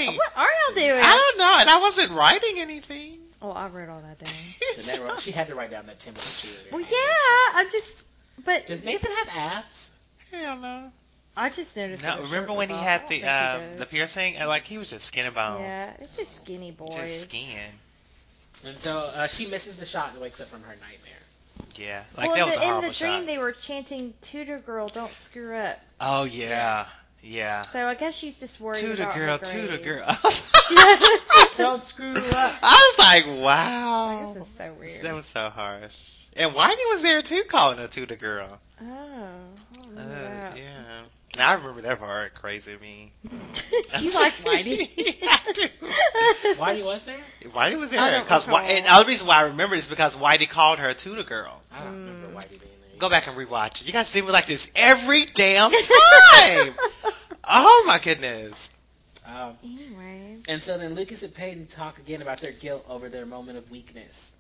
Speaker 1: doing?
Speaker 2: What are y'all doing?
Speaker 1: I don't know, and I wasn't writing anything.
Speaker 2: Oh, I wrote all that down.
Speaker 3: Did that wrong? She had to write down that Tim was a cheerleader.
Speaker 2: Well, yeah, I'm just. But
Speaker 3: Does Nathan have abs?
Speaker 1: Hell no.
Speaker 2: I just noticed.
Speaker 1: No,
Speaker 2: that
Speaker 1: remember
Speaker 2: shirt
Speaker 1: when he
Speaker 2: was off. I
Speaker 1: had
Speaker 2: don't
Speaker 1: the
Speaker 2: think he
Speaker 1: um,
Speaker 2: does.
Speaker 1: the piercing? And, Like he was just skin and bone,
Speaker 2: Yeah, it's just skinny boys.
Speaker 1: just skin.
Speaker 3: And so uh, she misses the shot and wakes up from her nightmare.
Speaker 1: Yeah, like that
Speaker 2: well,
Speaker 1: was
Speaker 2: in
Speaker 1: a
Speaker 2: the, in
Speaker 1: horrible
Speaker 2: the dream,
Speaker 1: shot.
Speaker 2: they were chanting "Tutor girl, don't screw up."
Speaker 1: Oh yeah, yeah.
Speaker 2: So I guess she's just worried
Speaker 1: To the
Speaker 2: about
Speaker 1: girl,
Speaker 2: her
Speaker 1: to the
Speaker 2: grades.
Speaker 1: girl.
Speaker 3: Don't screw up.
Speaker 1: I was like,
Speaker 2: Like,
Speaker 1: wow,
Speaker 2: this is so weird.
Speaker 1: that was so harsh. And Whitey was there too, calling her to the girl.
Speaker 2: oh, I
Speaker 1: Uh,
Speaker 2: don't remember that.
Speaker 1: yeah, now I remember that part. Crazy me.
Speaker 2: you like Whitey?
Speaker 1: yeah, I do.
Speaker 3: Why he was there?
Speaker 1: Whitey was
Speaker 2: I
Speaker 1: there
Speaker 2: don't
Speaker 1: because
Speaker 2: recall.
Speaker 1: and the other reason why I remember is because Whitey called her to the girl.
Speaker 3: I don't
Speaker 2: Mm.
Speaker 3: remember why he being there.
Speaker 1: Go back and rewatch it. You guys see me like this every damn time. oh my goodness.
Speaker 3: Um,
Speaker 2: anyway,
Speaker 3: and so then Lucas and Peyton talk again about their guilt over their moment of weakness.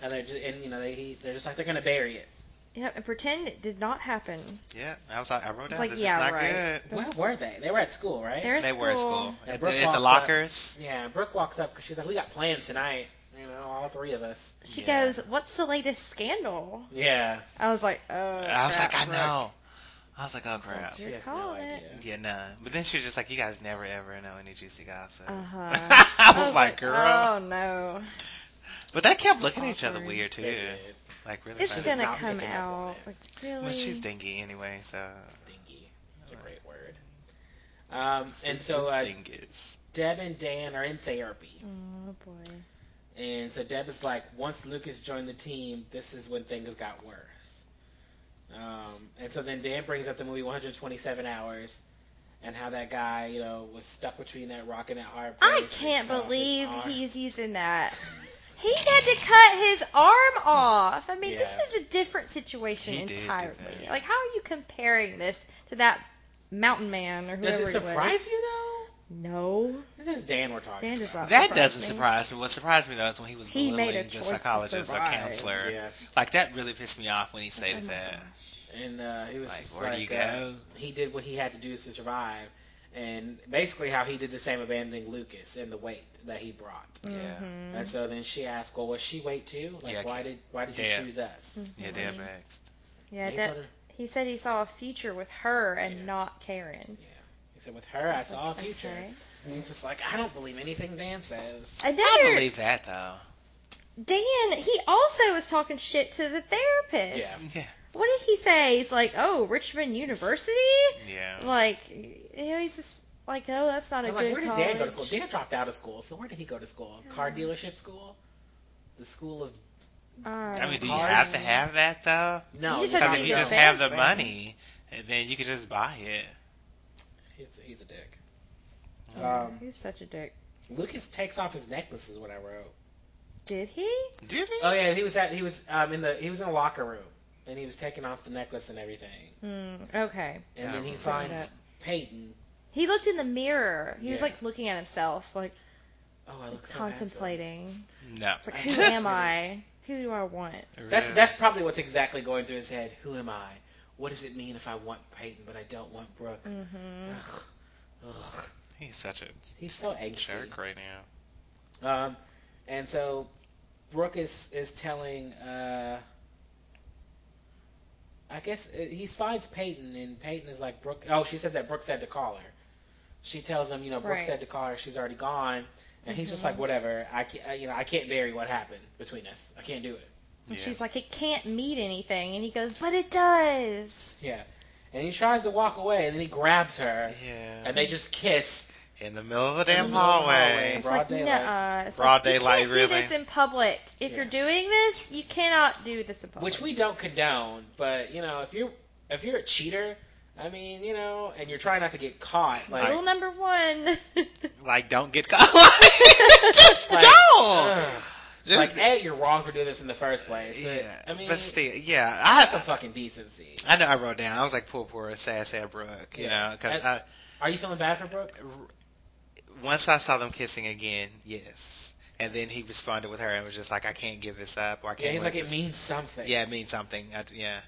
Speaker 3: And they're just, and you know they he, they're just like they're gonna bury it.
Speaker 2: yep, and pretend it did not happen.
Speaker 1: Yeah, I was like, I wrote
Speaker 2: It's
Speaker 1: down
Speaker 2: like,
Speaker 1: this
Speaker 2: yeah,
Speaker 1: is not
Speaker 2: right.
Speaker 3: Where were they? They were at school, right?
Speaker 2: They're
Speaker 1: good. They were at school
Speaker 3: Yeah,
Speaker 1: at
Speaker 3: Brooke
Speaker 1: the, at
Speaker 3: walks
Speaker 1: the
Speaker 3: up.
Speaker 1: lockers.
Speaker 3: Yeah, Brooke walks up because she's like, "We got plans tonight." You know, all three of us.
Speaker 2: She
Speaker 1: Yeah.
Speaker 2: goes, "What's the latest scandal?"
Speaker 3: Yeah,
Speaker 2: I was like, "Oh." I
Speaker 1: I was like, I know. I was like, oh crap.
Speaker 3: she has no
Speaker 2: Call
Speaker 3: idea.
Speaker 2: it.
Speaker 1: Yeah, nah. But then she was just like, you guys never ever know any juicy gossip.
Speaker 2: Uh-huh.
Speaker 1: I, was like, girl.
Speaker 2: Oh no,
Speaker 1: But they kept looking at each other
Speaker 2: Awkward.
Speaker 1: weird too.
Speaker 3: They did.
Speaker 1: Like really.
Speaker 2: it's
Speaker 1: funny.
Speaker 3: gonna
Speaker 2: gonna
Speaker 3: not
Speaker 2: come
Speaker 3: picking up on
Speaker 2: out.
Speaker 3: it.
Speaker 2: Like, really?
Speaker 1: Well, she's dingy anyway, so.
Speaker 3: Dingy. It's a great word. Um, and so uh,
Speaker 1: Dingus.
Speaker 3: Deb and Dan are in therapy,
Speaker 2: Oh boy.
Speaker 3: and so Deb is like, once Lucas joined the team, this is when things got worse. Um, and so then Dan brings up the movie 127 Hours. And how that guy, you know, was stuck between that rock and that hard place.
Speaker 2: I
Speaker 3: and
Speaker 2: can't
Speaker 3: cut off his
Speaker 2: believe
Speaker 3: arm.
Speaker 2: he's using that. He had to cut his arm off. I mean,
Speaker 3: Yeah.
Speaker 2: this is a different situation
Speaker 1: He did do
Speaker 2: entirely.
Speaker 1: that.
Speaker 2: Like, how are you comparing this to that mountain man or
Speaker 3: Does
Speaker 2: whoever
Speaker 3: it
Speaker 2: he was?
Speaker 3: surprise you though?
Speaker 2: No,
Speaker 3: This is Dan we're talking.
Speaker 2: Dan does
Speaker 3: about.
Speaker 2: not.
Speaker 1: That doesn't
Speaker 2: me.
Speaker 1: surprise me. What surprised me though is when he was
Speaker 2: Oh, He made a
Speaker 1: belittling
Speaker 2: choice
Speaker 1: the
Speaker 2: to
Speaker 1: psychologist or
Speaker 2: survive. Oh
Speaker 1: counselor.
Speaker 3: Yeah.
Speaker 1: Like that really pissed me off when he stated
Speaker 2: my
Speaker 1: that.
Speaker 3: And uh, he was
Speaker 1: Like,
Speaker 3: just
Speaker 1: where
Speaker 3: like,
Speaker 1: do you
Speaker 3: uh,
Speaker 1: go?
Speaker 3: he did what he had to do to survive, and basically how he did the same abandoning Lucas and the weight that he brought.
Speaker 1: Yeah,
Speaker 2: Mhm.
Speaker 3: And so then she asked, "Well, was she weight too? Like,
Speaker 1: Yeah,
Speaker 3: why did why did you
Speaker 1: yeah.
Speaker 3: choose us?"
Speaker 1: yeah,
Speaker 2: Mhm.
Speaker 1: damn next.
Speaker 2: Yeah,
Speaker 3: And he,
Speaker 2: that-
Speaker 3: told her,
Speaker 2: he said he saw a future with her and
Speaker 3: Yeah.
Speaker 2: not Karen.
Speaker 3: he said, "With her, I saw a
Speaker 2: Okay.
Speaker 3: future." And I'm just like, I don't believe anything Dan says.
Speaker 1: I
Speaker 2: Another
Speaker 1: believe that though.
Speaker 2: Dan, he also was talking shit to the therapist.
Speaker 3: Yeah.
Speaker 1: Yeah,
Speaker 2: What did he say? He's like, "Oh, Richmond University."
Speaker 1: yeah.
Speaker 2: Like, you know, he's just like, "Oh, that's not a
Speaker 3: I'm
Speaker 2: good
Speaker 3: like, where did
Speaker 2: college." Mm-hmm.
Speaker 3: Dan go to school? Dan dropped out of school, so where did he go to school? Car dealership school? The school of
Speaker 2: Uh,
Speaker 1: I mean, do you
Speaker 3: Cars.
Speaker 1: have to have that though?
Speaker 3: no.
Speaker 2: You just have
Speaker 3: he's
Speaker 1: Because
Speaker 2: to
Speaker 1: if you
Speaker 2: be your
Speaker 1: just have the
Speaker 2: best friend.
Speaker 1: money, then you can just buy it.
Speaker 3: he's, he's a dick.
Speaker 2: Yeah,
Speaker 1: Mm-hmm.
Speaker 3: Um,
Speaker 2: he's such a dick.
Speaker 3: Lucas takes off his necklace is what I wrote.
Speaker 2: Did he?
Speaker 1: Did he?
Speaker 3: Oh yeah, he was at he was um in the he was in a locker room and he was taking off the necklace and everything.
Speaker 2: Hmm. okay.
Speaker 3: And then he
Speaker 1: Yeah, I remember
Speaker 3: finds
Speaker 2: that.
Speaker 3: Peyton
Speaker 2: He looked in the mirror. He was
Speaker 3: Yeah.
Speaker 2: like looking at himself, like
Speaker 3: Oh, I look so
Speaker 2: contemplating.
Speaker 1: No.
Speaker 2: It's like, who am I? Who do I want?
Speaker 3: That's that's probably what's exactly going through his head. Who am I? What does it mean if I want Peyton but I don't want Brooke?
Speaker 2: Mm-hmm.
Speaker 3: Ugh. Ugh.
Speaker 1: He's such a
Speaker 3: He's so angsty.
Speaker 1: jerk right now.
Speaker 3: Um, and so Brooke is is telling. Uh, I guess uh, he finds Peyton, and Peyton is like Brooke. Oh, she says that Brooke said to call her. She tells him, you know, Brooke
Speaker 2: Right.
Speaker 3: said to call her. She's already gone, and he's just
Speaker 2: Mhm.
Speaker 3: like, whatever. I can't, I- you know, I can't bury what happened between us. I can't do it.
Speaker 2: And
Speaker 1: Yeah.
Speaker 2: she's like, it can't mean anything. And he goes, but it does.
Speaker 3: Yeah. And he tries to walk away, and then he grabs her,
Speaker 1: Yeah.
Speaker 3: and they just kiss.
Speaker 1: in the middle of the
Speaker 3: In the
Speaker 1: damn
Speaker 3: middle of the
Speaker 1: hallway.
Speaker 3: hallway.
Speaker 2: It's
Speaker 3: Broad
Speaker 2: like,
Speaker 3: daylight.
Speaker 2: nuh-uh. It's
Speaker 1: Broad
Speaker 2: like, you
Speaker 1: daylight,
Speaker 2: can't do
Speaker 1: really.
Speaker 2: this in public. If
Speaker 3: Yeah.
Speaker 2: you're doing this, you cannot do this in public.
Speaker 3: which we don't condone. But you know, if you're if you're a cheater, I mean, you know, and you're trying not to get caught, like,
Speaker 2: Rule number one.
Speaker 1: Like, don't get caught. just
Speaker 3: Like,
Speaker 1: don't.
Speaker 3: ugh.
Speaker 1: Just-
Speaker 3: like, a, you're wrong for doing this in the first place. But,
Speaker 1: yeah.
Speaker 3: I mean,
Speaker 1: but still, yeah.
Speaker 3: that's some
Speaker 1: I
Speaker 3: fucking decency.
Speaker 1: I know I wrote down. I was like, poor, poor, sad, sad Brooke. You
Speaker 3: Yeah.
Speaker 1: know, because
Speaker 3: And- Are you feeling bad for Brooke?
Speaker 1: oh once I saw them kissing again, yes. And then he responded with her and was just like, I can't give this up. Or I can't
Speaker 3: Yeah, he's
Speaker 1: let
Speaker 3: like, it
Speaker 1: this-
Speaker 3: means something.
Speaker 1: Yeah, it means something. I, yeah.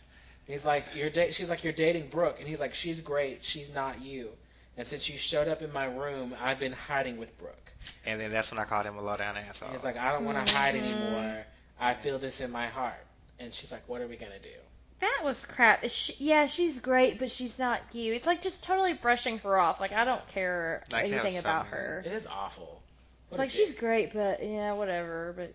Speaker 3: He's like, you're da- she's like, you're dating Brooke, and he's like, she's great, she's not you. And since you showed up in my room, I've been hiding with Brooke.
Speaker 1: And then that's when I called him a low down asshole.
Speaker 3: He's like, I don't want to hide
Speaker 2: Mhm.
Speaker 3: anymore. I feel this in my heart. And she's like, what are we gonna do?
Speaker 2: that was crap. Is She, yeah, she's great, but she's not you. It's like just totally brushing her off. Like, I don't care
Speaker 1: Like, that
Speaker 2: anything
Speaker 1: was
Speaker 2: about
Speaker 1: something.
Speaker 2: her.
Speaker 3: It is awful.
Speaker 2: It's
Speaker 3: What a
Speaker 2: like,
Speaker 3: dick.
Speaker 2: she's great, but yeah, whatever. But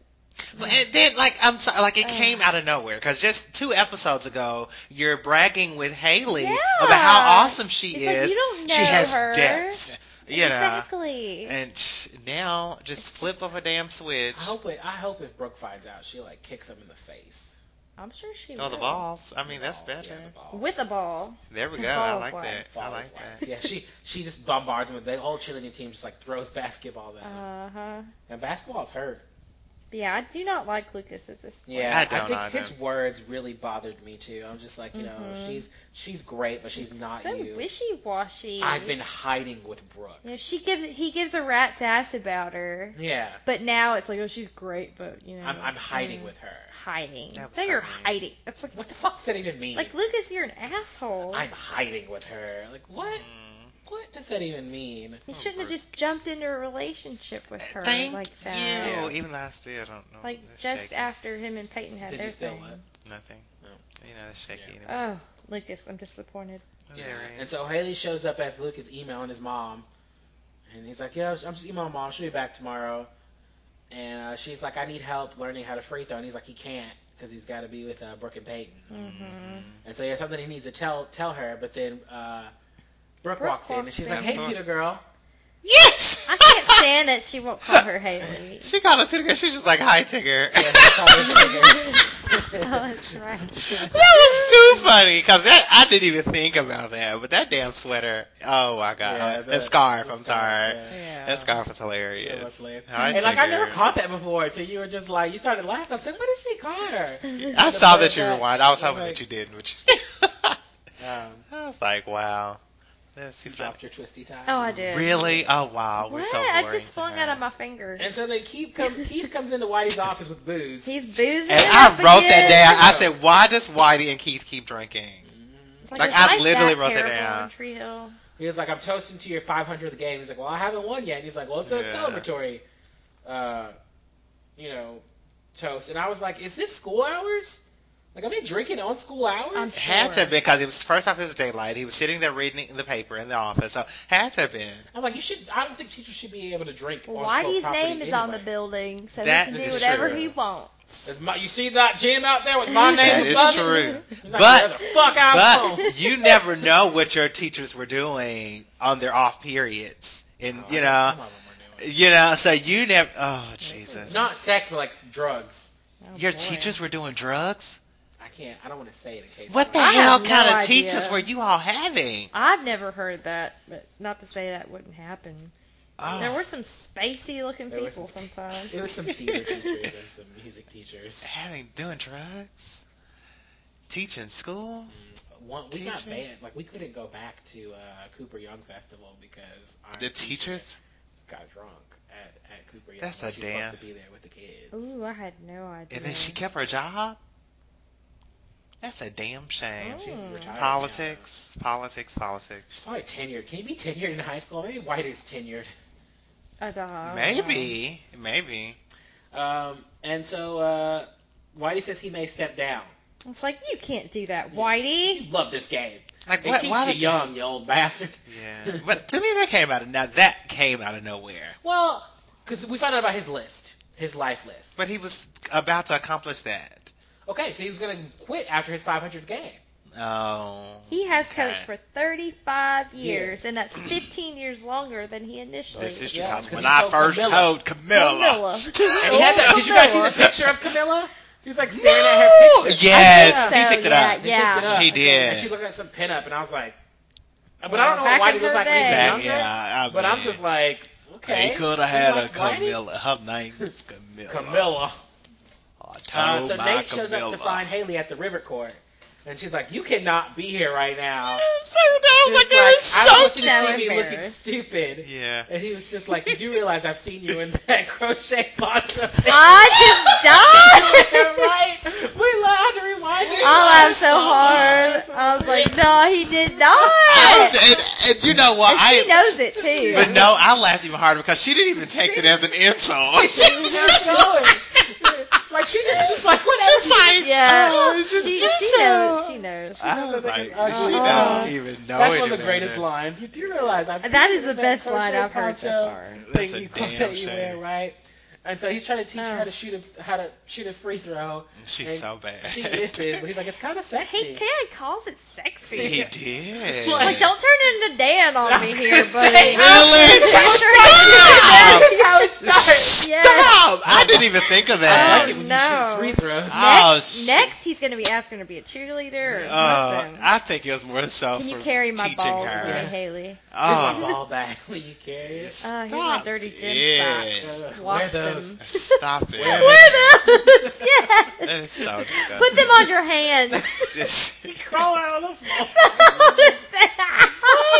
Speaker 1: But and then, like, I'm sorry, like it
Speaker 2: Ugh.
Speaker 1: came out of nowhere because just two episodes ago, you're bragging with Haley
Speaker 2: Yeah.
Speaker 1: about how awesome she
Speaker 2: It's like,
Speaker 1: is.
Speaker 2: you don't
Speaker 1: she
Speaker 2: know
Speaker 1: has
Speaker 2: her.
Speaker 1: depth, you know.
Speaker 2: exactly.
Speaker 1: And sh- now, just flip of a damn switch.
Speaker 3: I hope it, I hope if Brooke finds out, she like kicks him in the face.
Speaker 2: I'm sure she.
Speaker 1: Oh, the
Speaker 2: will.
Speaker 1: balls! I mean, that's
Speaker 3: Balls, yeah,
Speaker 1: better.
Speaker 3: the balls.
Speaker 2: With a ball.
Speaker 1: There we
Speaker 2: The
Speaker 1: go. I
Speaker 2: balls
Speaker 1: like
Speaker 2: line.
Speaker 1: that. I
Speaker 3: Balls,
Speaker 1: like that.
Speaker 3: Yeah, she she just bombards him. with The whole cheerleading team just like throws basketballs at him.
Speaker 2: Uh huh.
Speaker 3: and basketball's hurt.
Speaker 2: Yeah, I do not like Lucas at this point.
Speaker 3: Yeah,
Speaker 1: I
Speaker 3: I,
Speaker 1: don't
Speaker 3: think
Speaker 1: either.
Speaker 3: his words really bothered me too. I'm just like, you know,
Speaker 2: Mhm.
Speaker 3: she's she's great, but she's not
Speaker 2: so
Speaker 3: you.
Speaker 2: wishy washy.
Speaker 3: I've been hiding with Brooke.
Speaker 2: You know, she gives he gives a rat's ass about her,
Speaker 3: Yeah,
Speaker 2: but now it's like, oh, she's great, but you know,
Speaker 3: I'm I'm hiding
Speaker 2: mm,
Speaker 3: with her.
Speaker 2: hiding.
Speaker 1: That was
Speaker 2: So
Speaker 1: so
Speaker 2: you're
Speaker 1: mean.
Speaker 2: hiding. That's like
Speaker 3: What the fuck does that even mean?
Speaker 2: like Lucas, you're an asshole.
Speaker 3: I'm hiding with her. Like what?
Speaker 1: Mm.
Speaker 3: What does that even mean?
Speaker 1: Oh,
Speaker 2: you shouldn't have just jumped into a relationship with her
Speaker 1: Thank
Speaker 2: like that.
Speaker 1: you.
Speaker 3: Yeah.
Speaker 1: Even though I still don't know.
Speaker 2: Like
Speaker 1: That's
Speaker 2: just
Speaker 1: shaky.
Speaker 2: after him and Peyton had
Speaker 3: Said
Speaker 2: their
Speaker 3: you still
Speaker 2: thing.
Speaker 3: what?
Speaker 1: nothing. You know, that's shaky.
Speaker 3: Yeah.
Speaker 1: Anyway.
Speaker 2: Oh, Lucas, I'm disappointed.
Speaker 1: That's
Speaker 3: Yeah.
Speaker 1: alright.
Speaker 3: And so Haley shows up as Luke is emailing his mom, and he's like, "Yeah, I'm just emailing mom. She'll be back tomorrow." And uh, she's like, "I need help learning how to free throw." And he's like, "He can't because he's got to be with uh, Brooke and Peyton."
Speaker 2: Mm-hmm.
Speaker 3: And so yeah, something he needs to tell tell her. But then uh, Brooke,
Speaker 2: Brooke
Speaker 3: walks in and
Speaker 2: walks
Speaker 3: she's
Speaker 2: in.
Speaker 3: like, "Hey, Tita girl."
Speaker 1: Yes.
Speaker 2: I can't stand that she won't call her Haley.
Speaker 1: She called her Tigger. She's just like, "Hi, Tigger."
Speaker 3: Yeah, she called
Speaker 2: Oh,
Speaker 3: her
Speaker 2: that's right.
Speaker 3: Tigger.
Speaker 1: That was too funny because that I didn't even think about that. But that damn sweater. Oh my god.
Speaker 3: Yeah,
Speaker 1: that,
Speaker 3: the-
Speaker 1: scarf.
Speaker 3: the
Speaker 1: I'm
Speaker 3: scarf,
Speaker 1: sorry.
Speaker 3: yeah.
Speaker 2: Yeah.
Speaker 1: That scarf was
Speaker 3: It
Speaker 1: hilarious.
Speaker 3: was hilarious.
Speaker 1: Hi,
Speaker 3: and like I
Speaker 1: Tigger.
Speaker 3: never caught that before, so you were just like you started laughing. I said, "What did she call her?"
Speaker 2: Oh,
Speaker 1: I saw that you
Speaker 3: Yeah.
Speaker 1: rewind. I was
Speaker 3: Yeah,
Speaker 1: hoping
Speaker 3: like-
Speaker 1: that you didn't, but you.
Speaker 3: Um,
Speaker 1: I was like, wow. That's too
Speaker 3: you
Speaker 1: funny.
Speaker 3: dropped your twisty tie.
Speaker 2: Oh, I did.
Speaker 1: Really? Oh wow. We're
Speaker 2: What?
Speaker 1: so boring.
Speaker 2: I just swung out
Speaker 1: tonight.
Speaker 2: of my fingers.
Speaker 3: And so they keep come. Keith comes into Whitey's office with booze.
Speaker 2: He's
Speaker 1: And
Speaker 2: boozing. it
Speaker 1: I
Speaker 2: up
Speaker 1: wrote that
Speaker 2: again.
Speaker 1: down. I said, "Why does Whitey and Keith keep drinking?"
Speaker 2: It's like,
Speaker 1: Like,
Speaker 2: is
Speaker 1: I
Speaker 2: life
Speaker 1: literally
Speaker 2: that
Speaker 1: wrote that
Speaker 2: terrible
Speaker 1: down.
Speaker 2: on Tree Hill.
Speaker 3: Mm-hmm. He was like, "I'm toasting to your 500th game." He's like, "Well, I haven't won yet." And he's like, "Well, it's a
Speaker 1: Yeah.
Speaker 3: celebratory, uh, you know, toast." And I was like, "Is this school hours? Like, are they drinking on school hours?"
Speaker 2: I'm-
Speaker 1: Had to
Speaker 2: Sure.
Speaker 1: have been because it was first off it was daylight. He was sitting there reading the paper in the office, so had to have been.
Speaker 3: I'm like, "You should." I don't think teachers should be able to drink.
Speaker 2: Well,
Speaker 3: on school
Speaker 2: Whitey's
Speaker 3: property
Speaker 2: name is on the
Speaker 3: anyway.
Speaker 2: building, so
Speaker 1: That
Speaker 2: he can do
Speaker 1: is
Speaker 2: whatever
Speaker 1: true.
Speaker 2: he wants.
Speaker 3: There's my, you see that gym out there with my name
Speaker 1: That is
Speaker 3: above it?
Speaker 1: true.
Speaker 3: He's like,
Speaker 1: But
Speaker 3: "Where the fuck I belong."
Speaker 1: But you never know what your teachers were doing on their off periods, and
Speaker 3: Oh, I
Speaker 1: you know,
Speaker 3: guess some of them were doing
Speaker 1: you know. So you never. Oh Jesus!
Speaker 3: it. not sex, but like drugs.
Speaker 2: Oh,
Speaker 1: Your
Speaker 2: boy.
Speaker 1: teachers were doing drugs.
Speaker 3: I can't. I don't want to say it in case.
Speaker 1: What the
Speaker 3: somebody-
Speaker 2: I
Speaker 1: hell
Speaker 2: have no
Speaker 1: kind of
Speaker 2: idea.
Speaker 1: teachers were you all having?
Speaker 2: I've never heard that, but not to say that wouldn't happen.
Speaker 1: Oh.
Speaker 2: There were some spacey looking
Speaker 3: There were
Speaker 2: people
Speaker 3: some-
Speaker 2: sometimes.
Speaker 3: It was some theater teachers and some music teachers.
Speaker 1: having doing drugs. Teaching school?
Speaker 3: Mm, One, we got
Speaker 1: Teacher?
Speaker 3: banned. Like we couldn't go back to uh, Cooper Young Festival because our
Speaker 1: The
Speaker 3: teacher
Speaker 1: teachers?
Speaker 3: got drunk at, at Cooper Young.
Speaker 1: That's
Speaker 3: when
Speaker 1: a
Speaker 3: she's
Speaker 1: damn-
Speaker 3: supposed to be there with the kids.
Speaker 2: Ooh, I had no idea.
Speaker 1: And then she kept her job? That's a damn shame.
Speaker 2: Oh.
Speaker 3: She's retired now.
Speaker 1: Politics, politics, politics.
Speaker 3: She's probably tenured. Can you be tenured in high school? Maybe Whiter's tenured.
Speaker 2: A dog.
Speaker 1: maybe, maybe.
Speaker 3: Um, and so uh, Whitey says he may step down.
Speaker 2: It's like you can't do that, Whitey.
Speaker 3: Love this game.
Speaker 1: Like
Speaker 3: They
Speaker 1: what?
Speaker 3: teach
Speaker 1: Why
Speaker 3: you
Speaker 1: did-
Speaker 3: young, you old bastard.
Speaker 1: Yeah, but to me that came out of now that came out of nowhere.
Speaker 3: Well, because we found out about his list, his life list.
Speaker 1: But he was about to accomplish that.
Speaker 3: Okay, so he was gonna quit after his 500th game.
Speaker 1: Oh,
Speaker 2: He has
Speaker 1: okay.
Speaker 2: coached for 35 years,
Speaker 3: Years.
Speaker 2: and that's 15 years longer than he initially.
Speaker 1: This is
Speaker 3: Yeah,
Speaker 1: because
Speaker 3: because
Speaker 1: when
Speaker 3: he
Speaker 1: I
Speaker 3: told
Speaker 1: first
Speaker 3: Camilla.
Speaker 1: told Camilla.
Speaker 2: Camilla.
Speaker 3: And he had that. Did you guys see the picture of Camilla? He's like staring at
Speaker 1: No!
Speaker 3: her picture.
Speaker 1: Yes,
Speaker 2: I
Speaker 1: he
Speaker 2: think so,
Speaker 1: picked it
Speaker 2: yeah,
Speaker 1: up.
Speaker 3: They picked it up.
Speaker 1: He did.
Speaker 3: And she looked at some pinup, and I was like, but
Speaker 2: Wow,
Speaker 3: I don't know
Speaker 2: back
Speaker 3: why
Speaker 2: in
Speaker 3: he looked
Speaker 2: her
Speaker 3: like
Speaker 2: day.
Speaker 1: Back-
Speaker 3: Baby Beyonce.
Speaker 1: yeah, I
Speaker 3: But I'm
Speaker 1: mean,
Speaker 3: just like, okay.
Speaker 1: He could have
Speaker 3: she
Speaker 1: had a
Speaker 3: likes Whitey?
Speaker 1: Camilla. Her name is Camilla. Oh,
Speaker 3: Camilla.
Speaker 1: I
Speaker 3: Uh,
Speaker 1: told
Speaker 3: so
Speaker 1: my
Speaker 3: Nate shows up to
Speaker 1: Camilla.
Speaker 3: find Haley at the river court, and she's like, "You cannot be here right now."
Speaker 1: So that
Speaker 2: Oh
Speaker 1: was
Speaker 3: She's
Speaker 1: like, that
Speaker 3: like,
Speaker 1: is
Speaker 3: "I
Speaker 1: so
Speaker 3: don't want you to
Speaker 2: so
Speaker 3: see me looking
Speaker 2: embarrassed.
Speaker 3: stupid."
Speaker 1: Yeah.
Speaker 3: And he was just like, "Did you realize I've seen you in that crochet bottom?"
Speaker 2: I just died.
Speaker 3: right? We laughed to rewind it.
Speaker 2: I laughed so hard. I was like, no, he did not.
Speaker 1: I was, and, and you know what?
Speaker 2: And
Speaker 1: I
Speaker 2: she knows it too.
Speaker 1: but no, I laughed even harder because she didn't even take it as an insult. She
Speaker 3: She was just going. Like she just was like, whatever.
Speaker 1: just like,
Speaker 2: yeah,
Speaker 1: oh, it's
Speaker 2: she,
Speaker 1: just
Speaker 2: she
Speaker 1: so-
Speaker 2: knows. She knows.
Speaker 1: I was like,
Speaker 3: Uh-uh.
Speaker 1: she don't even know
Speaker 3: That's one of
Speaker 1: anything
Speaker 3: the greatest
Speaker 1: there.
Speaker 3: lines. You do realize I've seen
Speaker 2: That
Speaker 3: you
Speaker 2: is
Speaker 3: in
Speaker 2: the
Speaker 3: that
Speaker 2: best line
Speaker 3: crochet
Speaker 2: I've heard so
Speaker 3: poncho
Speaker 2: far.
Speaker 1: That's
Speaker 3: thing
Speaker 1: a
Speaker 3: you
Speaker 1: damn
Speaker 3: that you wear,
Speaker 1: shame.
Speaker 3: right? And so he's trying to teach her
Speaker 2: Oh.
Speaker 3: how to shoot a how to shoot a free throw.
Speaker 1: She's so bad.
Speaker 3: She misses, but he's like, it's kind of sexy.
Speaker 2: He kind of calls it sexy.
Speaker 1: He did.
Speaker 2: Like, don't turn into Dan on
Speaker 3: I was
Speaker 2: me
Speaker 3: gonna
Speaker 2: here, buddy.
Speaker 3: say,
Speaker 1: Really? Stop!
Speaker 3: That's how it Uh, starts.
Speaker 2: Yes.
Speaker 1: Stop! I didn't even think of
Speaker 3: I
Speaker 1: that.
Speaker 3: like it when
Speaker 2: no.
Speaker 3: you shoot free throws.
Speaker 1: Oh,
Speaker 2: next,
Speaker 1: shit.
Speaker 2: next he's going to be asking her to be a cheerleader or
Speaker 1: Uh,
Speaker 2: something.
Speaker 1: I think it was more so
Speaker 2: Can you
Speaker 1: for
Speaker 2: carry my
Speaker 1: teaching
Speaker 2: balls
Speaker 1: her.
Speaker 2: away, Haley?
Speaker 3: Here's my
Speaker 1: Oh,
Speaker 3: ball back when you carry it.
Speaker 2: Uh, here's my
Speaker 1: Stop
Speaker 2: dirty gym
Speaker 1: it.
Speaker 2: socks.
Speaker 3: Uh,
Speaker 2: Wash
Speaker 3: wear
Speaker 2: them.
Speaker 3: those.
Speaker 1: stop it.
Speaker 3: Where
Speaker 2: Wear those. yes.
Speaker 1: That is so disgusting.
Speaker 2: Put them on your hands.
Speaker 1: Just-
Speaker 3: Crawl out on the floor.
Speaker 1: what the hell?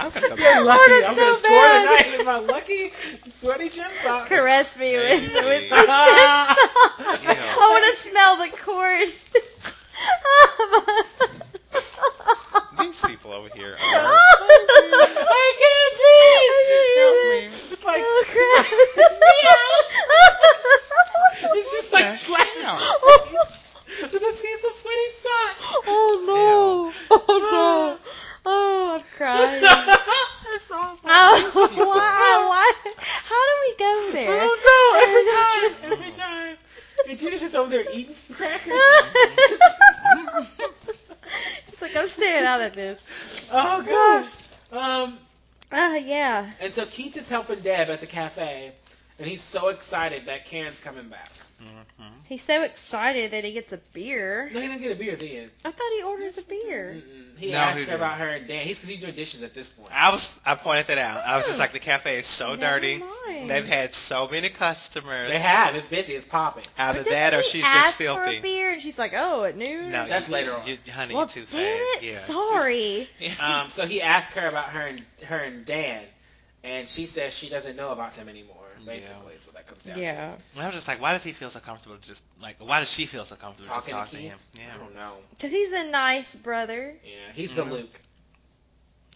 Speaker 1: I'm gonna go
Speaker 3: You're
Speaker 1: back.
Speaker 3: lucky.
Speaker 2: wanted
Speaker 3: I'm
Speaker 2: so
Speaker 3: gonna score
Speaker 2: bad.
Speaker 3: tonight in my lucky sweaty gym socks.
Speaker 2: Caress me with,
Speaker 1: Hey.
Speaker 2: with my
Speaker 3: Ah.
Speaker 2: tits. I want to smell the corn.
Speaker 1: These people over here are.
Speaker 2: I can't breathe.
Speaker 3: It's like
Speaker 2: Oh, crap.
Speaker 3: it's just like
Speaker 1: Okay.
Speaker 3: slapping
Speaker 1: Yeah.
Speaker 3: with a piece of sweaty sock.
Speaker 2: Oh no! Oh no! Oh, I'm crying. Oh,
Speaker 3: It's awful.
Speaker 2: why? Why? How do we go there?
Speaker 3: Oh no! Every time, every time. And Gina's just over there eating crackers.
Speaker 2: it's like I'm staying out of this.
Speaker 3: Oh gosh. Um.
Speaker 2: Ah, yeah.
Speaker 3: And so Keith is helping Deb at the cafe, and he's so excited that Karen's coming back.
Speaker 1: Mhm.
Speaker 2: He's so excited that he gets a beer.
Speaker 3: No, he didn't get a beer, did he?
Speaker 2: I thought he orders a beer.
Speaker 3: Mm-mm. He
Speaker 1: No,
Speaker 3: asked
Speaker 1: he
Speaker 3: her
Speaker 1: didn't.
Speaker 3: about her and Dan. He's because he's doing dishes at this point.
Speaker 1: I was. I pointed that out. I was just like, the cafe is so dirty. Oh, They've
Speaker 2: They've
Speaker 1: had so many customers.
Speaker 3: They have. It's busy. It's popping.
Speaker 1: Either that or she's just
Speaker 2: ask For a
Speaker 1: filthy.
Speaker 2: beer, and she's like, "Oh, at noon."
Speaker 1: No,
Speaker 3: That's
Speaker 1: you-
Speaker 3: later on.
Speaker 1: You, honey,
Speaker 2: well,
Speaker 1: you're too
Speaker 2: damn
Speaker 1: fast.
Speaker 2: it.
Speaker 1: Yeah.
Speaker 2: Sorry.
Speaker 3: Um, so he asked her about her and her and Dan, and she says she doesn't know about them anymore. Basically, is what that comes down to.
Speaker 2: Yeah,
Speaker 1: And I was just like, why does he feel so comfortable? Just like, why does she feel so comfortable
Speaker 3: Talking to
Speaker 1: just talking to, him?
Speaker 3: Keith?
Speaker 1: Yeah,
Speaker 3: I don't know.
Speaker 2: because he's the nice brother.
Speaker 3: Yeah, he's
Speaker 1: Mhm.
Speaker 3: the Luke.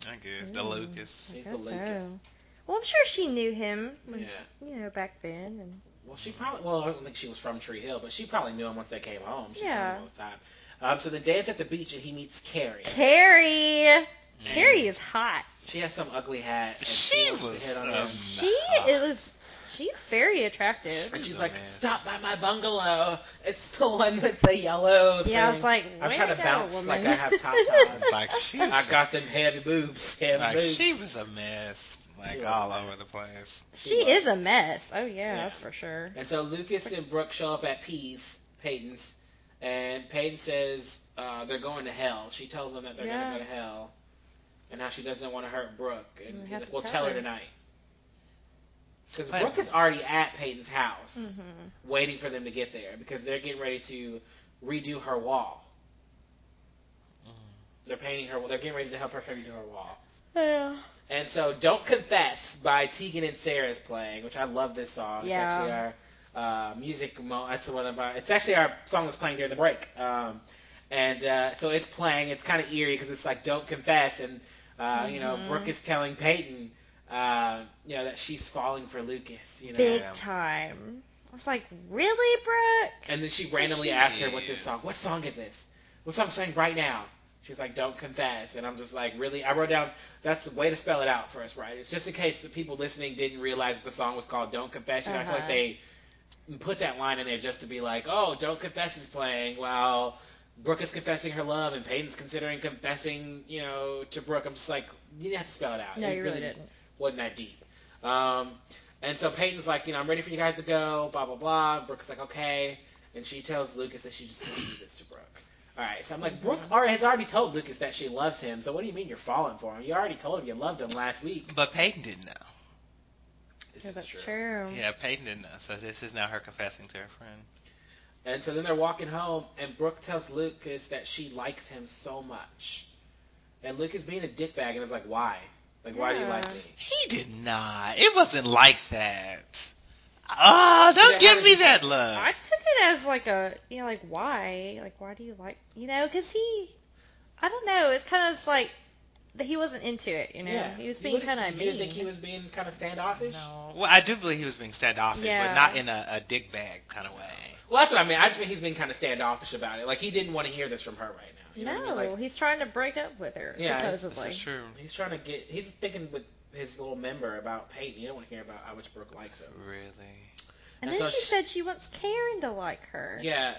Speaker 1: I guess the
Speaker 2: Mm.
Speaker 1: Lucas.
Speaker 2: I
Speaker 3: He's the
Speaker 2: guess
Speaker 3: Lucas.
Speaker 2: so. Well, I'm sure she knew him, when,
Speaker 3: Yeah.
Speaker 2: you know, back then. And
Speaker 3: Well, she probably. Well, I don't think she was from Tree Hill, but she probably knew him once they came home. She
Speaker 2: Yeah.
Speaker 3: yeah. All the time. Um, so then Dan's at the beach and he meets Carrie.
Speaker 2: Carrie,
Speaker 1: Mm.
Speaker 2: Carrie is hot.
Speaker 3: She has some ugly hat. And
Speaker 1: She
Speaker 3: wants to
Speaker 1: was.
Speaker 3: hit on
Speaker 1: a
Speaker 3: him.
Speaker 2: She is. She's very attractive.
Speaker 3: And she's
Speaker 1: a
Speaker 3: like,
Speaker 1: mess.
Speaker 3: "Stop by my bungalow. It's the one with the yellow." Thing.
Speaker 2: Yeah, I was like,
Speaker 3: I'm
Speaker 2: way
Speaker 3: trying to
Speaker 2: go,
Speaker 3: bounce
Speaker 2: woman.
Speaker 3: like I have top tops.
Speaker 1: It's like she. Was
Speaker 3: I got them heavy boobs. Heavy
Speaker 1: Like
Speaker 3: boobs.
Speaker 1: she was a mess.
Speaker 3: She
Speaker 1: Like
Speaker 3: was
Speaker 1: all
Speaker 3: a mess.
Speaker 1: over the place.
Speaker 2: She is a mess. Oh yeah,
Speaker 3: Yeah.
Speaker 2: that's for sure.
Speaker 3: And so Lucas and Brooke show up at Pease, Peyton's, and Peyton says uh, they're going to hell. She tells them that they're
Speaker 2: Yeah.
Speaker 3: going to go to hell, and how she doesn't want to hurt Brooke.
Speaker 2: You
Speaker 3: And he's
Speaker 2: have
Speaker 3: like,
Speaker 2: to
Speaker 3: "Well,
Speaker 2: tell
Speaker 3: tell her
Speaker 2: her."
Speaker 3: tonight." Because
Speaker 1: But-
Speaker 3: Brooke is already at Peyton's house,
Speaker 2: hmm
Speaker 3: waiting for them to get there because they're getting ready to redo her wall. They're painting her. They're getting ready to help her redo her wall.
Speaker 2: Yeah.
Speaker 3: And so, "Don't Confess" by Tegan and Sarah is playing, which I love this song.
Speaker 2: Yeah.
Speaker 3: It's actually our uh, music. Mo- that's one of our. It's actually our song that's playing during the break. Um, and uh, so it's playing. It's kind of eerie because it's like "Don't Confess," and uh, you know,
Speaker 2: Mhm.
Speaker 3: Brooke is telling Peyton, uh, you know, that she's falling for Lucas. You know,
Speaker 2: Big
Speaker 1: Yeah.
Speaker 2: time. I was like, really, Brooke?
Speaker 3: and then she randomly
Speaker 1: She
Speaker 3: asked her what
Speaker 1: is.
Speaker 3: this song. What song is this? What song I'm saying right now? She was like, "Don't confess," and I'm just like, "Really?" I wrote down that's the way to spell it out for us, right? It's just in case the people listening didn't realize the song was called "Don't Confess." You know, I feel
Speaker 2: Uh-huh.
Speaker 3: like they put that line in there just to be like, "Oh, Don't Confess" is playing while Brooke is confessing her love and Peyton's considering confessing, you know, to Brooke. I'm just like, you didn't have to spell it out.
Speaker 2: No,
Speaker 3: It
Speaker 2: you really didn't.
Speaker 3: wasn't that deep. Um, and so Peyton's like, you know, I'm ready for you guys to go, blah, blah, blah. Brooke's like, okay. And she tells Lucas that she just wants to do this to Brooke. All right, so I'm like, Brooke already has already told Lucas that she loves him, so what do you mean you're falling for him? You already told him you loved him last week.
Speaker 1: But Peyton didn't know.
Speaker 3: This
Speaker 2: Yeah,
Speaker 3: is
Speaker 2: that's
Speaker 3: true.
Speaker 2: true.
Speaker 1: Yeah, Peyton didn't know. So this is now her confessing to her friend.
Speaker 3: And so then they're walking home, and Brooke tells Lucas that she likes him so much. And Lucas being a dickbag, and it's like, why? Like, why do you like
Speaker 2: Yeah.
Speaker 3: me?
Speaker 1: He did not. It wasn't like that. Oh, don't
Speaker 3: Yeah, how
Speaker 1: give
Speaker 3: did
Speaker 1: me
Speaker 3: he-
Speaker 1: that look.
Speaker 2: I took it as like a, you know, like why, like why do you like, you know, because he, I don't know, it's kind of like that he wasn't into it, you know, he was
Speaker 3: You
Speaker 2: being
Speaker 3: wouldn't-
Speaker 2: kind of
Speaker 3: You
Speaker 2: mean.
Speaker 3: didn't think he was being kind of standoffish?
Speaker 1: No. Well, I do believe he was being standoffish,
Speaker 2: Yeah.
Speaker 1: but not in a, a dick bag kind of way.
Speaker 3: Well, that's what I mean. I just mean he's been kind of standoffish about it. Like he didn't want to hear this from her right now. You know
Speaker 2: no,
Speaker 3: what I mean? Like
Speaker 2: he's trying to break up with her.
Speaker 3: Yeah, it's-
Speaker 1: This
Speaker 2: supposedly.
Speaker 1: is true.
Speaker 3: he's trying to get. He's thinking with his little member about Peyton. You don't want to hear about how much Brooke likes him.
Speaker 1: Really?
Speaker 2: And
Speaker 3: And
Speaker 2: then
Speaker 3: so
Speaker 2: she
Speaker 3: she-
Speaker 2: said she wants Karen to like her.
Speaker 3: Yeah,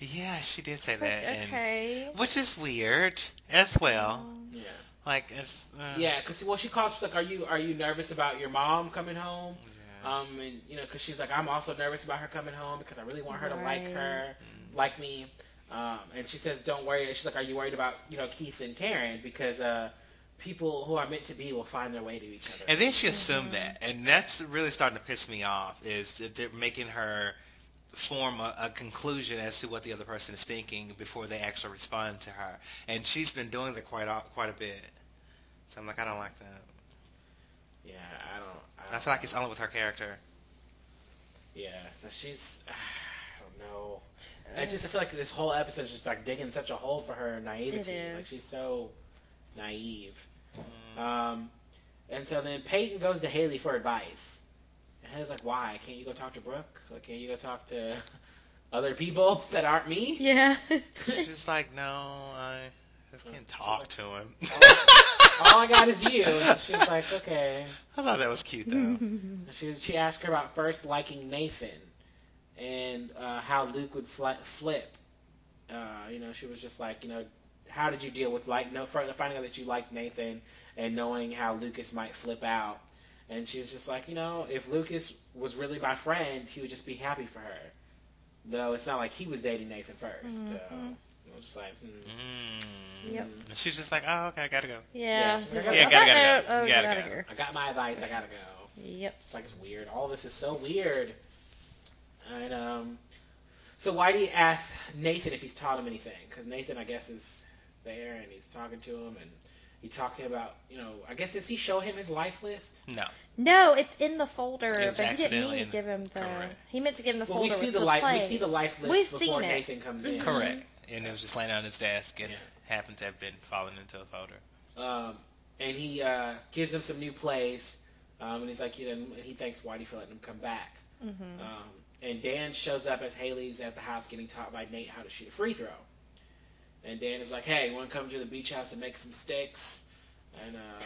Speaker 1: Yeah, she did say
Speaker 2: It's
Speaker 1: that.
Speaker 2: like, okay.
Speaker 1: and, which is weird as well.
Speaker 2: Um,
Speaker 3: yeah,
Speaker 1: Like, it's. Uh,
Speaker 3: yeah. Because well, she calls. She's like, "Are you are you nervous about your mom coming home?"
Speaker 1: yeah.
Speaker 3: Um, and you know, because she's like, "I'm also nervous about her coming home because I really want her to like
Speaker 2: Right.
Speaker 3: her, Mm-hmm. like me." Um, and she says, "Don't worry." She's like, "Are you worried about you know Keith and Karen because uh, people who are meant to be will find their way to each other."
Speaker 1: And then she assumed that, and that's really starting to piss me off. Is that they're making her form a, a conclusion as to what the other person is thinking before they actually respond to her, and she's been doing that quite a, quite a bit. So I'm like, I don't like that.
Speaker 3: yeah, I don't. I, don't
Speaker 1: I feel like it's only with her character.
Speaker 3: Yeah, so she's. I don't know. I just I feel like this whole episode is just like digging such a hole for her naivety.
Speaker 2: It is.
Speaker 3: Like she's so naive. Um, and so then Peyton goes to Haley for advice. And Haley's like, "Why can't you go talk to Brooke? Like, can't you go talk to other people that aren't me?"
Speaker 2: yeah.
Speaker 1: She's just like, no, I just can't talk to him.
Speaker 3: All I got is you. And she's like, "Okay."
Speaker 1: I thought that was cute though. Mm.
Speaker 3: She she asked her about first liking Nathan, and uh, how Luke would fl- flip. Uh, you know, she was just like, you know, how did you deal with like no further finding out that you liked Nathan and knowing how Lucas might flip out. And she was just like, you know, if Lucas was really my friend, he would just be happy for her. Though it's not like he was dating Nathan 1st So
Speaker 2: Mhm.
Speaker 3: I was just like, hmm.
Speaker 1: Mm.
Speaker 2: Yep.
Speaker 1: And She's just like, oh, okay, I gotta go.
Speaker 2: yeah.
Speaker 3: Yeah.
Speaker 2: She's like,
Speaker 3: Yeah,
Speaker 2: "Well,
Speaker 1: gotta-
Speaker 2: that
Speaker 1: gotta go.
Speaker 2: note- oh,
Speaker 1: Gotta
Speaker 2: gotta
Speaker 1: go."
Speaker 2: go.
Speaker 3: I got my advice. I gotta go.
Speaker 2: Yep.
Speaker 3: It's like it's weird. All this is so weird. And um, so why do you ask Nathan if he's taught him anything? Because Nathan, I guess, is there and he's talking to him and he talks to him about you know. I guess does he show him his life list?
Speaker 1: No.
Speaker 2: No, it's in the folder,
Speaker 1: It was
Speaker 2: but he didn't
Speaker 1: accidentally
Speaker 2: mean
Speaker 1: in-
Speaker 2: to give him the.
Speaker 1: Correct.
Speaker 2: He meant to give him the
Speaker 3: Well,
Speaker 2: folder
Speaker 3: we see
Speaker 2: with
Speaker 3: the
Speaker 2: the
Speaker 3: life. We
Speaker 2: plays.
Speaker 3: see the life list
Speaker 2: We've
Speaker 3: before
Speaker 2: seen it. Mm-hmm.
Speaker 3: Nathan comes in.
Speaker 1: Correct. And it was just laying on his desk and
Speaker 3: Yeah.
Speaker 1: happened to have been fallen into a folder.
Speaker 3: Um, and he uh, gives him some new plays. Um, and he's like, you know, and he thanks Whitey for letting him come back.
Speaker 2: Mhm.
Speaker 3: Um, and Dan shows up as Haley's at the house getting taught by Nate how to shoot a free throw. And Dan is like, hey, you want to come to the beach house and make some sticks? And, uh,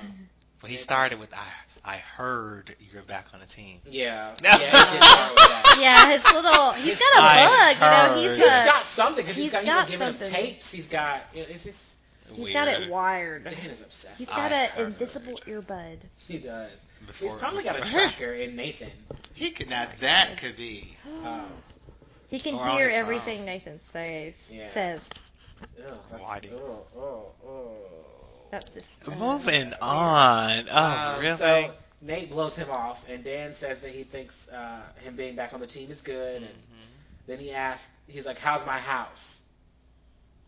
Speaker 1: Well, he started with I. I heard you're back on the team.
Speaker 3: yeah.
Speaker 1: No.
Speaker 3: Yeah, he did start with that.
Speaker 2: Yeah, his little. He's
Speaker 1: I
Speaker 2: got a bug. You know,
Speaker 1: heard.
Speaker 2: he's
Speaker 3: He's
Speaker 2: a.
Speaker 3: got something because he's
Speaker 2: He's
Speaker 3: got,
Speaker 2: got
Speaker 3: he's been giving
Speaker 2: something.
Speaker 3: him tapes. He's got, it's just,
Speaker 2: He's got it wired.
Speaker 3: Dan is obsessed.
Speaker 2: He's
Speaker 3: with
Speaker 2: got
Speaker 1: I
Speaker 2: an
Speaker 1: heard.
Speaker 2: invisible earbud.
Speaker 3: it. He does.
Speaker 1: Before,
Speaker 3: he's probably got a tracker in Nathan.
Speaker 1: He could not. That could be.
Speaker 3: Um,
Speaker 2: He can
Speaker 1: Or on
Speaker 2: hear
Speaker 1: his phone.
Speaker 2: everything Nathan says.
Speaker 3: Yeah.
Speaker 2: Says
Speaker 3: ugh, that's-
Speaker 1: Whitey.
Speaker 3: Oh, oh, oh.
Speaker 2: that's just. uh,
Speaker 1: Moving on. Oh,
Speaker 3: Um,
Speaker 1: really?
Speaker 3: So Nate blows him off, and Dan says that he thinks uh, him being back on the team is good, and Then he asked, he's like, "How's my house?"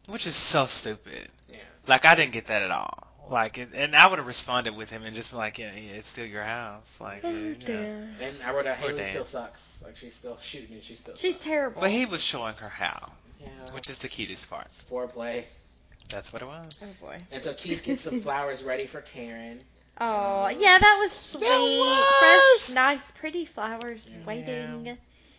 Speaker 1: Which is so stupid.
Speaker 3: Yeah.
Speaker 1: Like I didn't get that at all. Like, it, and I would have responded with him and just been like, yeah, yeah, it's still your house. Like,
Speaker 3: Oh,
Speaker 1: yeah, you know.
Speaker 3: And I wrote out,
Speaker 1: Poor
Speaker 3: "Haley
Speaker 1: Dan.
Speaker 3: still sucks. Like she's still shooting and she's still
Speaker 2: She's
Speaker 3: sucks."
Speaker 2: terrible.
Speaker 1: but he was showing her how,
Speaker 3: Yeah.
Speaker 1: which is the cutest part.
Speaker 3: It's foreplay.
Speaker 1: That's what it was.
Speaker 2: oh boy.
Speaker 3: And so Keith gets some flowers ready for Karen.
Speaker 2: Oh yeah, that was sweet.
Speaker 1: was.
Speaker 2: Fresh, nice, pretty flowers waiting.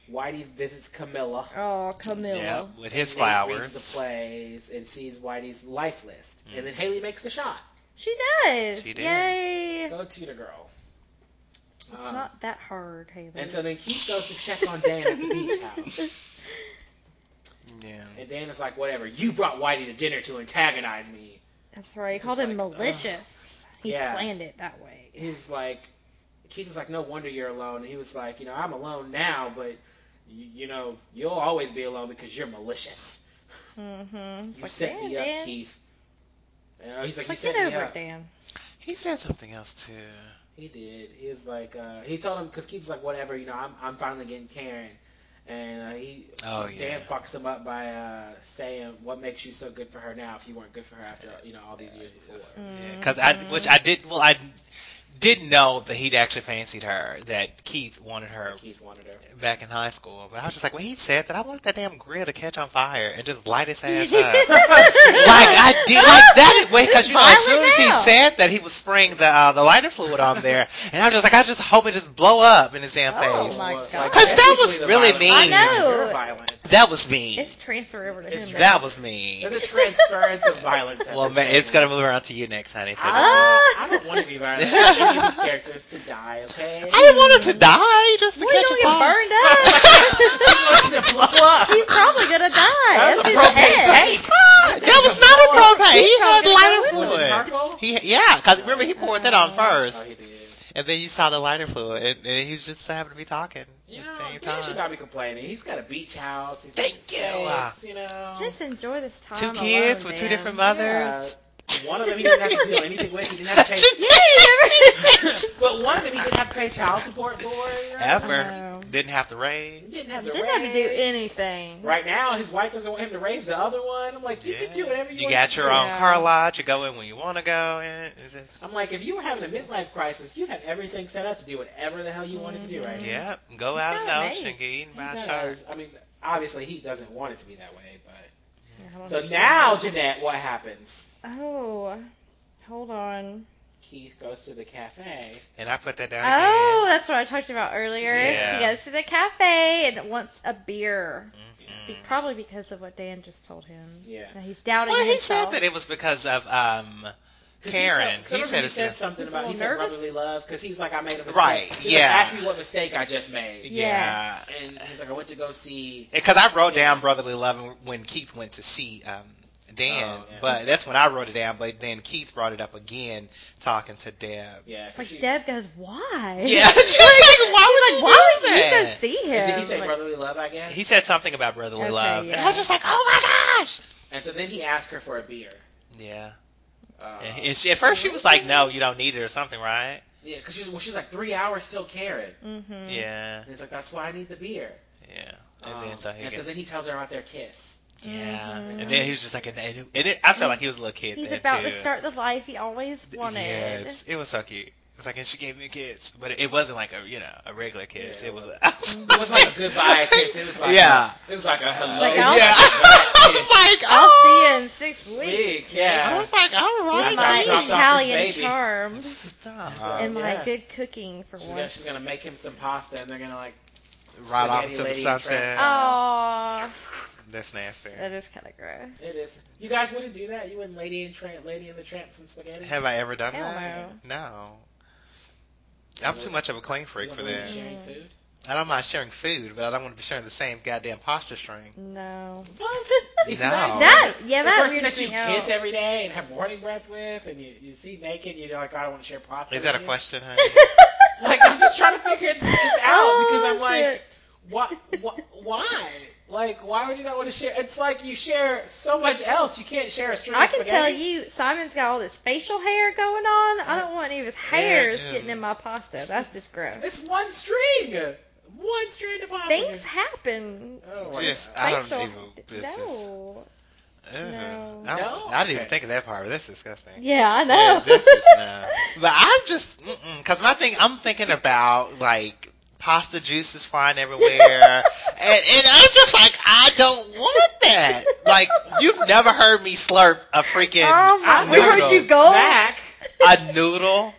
Speaker 3: Whitey visits Camilla.
Speaker 2: Oh, Camilla.
Speaker 1: Yeah, with his
Speaker 3: Nate
Speaker 1: flowers.
Speaker 3: Reads the plays and sees Whitey's life list, and
Speaker 1: Mm.
Speaker 3: then Haley makes the shot.
Speaker 2: She does.
Speaker 1: She did.
Speaker 2: Yay. It's
Speaker 3: Go to the girl. Um,
Speaker 2: not that hard, Haley.
Speaker 3: and so then Keith goes to check on Dan at the beach house,
Speaker 1: Yeah.
Speaker 3: and Dan is like, "Whatever, you brought Whitey to dinner to antagonize me."
Speaker 2: That's right. He
Speaker 3: Just
Speaker 2: called him
Speaker 3: like,
Speaker 2: malicious. He
Speaker 3: Yeah.
Speaker 2: planned it that way.
Speaker 3: He was like, Keith was like, "No wonder you're alone." And he was like, "You know, I'm alone now, but you, you know, you'll always be alone because you're malicious.
Speaker 2: Mm-hmm.
Speaker 3: You set me up, Keith." Uh, he's like,
Speaker 2: It's
Speaker 3: "You
Speaker 2: like,
Speaker 3: set
Speaker 2: get
Speaker 3: me
Speaker 2: over
Speaker 3: up."
Speaker 2: it, Dan.
Speaker 1: He said something else too.
Speaker 3: He did. He was like, uh, he told him because Keith's like, whatever, you know, I'm, I'm finally getting Karen, and uh, he
Speaker 1: Oh yeah.
Speaker 3: Dan fucks him up by uh, saying, "What makes you so good for her now if you weren't good for her after you know all these years before?"
Speaker 2: Mm-hmm.
Speaker 1: Because I, which I did, well, I didn't know that he'd actually fancied her. That Keith wanted her
Speaker 3: Keith wanted her.
Speaker 1: back in high school. But I was just like, when he said that, I wanted that damn grill to catch on fire and just light his ass up. uh, like I did, like that. Wait, because you know, as soon
Speaker 2: Violent
Speaker 1: as he
Speaker 2: hell.
Speaker 1: said that, he was spraying the uh, the lighter fluid on there, and I was just like, I just hope it just blow up in his damn
Speaker 2: Oh,
Speaker 1: face.
Speaker 2: my
Speaker 3: Well,
Speaker 2: God.
Speaker 1: Because that was
Speaker 3: technically the
Speaker 1: really
Speaker 3: violence-
Speaker 1: mean.
Speaker 2: I know.
Speaker 3: You're violent.
Speaker 1: That was mean.
Speaker 2: It's transfer over to him.
Speaker 3: It's
Speaker 2: now.
Speaker 1: that was mean.
Speaker 3: There's a transference of violence. at
Speaker 1: Well,
Speaker 3: this
Speaker 1: man, it's
Speaker 3: table.
Speaker 1: gonna move around to you next, honey. So don't-
Speaker 3: I, I don't want to be violent. I want any of these characters to die. Okay.
Speaker 1: I didn't want it to die just to
Speaker 2: We're
Speaker 1: catch
Speaker 2: gonna
Speaker 1: a
Speaker 2: get
Speaker 1: fire.
Speaker 2: burned up.
Speaker 3: want it to blow up.
Speaker 2: He's probably gonna die.
Speaker 3: That was
Speaker 2: That's
Speaker 3: a
Speaker 2: his
Speaker 3: propane
Speaker 2: head.
Speaker 3: tank.
Speaker 1: That was not a propane. He had lighter
Speaker 2: Was
Speaker 3: Was it
Speaker 1: fluid.
Speaker 3: charcoal?
Speaker 1: He, yeah, because remember he poured that on
Speaker 3: Oh,
Speaker 1: first,
Speaker 3: he did.
Speaker 1: and then you saw the lighter fluid, and, and he was just happened to be talking
Speaker 3: You
Speaker 1: at
Speaker 3: know,
Speaker 1: the same
Speaker 3: Dan should
Speaker 1: time.
Speaker 3: not be complaining. He's got a beach house. He's
Speaker 1: Thank
Speaker 3: got his
Speaker 1: you.
Speaker 3: place, you know.
Speaker 2: Just enjoy this time.
Speaker 1: Two kids
Speaker 2: alone,
Speaker 1: with
Speaker 2: Dan.
Speaker 1: two different mothers.
Speaker 3: Yeah. One of them he didn't have to do anything with. He didn't have to pay.
Speaker 1: Shouldn't he?
Speaker 3: but one of them he didn't have to pay child support for. You know?
Speaker 2: I
Speaker 1: Ever
Speaker 2: know.
Speaker 1: didn't have to
Speaker 3: He
Speaker 1: raise.
Speaker 3: didn't have to
Speaker 2: Didn't
Speaker 3: raise.
Speaker 2: have to do anything.
Speaker 3: Right now, his wife doesn't want him to raise the other one. I'm like, you
Speaker 1: Yeah.
Speaker 3: can do whatever you,
Speaker 1: You
Speaker 3: want.
Speaker 1: got
Speaker 3: to
Speaker 1: your
Speaker 3: do. Oh,
Speaker 1: own
Speaker 2: Yeah.
Speaker 1: car lot. You go in when you want to go in. It's just-
Speaker 3: I'm like, if you were having a midlife crisis, you have everything set up to do whatever the hell you wanted to do
Speaker 2: Mm-hmm.
Speaker 3: right now.
Speaker 1: Yep. Go
Speaker 2: He's
Speaker 1: out in
Speaker 2: got
Speaker 1: the
Speaker 2: it
Speaker 1: ocean,
Speaker 2: made.
Speaker 1: get eaten by
Speaker 3: He
Speaker 1: a shark.
Speaker 3: does. I mean, obviously, he doesn't want it to be that way, but.
Speaker 2: Yeah, I don't
Speaker 3: So
Speaker 2: know.
Speaker 3: now, Jeanette, what happens?
Speaker 2: Oh, hold on.
Speaker 3: Keith goes to the cafe.
Speaker 1: And I put that down
Speaker 2: Oh, that's what I talked about earlier.
Speaker 1: Yeah.
Speaker 2: He goes to the cafe and wants a beer.
Speaker 1: again. Mm-hmm.
Speaker 2: Be- Probably because of what Dan just told him.
Speaker 3: Yeah.
Speaker 2: Now he's doubting
Speaker 1: Well, he said
Speaker 2: himself.
Speaker 1: that it was because of um
Speaker 3: 'Cause
Speaker 1: Karen.
Speaker 3: He, told,
Speaker 1: He
Speaker 3: he said,
Speaker 1: said
Speaker 3: he
Speaker 1: it's
Speaker 3: said
Speaker 1: just-
Speaker 3: something
Speaker 2: He's a
Speaker 3: about he
Speaker 2: little
Speaker 3: said
Speaker 2: nervous.
Speaker 3: brotherly love because he's like I made a mistake.
Speaker 1: Right,
Speaker 3: He's
Speaker 1: yeah.
Speaker 3: Like, Ask me what mistake I just made.
Speaker 1: yeah.
Speaker 2: Yes.
Speaker 3: And he's like I went to go see.
Speaker 1: Because I wrote
Speaker 3: Yeah.
Speaker 1: down brotherly love when Keith went to see um, Dan,
Speaker 3: Oh, yeah.
Speaker 1: but that's when I wrote it down. But then Keith brought it up again, talking to Deb.
Speaker 3: Yeah.
Speaker 2: It's like
Speaker 3: she-
Speaker 2: Deb goes, why?
Speaker 1: Yeah, she's like, why would
Speaker 2: Like,
Speaker 1: you
Speaker 2: why
Speaker 1: do
Speaker 2: would you go
Speaker 1: that?
Speaker 2: see him?
Speaker 3: Did he say
Speaker 2: Like,
Speaker 3: brotherly love? I guess.
Speaker 1: He said something about brotherly
Speaker 2: Okay,
Speaker 1: love, and
Speaker 2: yeah.
Speaker 1: I was just like, oh my gosh.
Speaker 3: and so then he asked her for a beer.
Speaker 1: Yeah,
Speaker 3: Uh,
Speaker 1: and and she, at first she was like, "No, you don't need it" or something, right?
Speaker 3: yeah, because she's well, she's like three hours still Karen.
Speaker 2: mhm.
Speaker 1: Yeah,
Speaker 3: And he's like that's why I need the beer.
Speaker 1: yeah. And
Speaker 3: Um,
Speaker 1: then so he,
Speaker 3: and
Speaker 1: got,
Speaker 3: so then he tells her about their kiss.
Speaker 1: yeah,
Speaker 2: Mhm.
Speaker 1: and then he was just like, and it, and it, I felt like he was a little kid
Speaker 2: He's
Speaker 1: then
Speaker 2: about
Speaker 1: too.
Speaker 2: to start the life he always wanted.
Speaker 1: Yes, it was so cute. It was like, and she gave me a kiss, but it, it wasn't like a you know a regular kiss.
Speaker 3: Yeah,
Speaker 1: it was. A,
Speaker 3: It was like a goodbye kiss. It was like
Speaker 1: yeah.
Speaker 3: A, it was like a hello.
Speaker 2: like,
Speaker 1: yeah.
Speaker 2: I'll-
Speaker 1: I was like,
Speaker 2: I'll see
Speaker 1: oh.
Speaker 2: you in six weeks.
Speaker 3: Weeks, yeah.
Speaker 1: I was like, all
Speaker 2: With
Speaker 1: right.
Speaker 2: my
Speaker 3: dropped off his
Speaker 2: Italian
Speaker 3: baby.
Speaker 2: charms
Speaker 1: Stop.
Speaker 3: Uh,
Speaker 2: and my
Speaker 3: yeah.
Speaker 2: good cooking for
Speaker 3: she's, gonna,
Speaker 2: once.
Speaker 3: she's gonna make him some pasta, and they're gonna like.
Speaker 1: Right off
Speaker 3: spaghetti
Speaker 1: to the
Speaker 3: lady
Speaker 1: sunset.
Speaker 3: trip.
Speaker 2: Aww,
Speaker 1: That's nasty.
Speaker 2: Oh. that is kind of gross.
Speaker 3: It is. You guys wouldn't do that. You wouldn't Lady and Tramp, Lady and the Tramps and spaghetti.
Speaker 1: Have I ever done
Speaker 2: Hell
Speaker 1: that? No. I'm too much of a clean
Speaker 3: You
Speaker 1: freak
Speaker 3: don't
Speaker 1: for
Speaker 3: wanna
Speaker 1: that.
Speaker 3: be Sharing food.
Speaker 1: I don't mind sharing food, but I don't want to be sharing the same goddamn pasta string.
Speaker 2: No.
Speaker 3: What?
Speaker 1: No.
Speaker 2: That yeah,
Speaker 3: the
Speaker 2: that
Speaker 3: person
Speaker 2: weirds
Speaker 3: that you
Speaker 2: me out.
Speaker 3: kiss every day and have morning breath with, and you, you see naked, you're like, "Oh, I don't want to share pasta.
Speaker 1: Is
Speaker 3: with
Speaker 1: that a
Speaker 3: you.
Speaker 1: question, honey?
Speaker 3: Like I'm just trying to figure this out because I'm
Speaker 2: Oh,
Speaker 3: like,
Speaker 2: shit.
Speaker 3: what, why? Like, why would you not want to share? It's like you share so much else. You can't share a string.
Speaker 2: I
Speaker 3: of
Speaker 2: can
Speaker 3: spaghetti.
Speaker 2: tell you, Simon's got all this facial hair going on. I don't want any of his hairs
Speaker 1: Yeah, yeah.
Speaker 2: getting in my pasta. That's just gross.
Speaker 3: It's one string. One strand of popcorn.
Speaker 2: Things happen.
Speaker 3: Oh, my
Speaker 1: Just,
Speaker 3: God.
Speaker 1: I don't
Speaker 2: Facial-
Speaker 1: even. It's just,
Speaker 2: no.
Speaker 1: Ew.
Speaker 2: No.
Speaker 1: I,
Speaker 3: No?
Speaker 1: don't- I didn't even
Speaker 3: Okay.
Speaker 1: think of that part. That's disgusting.
Speaker 2: Yeah, I know.
Speaker 1: Yeah, this is no. But I'm just because my thing. I'm thinking about like pasta juice is flying everywhere, and, and I'm just like, I don't want that. Like you've never heard me slurp a freaking
Speaker 2: Oh my-
Speaker 3: we heard
Speaker 1: noodle.
Speaker 2: you gulp.
Speaker 3: Snack.
Speaker 1: a noodle.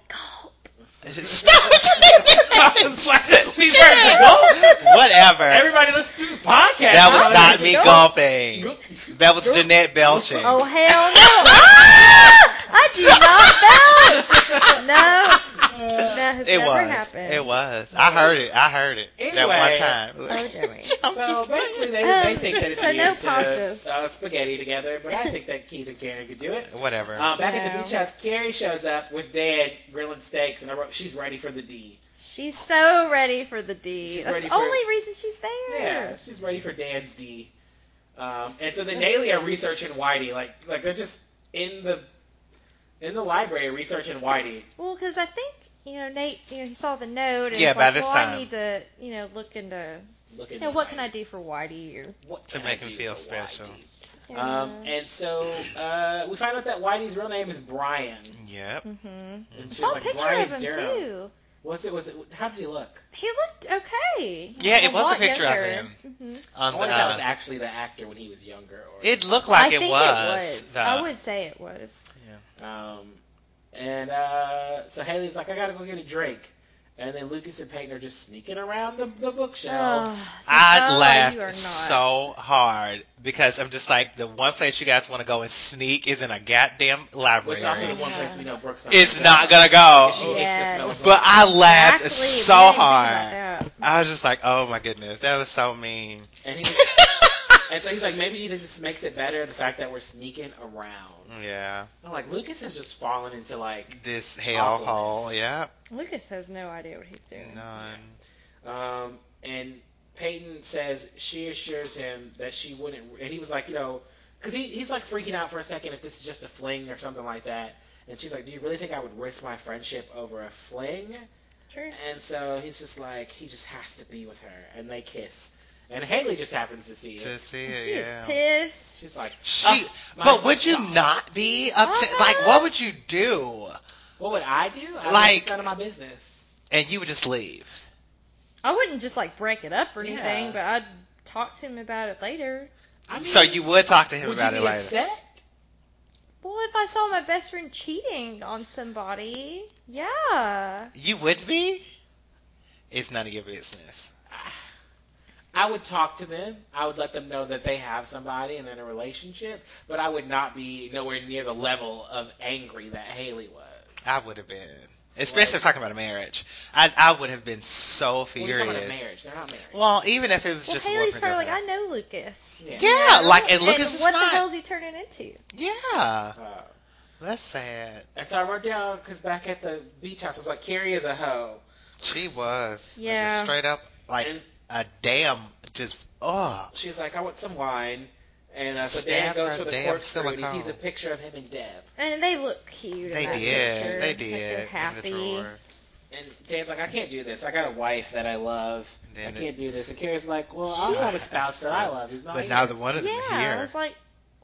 Speaker 1: Stop!
Speaker 3: I was like, Please
Speaker 1: Jared.
Speaker 3: hurry to go.
Speaker 1: Whatever.
Speaker 3: Everybody, let's do this podcast.
Speaker 1: that was
Speaker 3: I
Speaker 1: not
Speaker 3: don't
Speaker 1: me
Speaker 3: know.
Speaker 1: gulping. That was
Speaker 3: Gulp.
Speaker 1: Jeanette belching.
Speaker 2: Oh hell no! I do not know. No, no, it's
Speaker 1: It
Speaker 2: never
Speaker 1: was.
Speaker 2: happened.
Speaker 1: It was. I heard it. I heard it. That
Speaker 3: Anyway.
Speaker 1: one time.
Speaker 2: Oh, Jimmy.
Speaker 1: I'm
Speaker 3: So
Speaker 1: just-
Speaker 3: basically, they,
Speaker 2: Um,
Speaker 3: they think that it's
Speaker 2: so
Speaker 3: weird
Speaker 2: no
Speaker 3: to
Speaker 2: pastas.
Speaker 3: uh, spaghetti together, but I think that Keith and Karen could do it.
Speaker 1: Whatever.
Speaker 3: Uh, back at the
Speaker 2: Wow.
Speaker 3: beach house, Carrie shows up with Dad grilling steaks, and I wrote, she's ready for the D.
Speaker 2: She's so ready for the D.
Speaker 3: She's
Speaker 2: That's
Speaker 3: ready
Speaker 2: the
Speaker 3: for-
Speaker 2: only reason she's there.
Speaker 3: Yeah, she's ready for Dan's D. Um, and so the Naley are researching Whitey, like like they're just in the in the library researching Whitey.
Speaker 2: Well, because I think you know Nate. You know he saw the note. And
Speaker 1: Yeah,
Speaker 2: it's
Speaker 1: by
Speaker 2: like,
Speaker 1: this
Speaker 2: well, I
Speaker 1: time.
Speaker 2: need to you know look into.
Speaker 3: Looking
Speaker 2: You know, what can I do for Whitey? Or,
Speaker 3: what
Speaker 1: To
Speaker 3: can
Speaker 1: make
Speaker 3: I
Speaker 1: him
Speaker 3: do
Speaker 1: feel
Speaker 3: for
Speaker 1: special.
Speaker 3: Whitey? Um, and so uh, we find out that Whitey's real name is Brian.
Speaker 1: Yep.
Speaker 2: hmm
Speaker 3: And she's
Speaker 2: Saw a
Speaker 3: like,
Speaker 2: picture
Speaker 3: Brian
Speaker 2: of him
Speaker 3: Durham.
Speaker 2: too.
Speaker 3: Was it? Was it? How did he look?
Speaker 2: He looked okay.
Speaker 1: Yeah, it was a
Speaker 2: lot
Speaker 1: picture of
Speaker 2: younger.
Speaker 1: him.
Speaker 2: Mhm.
Speaker 1: On
Speaker 3: I
Speaker 1: the,
Speaker 3: wonder if that was
Speaker 1: uh,
Speaker 3: actually the actor when he was younger. Or,
Speaker 1: it looked like
Speaker 2: I
Speaker 1: it,
Speaker 2: think
Speaker 1: was,
Speaker 2: it was.
Speaker 1: though.
Speaker 2: I would say it was.
Speaker 3: Um, and uh, so Haley's like, I gotta go get a drink. And then Lucas and Peyton are just sneaking around the, the bookshelves.
Speaker 2: Ugh,
Speaker 1: I
Speaker 2: no,
Speaker 1: laughed
Speaker 2: you are not.
Speaker 1: so hard because I'm just like the one place you guys want to go and sneak is in a goddamn library.
Speaker 3: which is also the
Speaker 2: Oh, Yeah.
Speaker 3: one place we know Brooks.
Speaker 1: It's not gonna go.
Speaker 3: She hates
Speaker 2: Yes.
Speaker 3: the smell of
Speaker 1: But
Speaker 3: books.
Speaker 1: I laughed
Speaker 2: Exactly. We
Speaker 1: so
Speaker 2: didn't think
Speaker 1: hard.
Speaker 2: about that.
Speaker 1: I was just like, oh my goodness, that was so mean.
Speaker 3: and, he, and so he's like, maybe this makes it better the fact that we're sneaking around.
Speaker 1: yeah,
Speaker 3: I'm like, Lucas has just fallen into like,
Speaker 1: this hellhole.
Speaker 3: Awfulness.
Speaker 1: Yeah,
Speaker 2: Lucas has no idea what he's doing.
Speaker 1: none.
Speaker 3: um, and Peyton says she assures him that she wouldn't, and he was like, you know, because he, he's like freaking out for a second if this is just a fling or something like that. And she's like, do you really think I would risk my friendship over a fling?
Speaker 2: True.
Speaker 3: And so he's just like, he just has to be with her. And they kiss. And Haley just happens to see
Speaker 1: To
Speaker 3: it.
Speaker 1: see
Speaker 2: She
Speaker 1: it,
Speaker 2: is
Speaker 1: yeah.
Speaker 2: pissed.
Speaker 3: She's like,
Speaker 1: She,
Speaker 3: "Ugh, my
Speaker 1: but would you
Speaker 3: God.
Speaker 1: not be upset? Like, what would you do?
Speaker 3: What would I do? I
Speaker 1: Like-
Speaker 3: like, it's none of my business.
Speaker 1: And you would just leave.
Speaker 2: I wouldn't just like break it up or
Speaker 3: Yeah.
Speaker 2: anything, but I'd talk to him about it later.
Speaker 3: I mean,
Speaker 1: So you would talk to him
Speaker 3: would
Speaker 1: about
Speaker 3: you
Speaker 1: it
Speaker 3: be
Speaker 1: later.
Speaker 3: upset?
Speaker 2: Well, if I saw my best friend cheating on somebody, yeah.
Speaker 1: You would be. It's none of your business.
Speaker 3: I would talk to them. I would let them know that they have somebody and they're in a relationship, but I would not be nowhere near the level of angry that Haley was.
Speaker 1: I would have been, especially talking about a marriage. I, I would have been so
Speaker 3: Well, you're
Speaker 1: furious.
Speaker 3: talking about marriage. They're not married.
Speaker 1: Well, even if it was
Speaker 2: Well,
Speaker 1: just
Speaker 2: Haley's
Speaker 1: one
Speaker 2: probably like, I
Speaker 1: girlfriend.
Speaker 2: know Lucas.
Speaker 3: yeah.
Speaker 1: yeah, like and Lucas is
Speaker 2: what the
Speaker 1: not.
Speaker 2: hell is he turning into?
Speaker 1: Yeah,
Speaker 3: Uh,
Speaker 1: that's sad.
Speaker 3: and so I wrote down because back at the beach house, I was like, Carrie is a hoe.
Speaker 1: She was like,
Speaker 2: Yeah.
Speaker 1: straight up like
Speaker 3: And-
Speaker 1: a damn just oh
Speaker 3: She's like, I want some wine. And uh, so Dan
Speaker 1: Stab
Speaker 3: goes
Speaker 1: her
Speaker 3: for the
Speaker 1: damn
Speaker 3: corkscrew and he
Speaker 1: silicone.
Speaker 3: sees a picture of him and Deb.
Speaker 2: And they look cute. in
Speaker 1: they
Speaker 2: that picture.
Speaker 1: did they
Speaker 2: Like, they're
Speaker 1: did
Speaker 2: happy.
Speaker 1: in the drawer.
Speaker 3: And Dan's like, I can't do this. I got a wife that I love.
Speaker 1: And then
Speaker 3: I
Speaker 1: it-
Speaker 3: can't do this. And Carrie's like, Well, I also have a spouse that I love. He's not
Speaker 1: but
Speaker 3: here.
Speaker 1: neither one of them
Speaker 2: yeah,
Speaker 1: are
Speaker 2: I
Speaker 1: here.
Speaker 2: was like,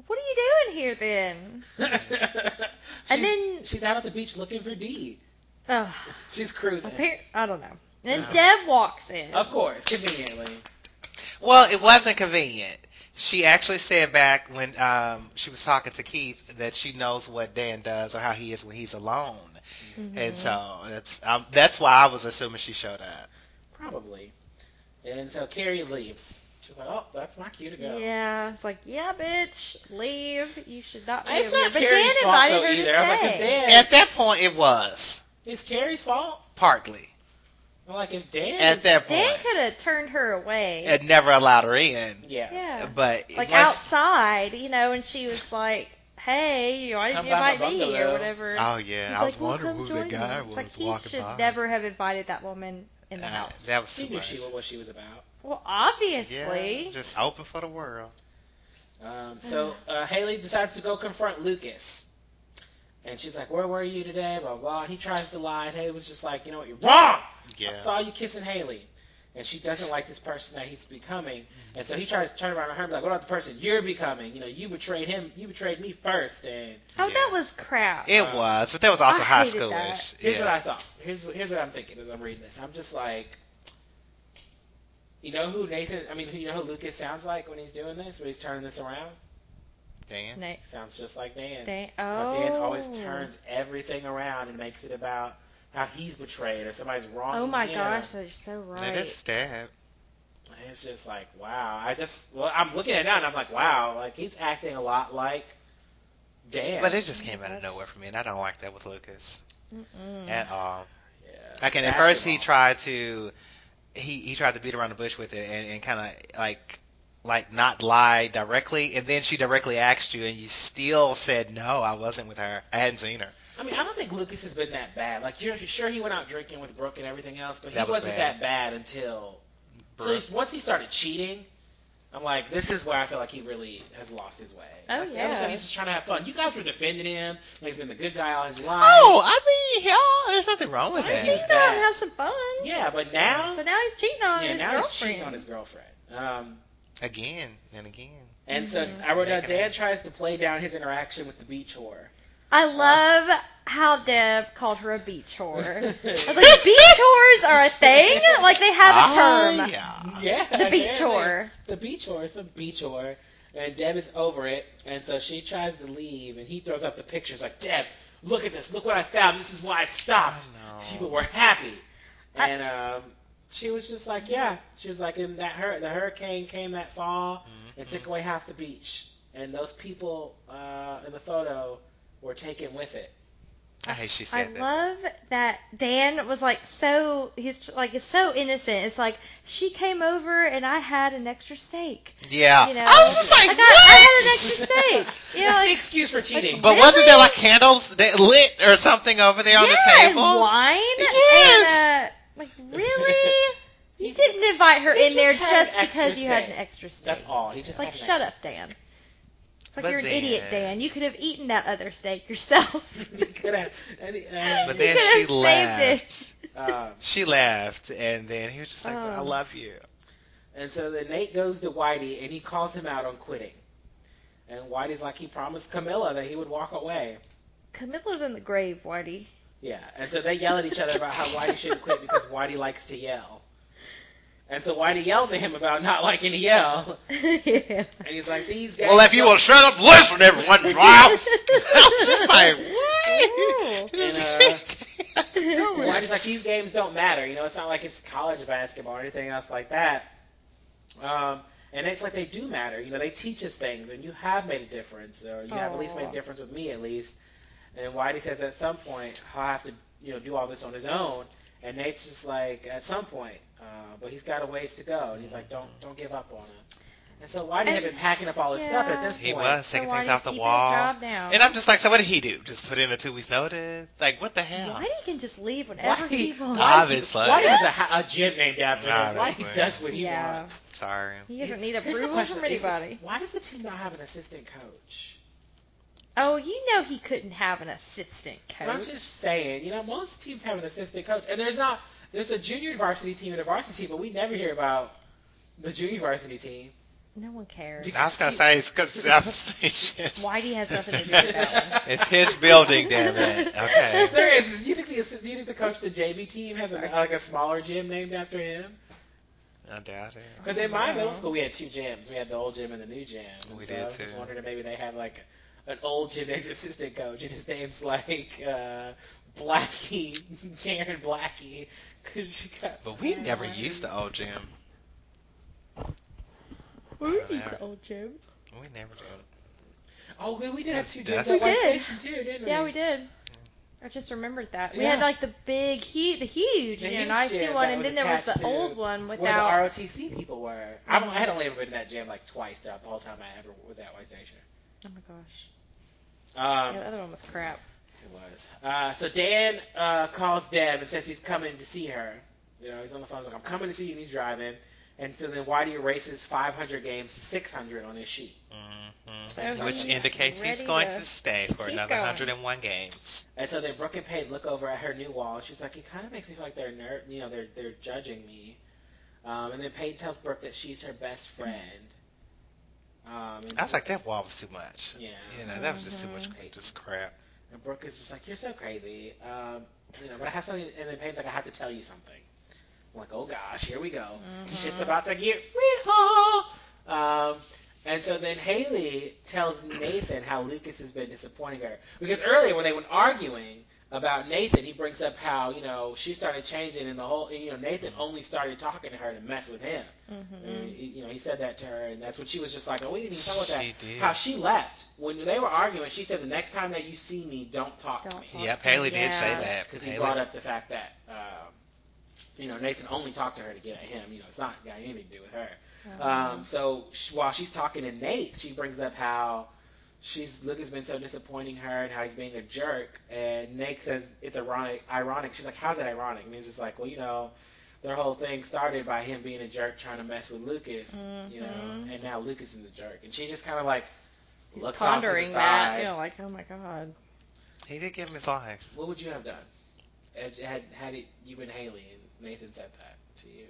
Speaker 2: what are you doing here then?
Speaker 3: She's-
Speaker 2: then-
Speaker 3: she's out at the beach looking for D.
Speaker 2: Oh,
Speaker 3: She's cruising.
Speaker 2: appar- I don't know. Then
Speaker 3: Yeah.
Speaker 2: Deb walks in.
Speaker 3: Of course, conveniently.
Speaker 1: Well, it wasn't convenient. She actually said back when um, she was talking to Keith that she knows what Dan does or how he is when he's alone,
Speaker 2: Mm-hmm.
Speaker 1: and so that's um, that's why I was assuming she showed up.
Speaker 3: Probably. And so Carrie leaves. She's like, Oh, that's my cue to go.
Speaker 2: Yeah, it's like, yeah, bitch, leave. You should not be
Speaker 3: It's
Speaker 2: over here.
Speaker 3: not
Speaker 2: But
Speaker 3: Carrie's
Speaker 2: Dan
Speaker 3: fault
Speaker 2: invited
Speaker 3: though
Speaker 2: her to
Speaker 3: either. I was like,
Speaker 2: stay.
Speaker 3: is Dan?
Speaker 1: At that point, it was
Speaker 3: Is Carrie's fault?
Speaker 1: partly
Speaker 3: I'm like, if Dan
Speaker 1: at
Speaker 3: is-
Speaker 1: that
Speaker 2: Dan
Speaker 1: point,
Speaker 2: could have turned her away.
Speaker 1: it never allowed her in.
Speaker 3: yeah.
Speaker 2: yeah.
Speaker 1: But
Speaker 2: Like
Speaker 1: once-
Speaker 2: outside, you know, and she was like, hey, why didn't
Speaker 3: Come
Speaker 2: you
Speaker 3: by my
Speaker 2: invite me
Speaker 3: bungalow.
Speaker 2: or whatever.
Speaker 1: Oh yeah,
Speaker 2: He's
Speaker 1: I was
Speaker 2: like, well,
Speaker 1: wondering
Speaker 2: come
Speaker 1: who that
Speaker 2: join
Speaker 1: guy
Speaker 2: me.
Speaker 1: was
Speaker 2: It's like, he
Speaker 1: walking
Speaker 2: should
Speaker 1: by.
Speaker 2: never have invited that woman in the
Speaker 1: Uh,
Speaker 2: house.
Speaker 1: that was too
Speaker 3: She knew
Speaker 1: much.
Speaker 3: she what she was about.
Speaker 2: Well, obviously.
Speaker 1: yeah, just open for the world.
Speaker 3: Um, so
Speaker 2: Uh-huh.
Speaker 3: uh, Haley decides to go confront Lucas. And she's like, Where were you today? Blah, blah. And he tries to lie. And Haley was just like, You know what? You're wrong.
Speaker 1: Yeah,
Speaker 3: I saw you kissing Haley. and she doesn't like this person that he's becoming, and so he tries to turn around on her, and be like, "What about the person you're becoming? You know, you betrayed him, you betrayed me first, and
Speaker 2: Oh,
Speaker 1: Yeah.
Speaker 2: that was crap.
Speaker 3: Uh,
Speaker 1: It was, but that was also
Speaker 2: Um, I
Speaker 1: high
Speaker 2: hated that.
Speaker 1: schoolish.
Speaker 3: Here's
Speaker 1: yeah.
Speaker 3: what I saw. Here's here's what I'm thinking as I'm reading this. I'm just like, you know who Nathan? I mean, who you know who Lucas sounds like when he's doing this? When he's turning this around,
Speaker 1: Dan.
Speaker 2: Next.
Speaker 3: sounds just like Dan.
Speaker 2: They,
Speaker 3: But
Speaker 2: oh.
Speaker 3: Dan always turns everything around and makes it about how he's betrayed or somebody's wrong.
Speaker 2: Oh my
Speaker 3: him.
Speaker 2: gosh, they're so right.
Speaker 1: It is stab.
Speaker 3: And It's just like wow. I just well, I'm looking at it now and I'm like wow. Like he's acting a lot like Dan.
Speaker 1: But it just came out of nowhere for me, and I don't like that with Lucas
Speaker 2: Mm-mm.
Speaker 1: at all.
Speaker 3: yeah.
Speaker 1: Like, and at first he
Speaker 3: Basketball.
Speaker 1: tried to, he he tried to beat around the bush with it, and, and kind of like like not lie directly, and then she directly asked you, and you still said no, I wasn't with her. I hadn't seen her.
Speaker 3: I mean, I don't think Lucas has been that bad. Like, you're sure he went out drinking with Brooke and everything else, but he
Speaker 1: That was
Speaker 3: wasn't
Speaker 1: bad.
Speaker 3: that bad until so
Speaker 1: Brooke.
Speaker 3: he's- once he started cheating. I'm like, this is where I feel like he really has lost his way.
Speaker 2: Oh,
Speaker 3: like, the other time
Speaker 2: yeah.
Speaker 3: he's just trying to have fun. You guys were defending him. Like, he's been the good guy all his life.
Speaker 1: Oh, I mean, y'all, there's nothing wrong with
Speaker 3: Thank
Speaker 1: that.
Speaker 3: you.
Speaker 2: He's
Speaker 3: He's
Speaker 2: gonna
Speaker 3: bad.
Speaker 2: have some fun.
Speaker 3: yeah, but now,
Speaker 2: But now he's cheating on
Speaker 3: yeah,
Speaker 2: his
Speaker 3: now he's
Speaker 2: girlfriend.
Speaker 3: cheating on his girlfriend. Um,
Speaker 1: Again and again.
Speaker 3: and
Speaker 2: Mm-hmm.
Speaker 3: so I wrote down, Dan tries to play down his interaction with the beach whore.
Speaker 2: I love how Deb called her a beach whore. I was
Speaker 3: yeah,
Speaker 2: like, beach whores are a thing? Like, they have a term.
Speaker 1: Ah, yeah.
Speaker 2: The beach
Speaker 3: apparently.
Speaker 2: whore.
Speaker 3: the beach whore, it's a beach whore, and Deb is over it, and so she tries to leave, and he throws up the pictures like, Deb, look at this, look what I found, this is why I stopped.
Speaker 1: I know.
Speaker 3: People were happy,
Speaker 2: I-
Speaker 3: and um, she was just like, yeah, she was like, and that hur- the hurricane came that fall
Speaker 1: Mm-hmm.
Speaker 3: and took away half the beach, and those people uh, in the photo were taken with it.
Speaker 1: I hate she said
Speaker 2: I
Speaker 1: that.
Speaker 2: love that Dan was like so he's just, like it's so innocent. It's like she came over and I had an extra steak.
Speaker 1: yeah.
Speaker 2: You know,
Speaker 1: I was just like,
Speaker 2: I got I
Speaker 1: what?
Speaker 2: had an extra steak. You know,
Speaker 3: That's the
Speaker 2: like,
Speaker 3: excuse for cheating.
Speaker 1: But
Speaker 2: Really?
Speaker 1: wasn't there like candles that lit or something over there on
Speaker 2: yeah,
Speaker 1: the
Speaker 2: and
Speaker 1: table?
Speaker 2: wine.
Speaker 1: Yes.
Speaker 2: And, uh, like really, you didn't invite her
Speaker 3: You
Speaker 2: in there
Speaker 3: just had an
Speaker 2: just because
Speaker 3: extra
Speaker 2: you had
Speaker 3: steak.
Speaker 2: an extra steak.
Speaker 3: That's all. He just
Speaker 2: It's like
Speaker 3: had an
Speaker 2: shut
Speaker 3: extra
Speaker 2: up, Dan. It's like
Speaker 1: But
Speaker 2: you're an idiot,
Speaker 1: then-
Speaker 2: Dan. You could have eaten that other steak yourself.
Speaker 3: You could have. and, uh,
Speaker 1: But
Speaker 2: You
Speaker 1: then
Speaker 2: could have
Speaker 1: she
Speaker 2: saved
Speaker 1: laughed.
Speaker 2: it.
Speaker 3: um,
Speaker 1: She laughed, and then he was just like, "But "I
Speaker 2: Oh.
Speaker 1: love you."
Speaker 3: and so then Nate goes to Whitey and he calls him out on quitting. And Whitey's like he promised Camilla that he would walk away.
Speaker 2: Camilla's in the grave, Whitey.
Speaker 3: Yeah. And so they yell at each other about how Whitey shouldn't quit because Whitey likes to yell. And so Whitey yells at him about not liking to yell.
Speaker 2: yeah.
Speaker 3: And he's like, these guys.
Speaker 1: Well, if you will shut up, listen, everyone. Wow.
Speaker 2: Ooh.
Speaker 3: uh, Whitey's like, these games don't matter. You know, it's not like it's college basketball or anything else like that. Um, and it's like they do matter. You know, they teach us things, and you have made a difference, or you have at least made a
Speaker 2: Aw.
Speaker 3: difference with me, at least. And Whitey says at some point, he'll have to, you know, do all this on his own. And Nate's just like, at some point, uh, but he's got a ways to go. And he's like, don't, don't give up on it. And so Whitey had
Speaker 2: And-
Speaker 3: been packing up all his stuff at this
Speaker 1: He
Speaker 3: point.
Speaker 1: was
Speaker 2: So
Speaker 1: taking things
Speaker 2: Whitey's
Speaker 1: off the
Speaker 2: keeping his
Speaker 1: wall,
Speaker 2: job now.
Speaker 1: and I'm just like, "So what did he do? Just put in a two weeks notice? Like, what the hell?"
Speaker 2: Whitey can just leave whenever he
Speaker 3: Whitey-
Speaker 2: wants.
Speaker 1: Obviously.
Speaker 3: Whitey has a, ha- a gym named after him.
Speaker 1: Obviously.
Speaker 3: Whitey does what he
Speaker 2: Yeah.
Speaker 3: wants.
Speaker 1: Sorry.
Speaker 2: He doesn't need
Speaker 3: Here's the
Speaker 2: approval
Speaker 3: question.
Speaker 2: from
Speaker 3: Is-
Speaker 2: anybody.
Speaker 3: Why does the team not have an assistant coach?
Speaker 2: Oh, you know he couldn't have an assistant
Speaker 3: And I'm
Speaker 2: coach.
Speaker 3: just saying, you know, most teams have an assistant coach, and there's not there's a junior varsity team and a varsity team, but we never hear about the junior varsity team.
Speaker 2: No one cares.
Speaker 1: I was gonna say it's because I was speechless.
Speaker 2: Whitey has nothing to do with that.
Speaker 1: It's his building, damn it. Okay.
Speaker 3: There is. Do you think the assi- do you think the coach of the JV team has a, like a smaller gym named after him?
Speaker 1: I doubt it.
Speaker 3: Because in my
Speaker 2: No.
Speaker 3: middle school we had two gyms. We had the old gym and the new gym. And
Speaker 1: We
Speaker 3: so
Speaker 1: did
Speaker 3: I was just
Speaker 1: too.
Speaker 3: wondering if maybe they had like an old gym named assistant coach, and his name's like uh, Blackie, Darren Blackie, because you got.
Speaker 1: But we never used the old gym.
Speaker 2: Where
Speaker 1: is the
Speaker 2: old Jim?
Speaker 1: We never did.
Speaker 3: Oh, we, we did have two gyms
Speaker 1: That's-
Speaker 3: at
Speaker 2: We
Speaker 3: one
Speaker 2: did.
Speaker 3: station too, didn't we?
Speaker 2: Yeah, we did. I just remembered that. We had
Speaker 3: Yeah.
Speaker 2: like the big, hu the huge,
Speaker 3: The
Speaker 2: you know,
Speaker 3: huge
Speaker 2: nice
Speaker 3: gym
Speaker 2: new one,
Speaker 3: that
Speaker 2: and
Speaker 3: was
Speaker 2: then there was
Speaker 3: attached
Speaker 2: the
Speaker 3: to
Speaker 2: old one
Speaker 3: Where the
Speaker 2: without.
Speaker 3: ROTC people were. I, don't- I had only ever been to that gym like twice the whole time I ever was at White Station.
Speaker 2: Oh my gosh,
Speaker 3: Um,
Speaker 2: yeah, the other one was crap.
Speaker 3: It was. Uh, so Dan uh, calls Deb and says he's coming to see her. You know, he's on the phone. He's like, I'm coming to see you. And he's driving. And so then Whitey erases 500 games to 600 on his sheet.
Speaker 1: hmm
Speaker 2: So
Speaker 1: Which
Speaker 2: he's
Speaker 1: indicates he's
Speaker 2: Mm-hmm. ready
Speaker 1: going
Speaker 2: to
Speaker 1: to stay for
Speaker 2: keep
Speaker 1: another
Speaker 2: going.
Speaker 1: 101 games.
Speaker 3: And so then Brooke and Payne look over at her new wall. And she's like, it kind of makes me feel like they're ner- you know, they're, they're judging me. Um, and then Peyton tells Brooke that she's her best friend. Um, and
Speaker 1: I was like, that wall was too much.
Speaker 3: Yeah.
Speaker 1: You know, that was just too
Speaker 2: Mm-hmm.
Speaker 1: much,
Speaker 3: Mhm.
Speaker 1: just crap.
Speaker 3: And Brooke is just like, "You're so crazy," um, you know. But I have something, and then Payne's like, "I have to tell you something." I'm like, "Oh gosh, here we go. Shit's about to get real." Um, and so then Haley tells Nathan how Lucas has been disappointing her because earlier when they were arguing about Nathan, he brings up how you know she started changing, and the whole you know Nathan only started talking to her to mess with him.
Speaker 2: Mm-hmm.
Speaker 3: And, he- you know, he said that to her, and that's what she was just like, "Oh, we didn't even talk about that."
Speaker 1: She did.
Speaker 3: How she left when they were arguing, she said, "The next time that you see me, don't talk to
Speaker 2: Don't
Speaker 3: me,"
Speaker 2: talk.
Speaker 1: Yep, Haley did say
Speaker 2: Yeah.
Speaker 1: that.
Speaker 3: because he
Speaker 1: Haley,
Speaker 3: brought up the fact that um, you know Nathan only talked to her to get at him. You know, it's not got anything to do with her.
Speaker 2: Uh-huh.
Speaker 3: Um, so sh while she's talking to Nate, she brings up how she's Luke has been so disappointing her and how he's being a jerk. And Nate says it's ironic. Ironic. She's like, "How's it ironic?" And he's just like, "Well, you know." Their whole thing started by him being a jerk trying to mess with Lucas, you know,
Speaker 2: Mhm.
Speaker 3: and now Lucas is a jerk. And she just kind of like
Speaker 2: He's
Speaker 3: looks off to the
Speaker 2: pondering
Speaker 3: side.
Speaker 2: that. You know, like, oh my god.
Speaker 1: he did give him his life.
Speaker 3: What would you have done? Had had, had it, you been Haley and Nathan said that to you?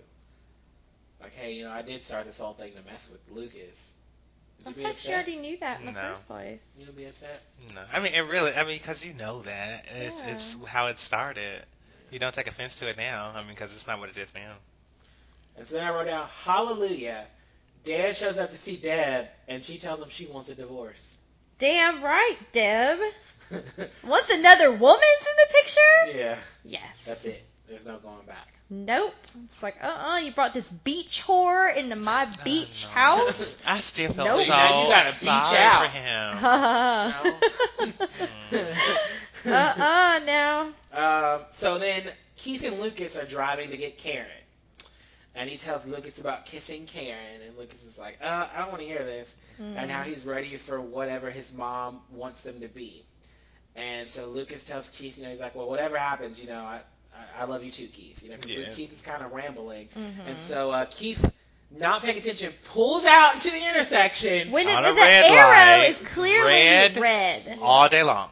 Speaker 3: Like, hey, you know, I did start this whole thing to mess with Lucas.
Speaker 2: I
Speaker 3: Would you be
Speaker 2: thought she
Speaker 3: upset?
Speaker 2: already knew that in the
Speaker 1: No.
Speaker 2: first place.
Speaker 3: You'd be upset.
Speaker 1: No, I mean, and really, I mean, because you know that and it's
Speaker 2: Yeah.
Speaker 1: it's how it started. You don't take offense to it now. I mean, because it's not what it is now.
Speaker 3: And so then I wrote down, Hallelujah. Dad shows up to see Deb, and she tells him she wants a divorce.
Speaker 2: Damn right, Deb.
Speaker 3: yeah,
Speaker 2: Once another woman's in the picture? Yes.
Speaker 3: that's it. There's no going back.
Speaker 2: Nope. It's like, uh uh you brought this beach whore into my beach
Speaker 1: no.
Speaker 2: house?
Speaker 1: I still feel
Speaker 2: Nope.
Speaker 1: so
Speaker 3: Now you gotta beach
Speaker 1: sorry
Speaker 3: out.
Speaker 1: for him. Mm.
Speaker 2: uh uh, now.
Speaker 3: Um, so then Keith and Lucas are driving to get Karen. And he tells Lucas about kissing Karen. And Lucas is like, uh, I don't want to hear this.
Speaker 2: Mm-hmm.
Speaker 3: And how he's ready for whatever his mom wants them to be. And so Lucas tells Keith, you know, he's like, well, whatever happens, you know, I, I, I love you too, Keith. You know, 'cause
Speaker 1: Yeah.
Speaker 3: Keith is kind of rambling.
Speaker 2: Mhm.
Speaker 3: And so uh, Keith, not paying attention, pulls out into the intersection.
Speaker 2: When
Speaker 1: On
Speaker 2: it,
Speaker 1: a
Speaker 2: the
Speaker 1: red
Speaker 2: arrow
Speaker 1: light,
Speaker 2: is clearly
Speaker 1: red.
Speaker 2: red.
Speaker 1: All day long,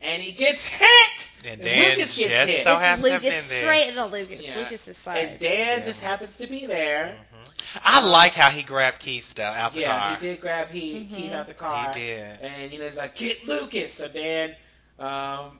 Speaker 3: And he gets hit.
Speaker 1: and then
Speaker 3: Lucas
Speaker 1: just
Speaker 3: gets hit.
Speaker 1: so
Speaker 2: It's
Speaker 1: happened to have been
Speaker 2: Lucas,
Speaker 1: there.
Speaker 2: straight into Lucas.
Speaker 3: Yeah.
Speaker 2: Lucas's
Speaker 3: And
Speaker 2: side.
Speaker 3: Dan
Speaker 1: Yeah. Mm-hmm.
Speaker 3: just happens to be there.
Speaker 1: I like how he grabbed Keith though out the
Speaker 3: yeah,
Speaker 1: car.
Speaker 3: he did grab he Keith
Speaker 2: Mm-hmm.
Speaker 3: out the car.
Speaker 1: He did.
Speaker 3: And you know, he's like, get Lucas. So Dan um,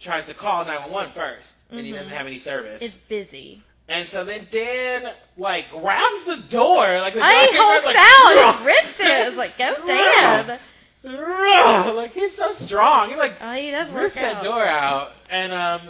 Speaker 3: tries to call 911 1st and he
Speaker 2: Mhm.
Speaker 3: doesn't have any service.
Speaker 2: It's busy.
Speaker 3: and so then Dan like grabs the door, like the
Speaker 2: I
Speaker 3: door
Speaker 2: holds out and rips it. It's like, go Dan.
Speaker 3: damn. like he's so strong. He like
Speaker 2: Oh, he does work
Speaker 3: rips that
Speaker 2: out.
Speaker 3: door out, and um,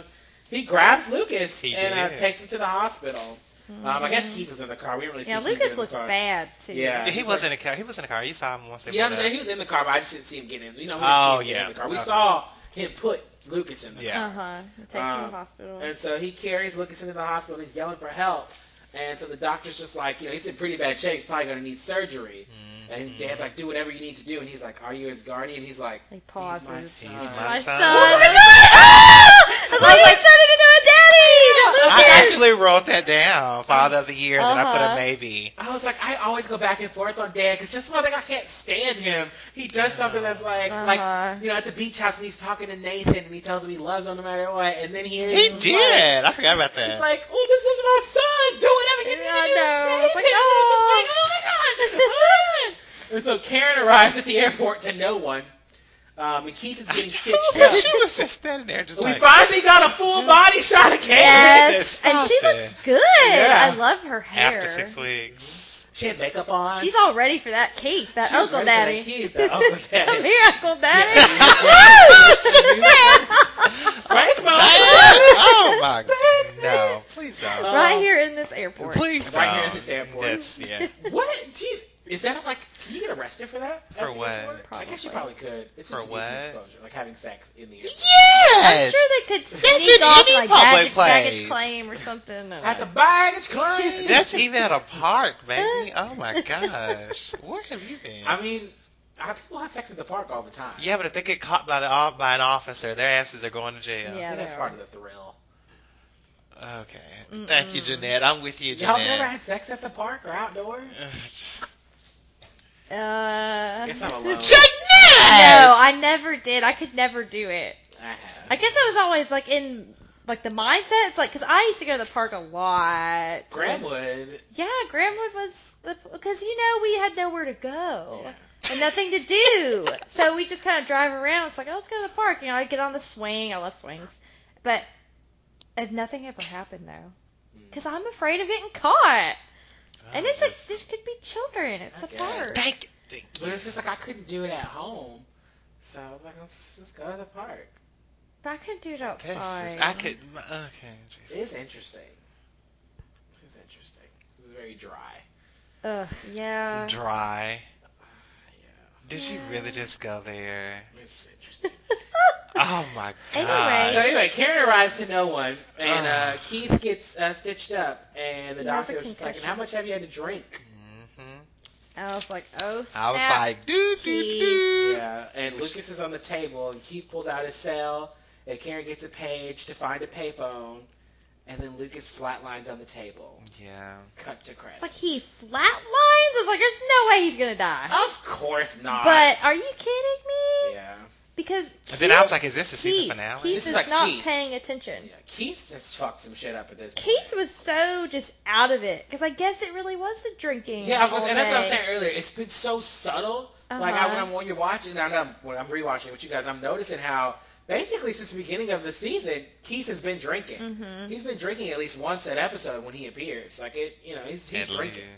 Speaker 3: he grabs Lucas
Speaker 1: He
Speaker 3: and uh,
Speaker 1: did.
Speaker 3: takes him to the hospital. Um, I guess Keith was in the car. We didn't really
Speaker 2: Mm-hmm. Yeah,
Speaker 3: see Keith in
Speaker 2: Lucas
Speaker 3: the
Speaker 2: looks
Speaker 3: car.
Speaker 2: bad too.
Speaker 3: Yeah.
Speaker 1: he was in a car. He was in a car. You saw him once they
Speaker 3: uh, Yeah, I'm
Speaker 1: pulled
Speaker 3: saying
Speaker 1: up.
Speaker 3: he was in the car, but I just didn't see him get in. You know, we didn't
Speaker 1: Oh,
Speaker 3: see him get in the
Speaker 1: yeah.
Speaker 3: car. We
Speaker 1: Okay.
Speaker 3: saw him put Lucas in the
Speaker 1: Yeah.
Speaker 2: Uh huh. Takes him to
Speaker 3: Um,
Speaker 2: the hospital.
Speaker 3: car. And so he carries Lucas into the hospital. and He's yelling for help. And so the doctor's just like, you know, he's in pretty bad shape. He's probably going to need surgery.
Speaker 1: Mm-hmm.
Speaker 3: And Dan's like, do whatever you need to do. And he's like, are you his guardian? He's like,
Speaker 2: He
Speaker 3: He's my
Speaker 2: pauses.
Speaker 3: son.
Speaker 1: He's my,
Speaker 2: My
Speaker 1: son.
Speaker 2: son. Oh my god! Ah! I was like, he's turning into a daddy.
Speaker 1: I actually wrote that down. Father of the year, and then I put a
Speaker 2: Uh-huh.
Speaker 1: maybe.
Speaker 3: I was like, I always go back and forth on Dan because just one thing I can't stand him. He does something that's like,
Speaker 2: Uh-huh.
Speaker 3: like you know, at the beach house and he's talking to Nathan and he tells him he loves him no matter what. And then he is
Speaker 1: He
Speaker 3: like-
Speaker 1: did. I forgot about
Speaker 3: It's
Speaker 1: that.
Speaker 3: like, oh, this is my son. Do whatever you
Speaker 2: Yeah, I
Speaker 3: need to do.
Speaker 2: know.
Speaker 3: Save
Speaker 2: It's like,
Speaker 3: him. It's just like, oh my god. and so Karen arrives at the airport to no one. Um, and Keith is getting stitched up.
Speaker 1: she was just standing there, just
Speaker 3: we
Speaker 1: like
Speaker 3: finally got a full body shot of Karen.
Speaker 2: Yes,
Speaker 1: Look at
Speaker 2: and
Speaker 1: this
Speaker 2: she
Speaker 1: outfit.
Speaker 2: looks good.
Speaker 3: Yeah.
Speaker 2: I love her hair.
Speaker 1: after six weeks.
Speaker 3: She had makeup on.
Speaker 2: She's all ready for that Keith, that
Speaker 3: She was
Speaker 2: Uncle
Speaker 3: ready
Speaker 2: Daddy.
Speaker 3: for that Keith, that Uncle Daddy.
Speaker 2: Come here, Uncle Daddy.
Speaker 3: Right, well,
Speaker 1: oh my! No, please don't.
Speaker 2: right here in this airport.
Speaker 1: Please don't.
Speaker 3: Right here at this airport.
Speaker 1: That's, yeah.
Speaker 3: What? Jeez. Is that like? Can you get arrested for that?
Speaker 1: For
Speaker 3: At the
Speaker 1: what?
Speaker 3: airport? I guess you probably could. It's
Speaker 1: For
Speaker 3: just
Speaker 1: what?
Speaker 3: decent exposure, like having sex in the airport.
Speaker 2: I'm
Speaker 1: Yes.
Speaker 2: sure they could
Speaker 1: That's
Speaker 2: sneak
Speaker 1: in
Speaker 2: off
Speaker 1: any
Speaker 2: like
Speaker 1: public
Speaker 2: baggage,
Speaker 1: place.
Speaker 2: baggage claim or something. and,
Speaker 3: At the
Speaker 2: like,
Speaker 3: baggage claim.
Speaker 1: That's even at a park, baby. Oh my gosh, where have you been?
Speaker 3: I mean, I, people have sex at the park all the time.
Speaker 1: yeah, but if they get caught by the uh, by an officer, their asses are going to jail.
Speaker 3: I
Speaker 2: Yeah.
Speaker 3: think that's
Speaker 2: they
Speaker 3: part
Speaker 2: are.
Speaker 3: of the thrill.
Speaker 1: Okay. Thank you, Jeanette. I'm with you,
Speaker 3: Y'all never
Speaker 1: Jeanette.
Speaker 3: had sex at the park or outdoors? I
Speaker 2: uh,
Speaker 3: guess I'm alone.
Speaker 1: Jeanette.
Speaker 2: no, I never did. I could never do it.
Speaker 3: I have.
Speaker 2: I guess I was always like in like the mindset. It's like because I used to go to the park a lot.
Speaker 3: Grandwood.
Speaker 2: Yeah, Grandwood was the because you know we had nowhere to go
Speaker 3: Yeah.
Speaker 2: and nothing to do, so we just kind of drive around. It's like oh, let's go to the park. You know, I get on the swing. I love swings, but and nothing ever happened though because I'm afraid of getting caught. And it's like this could be children. It's a
Speaker 3: Okay.
Speaker 2: park.
Speaker 1: Thank, thank
Speaker 3: But
Speaker 1: you.
Speaker 3: it's just like I couldn't do it at home. So I was like, let's just go to the park.
Speaker 2: But I couldn't do it
Speaker 1: That's
Speaker 2: outside.
Speaker 1: just, I could. Okay.
Speaker 3: It
Speaker 1: Jesus.
Speaker 3: is interesting. It's interesting. It's very dry.
Speaker 2: Ugh, yeah.
Speaker 1: Dry.
Speaker 3: Yeah.
Speaker 1: Did she
Speaker 2: uh, Yeah.
Speaker 1: really just go there?
Speaker 3: It's interesting.
Speaker 1: Oh my
Speaker 2: Anyway.
Speaker 1: god.
Speaker 3: So anyway, Karen arrives to no one, and uh,
Speaker 1: Ugh.
Speaker 3: Keith gets uh, stitched up, and the
Speaker 2: He has a
Speaker 3: doctor was just like, "And how
Speaker 2: concussion.
Speaker 3: much have you had to drink?"
Speaker 1: Mhm.
Speaker 2: And I was like, oh snap.
Speaker 1: I was like, doo doo
Speaker 2: Keith.
Speaker 1: doo.
Speaker 3: Yeah. And Lucas is on the table, and Keith pulls out his cell, and Karen gets a page to find a payphone, and then Lucas flatlines on the table.
Speaker 1: Yeah.
Speaker 3: Cut to credits.
Speaker 2: It's like he flatlines. I was like, there's no way he's gonna die.
Speaker 1: Oh,
Speaker 3: Of course not.
Speaker 2: But are you kidding me?
Speaker 3: yeah,
Speaker 2: Because
Speaker 1: And then I was like, is this the
Speaker 2: Keith,
Speaker 1: season finale?
Speaker 2: Keith
Speaker 3: This
Speaker 2: is,
Speaker 3: is like
Speaker 2: not
Speaker 3: Keith.
Speaker 2: paying attention.
Speaker 3: yeah, Keith just fucked some shit up at this point.
Speaker 2: Keith was so just out of it because I guess it really was the drinking.
Speaker 3: Yeah, I was gonna
Speaker 2: all
Speaker 3: say, and that's what I was
Speaker 2: day.
Speaker 3: saying earlier. It's been so subtle. Like I, when
Speaker 2: Uh-huh.
Speaker 3: I'm when you're watching, and I'm, when I'm rewatching with you guys, I'm noticing how basically since the beginning of the season, Keith has been drinking.
Speaker 2: Mhm.
Speaker 3: He's been drinking at least once an episode when he appears. Like it, you know, he's he's
Speaker 1: Italy.
Speaker 3: drinking.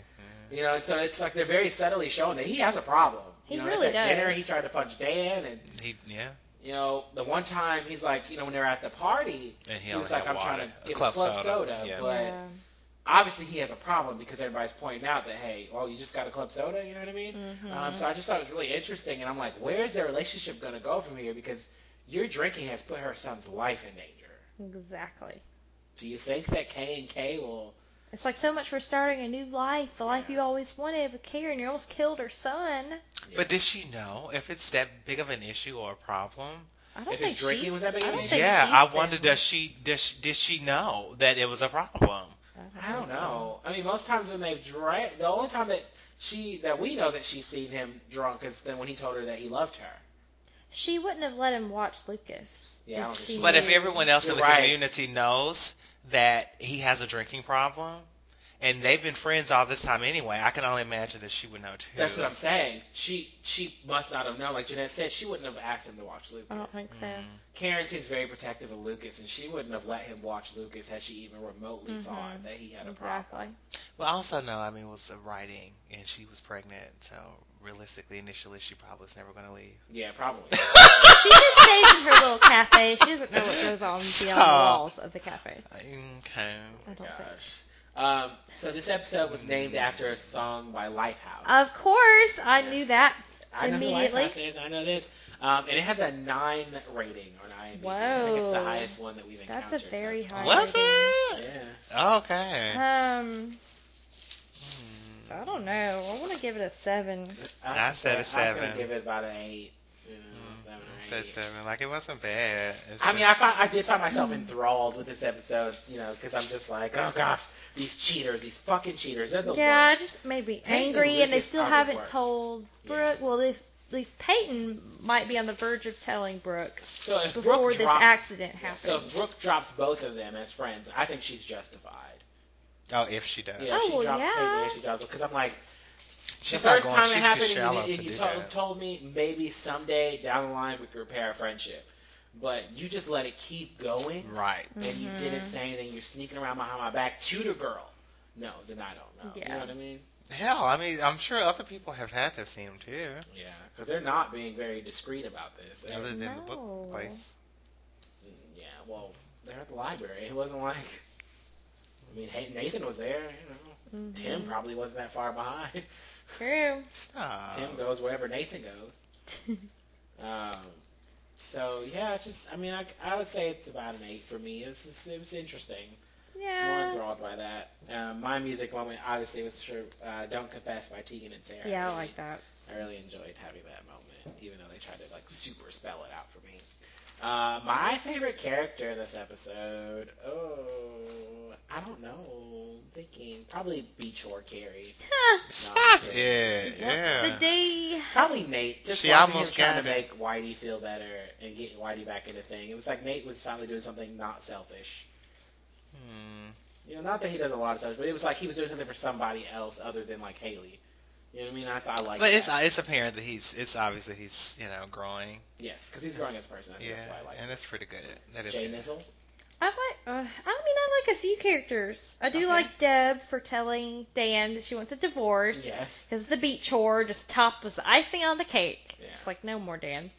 Speaker 3: You know, and so it's like they're very subtly showing that he has a problem.
Speaker 2: He
Speaker 3: you know,
Speaker 2: really
Speaker 3: at that
Speaker 2: does.
Speaker 3: dinner he tried to punch Dan, and
Speaker 1: Mm-hmm. He, yeah.
Speaker 3: you know, the one time he's like, you know, when they're at the party,
Speaker 1: And he,
Speaker 3: he
Speaker 1: only
Speaker 3: was like,
Speaker 1: had
Speaker 3: "I'm
Speaker 1: water.
Speaker 3: trying to get
Speaker 1: club,
Speaker 3: a club soda,",
Speaker 1: Yeah.
Speaker 3: but
Speaker 2: Yeah.
Speaker 3: obviously he has a problem because everybody's pointing out that hey, well, you just got a club soda. You know what I mean?
Speaker 2: Mhm.
Speaker 3: Um, so I just thought it was really interesting, and I'm like, where's their relationship going to go from here? Because your drinking has put her son's life in danger.
Speaker 2: exactly.
Speaker 3: Do you think that K and K will?
Speaker 2: It's like so much for starting a new life, the life you always wanted with Karen. You almost killed her son.
Speaker 1: But did she know if it's that big of an issue or a problem?
Speaker 2: I don't
Speaker 3: If his
Speaker 2: think
Speaker 3: drinking
Speaker 2: she's-
Speaker 3: was that big
Speaker 2: I
Speaker 3: of an
Speaker 2: don't
Speaker 3: issue?
Speaker 2: think
Speaker 1: Yeah,
Speaker 2: she's
Speaker 1: I
Speaker 2: been-
Speaker 1: wonder does she, does she did she know that it was a problem?
Speaker 3: I don't know. I mean, most times when they've drank, the only time that she that we know that she's seen him drunk is then when he told her that he loved her.
Speaker 2: She wouldn't have let him watch Lucas.
Speaker 3: Yeah, I don't think she
Speaker 1: But if
Speaker 2: knew.
Speaker 1: everyone else in the
Speaker 3: You're right.
Speaker 1: community knows that he has a drinking problem, and they've been friends all this time anyway, I can only imagine that she would know too.
Speaker 3: That's what I'm saying. She she must not have known. Like Jeanette said, she wouldn't have asked him to watch Lucas.
Speaker 2: I don't think so.
Speaker 3: Mm, Karen seems very protective of Lucas, and she wouldn't have let him watch Lucas had she even remotely
Speaker 2: Mhm.
Speaker 3: thought that he had a problem.
Speaker 2: Exactly.
Speaker 1: Well, also no, I mean, it was writing, and she was pregnant, so realistically, initially, she probably was never going to leave.
Speaker 3: Yeah, probably.
Speaker 2: She just stays in her little cafe. She doesn't know what goes on beyond the walls of the cafe.
Speaker 1: Okay.
Speaker 2: I don't think.
Speaker 3: Oh. Gosh. Um, so this episode was named
Speaker 1: Mm.
Speaker 3: after a song by Lifehouse.
Speaker 2: Of course, I knew that.
Speaker 3: I know
Speaker 2: immediately.
Speaker 3: who Lifehouse is. I know this. Um, and it has a nine rating on IMDb. I think it's the
Speaker 2: Whoa.
Speaker 3: highest one that we've encountered.
Speaker 2: That's a very
Speaker 3: thus
Speaker 2: high
Speaker 1: Was
Speaker 3: far.
Speaker 1: it?
Speaker 3: Yeah.
Speaker 1: Okay.
Speaker 2: Um,
Speaker 1: Hmm.
Speaker 2: I don't know. I want to give it a seven.
Speaker 1: I said a
Speaker 3: was gonna- I was
Speaker 1: seven. Mm.
Speaker 3: gonna give it about an eight. You know, seven
Speaker 1: I
Speaker 3: or
Speaker 1: Hmm. said
Speaker 3: eight.
Speaker 1: seven. Like it wasn't bad. It's
Speaker 3: I mean,
Speaker 1: just-
Speaker 3: I, find, I did find myself enthralled with this episode, you know, because I'm just like, oh gosh, these cheaters, these fucking cheaters, they're the
Speaker 2: yeah,
Speaker 3: worst.
Speaker 2: I just made me
Speaker 3: Peyton
Speaker 2: angry, and they
Speaker 3: Lucas
Speaker 2: still
Speaker 3: are the
Speaker 2: haven't
Speaker 3: worst.
Speaker 2: told Brooke. Well, if at least Peyton might be on the verge of telling Brooke
Speaker 3: so if
Speaker 2: before
Speaker 3: Brooke
Speaker 2: this
Speaker 3: drops,
Speaker 2: accident
Speaker 3: yeah,
Speaker 2: happened.
Speaker 3: so if Brooke drops both of them as friends, I think she's justified.
Speaker 1: oh, if she does,
Speaker 3: Yeah,
Speaker 2: Oh,
Speaker 3: she
Speaker 2: well,
Speaker 3: drops
Speaker 2: yeah.
Speaker 3: Peyton and she drops because I'm like,
Speaker 1: she's
Speaker 3: the
Speaker 1: not
Speaker 3: first
Speaker 1: going.
Speaker 3: time
Speaker 1: she's
Speaker 3: it happened,
Speaker 1: too shallow
Speaker 3: and you,
Speaker 1: to
Speaker 3: and you
Speaker 1: do
Speaker 3: told-
Speaker 1: that.
Speaker 3: told me maybe someday down the line we could repair a friendship, but you just let it keep going,
Speaker 1: Right.
Speaker 3: and you
Speaker 2: Mm-hmm.
Speaker 3: didn't say anything. You're sneaking around behind my back, tutor girl. No, then I don't know. You
Speaker 2: Yeah.
Speaker 3: know what I mean?
Speaker 1: Hell, I mean, I'm sure other people have had to have seen him too,
Speaker 3: Yeah, because they're not being very discreet about this. They're-
Speaker 1: other than the
Speaker 2: No.
Speaker 1: book place.
Speaker 3: yeah, well, they're at the library. It wasn't like, I mean, hey, Nathan was there. You know,
Speaker 2: Mhm.
Speaker 3: Tim probably wasn't that far behind.
Speaker 2: True.
Speaker 1: Stop.
Speaker 3: Tim goes wherever Nathan goes. Um, so yeah, it's just I mean, I, I would say it's about an eight for me. It's just, it was interesting. It's more
Speaker 2: yeah.
Speaker 3: enthralled by that. Um, my music moment obviously was sure uh, "Don't Confess" by Tegan and Sarah.
Speaker 2: Yeah, I
Speaker 3: really-
Speaker 2: like that.
Speaker 3: I really enjoyed having that moment, even though they tried to like super spell it out for me. Uh, my favorite character in this episode, oh, I I don't know. Thinking probably Beach or Carrie.
Speaker 2: Huh.
Speaker 1: Stop it.
Speaker 2: What's
Speaker 1: Yeah.
Speaker 2: the D?
Speaker 3: Probably Nate. Just
Speaker 1: She
Speaker 3: watching
Speaker 1: almost
Speaker 3: him trying
Speaker 1: got
Speaker 3: to
Speaker 1: it.
Speaker 3: make Whitey feel better and get Whitey back into thing. It was like Nate was finally doing something not selfish.
Speaker 1: Hmm.
Speaker 3: You know, not that he does a lot of selfish, but it was like he was doing something for somebody else other than like Haley. You know what I mean? I thought I liked
Speaker 1: But it's
Speaker 3: that.
Speaker 1: it's apparent that he's it's obvious that he's you know growing.
Speaker 3: yes, because he's growing as a person. I think
Speaker 1: Yeah,
Speaker 3: that's why I like.
Speaker 1: and that's pretty good. That
Speaker 3: it.
Speaker 1: is
Speaker 3: Jay
Speaker 1: good.
Speaker 3: Nizzle.
Speaker 2: I like. Uh, I mean, I like a few characters. I do
Speaker 3: Okay.
Speaker 2: like Deb for telling Dan that she wants a divorce.
Speaker 3: Yes.
Speaker 2: Because the beach whore just top was the icing on the cake.
Speaker 3: Yeah.
Speaker 2: It's like no more Dan.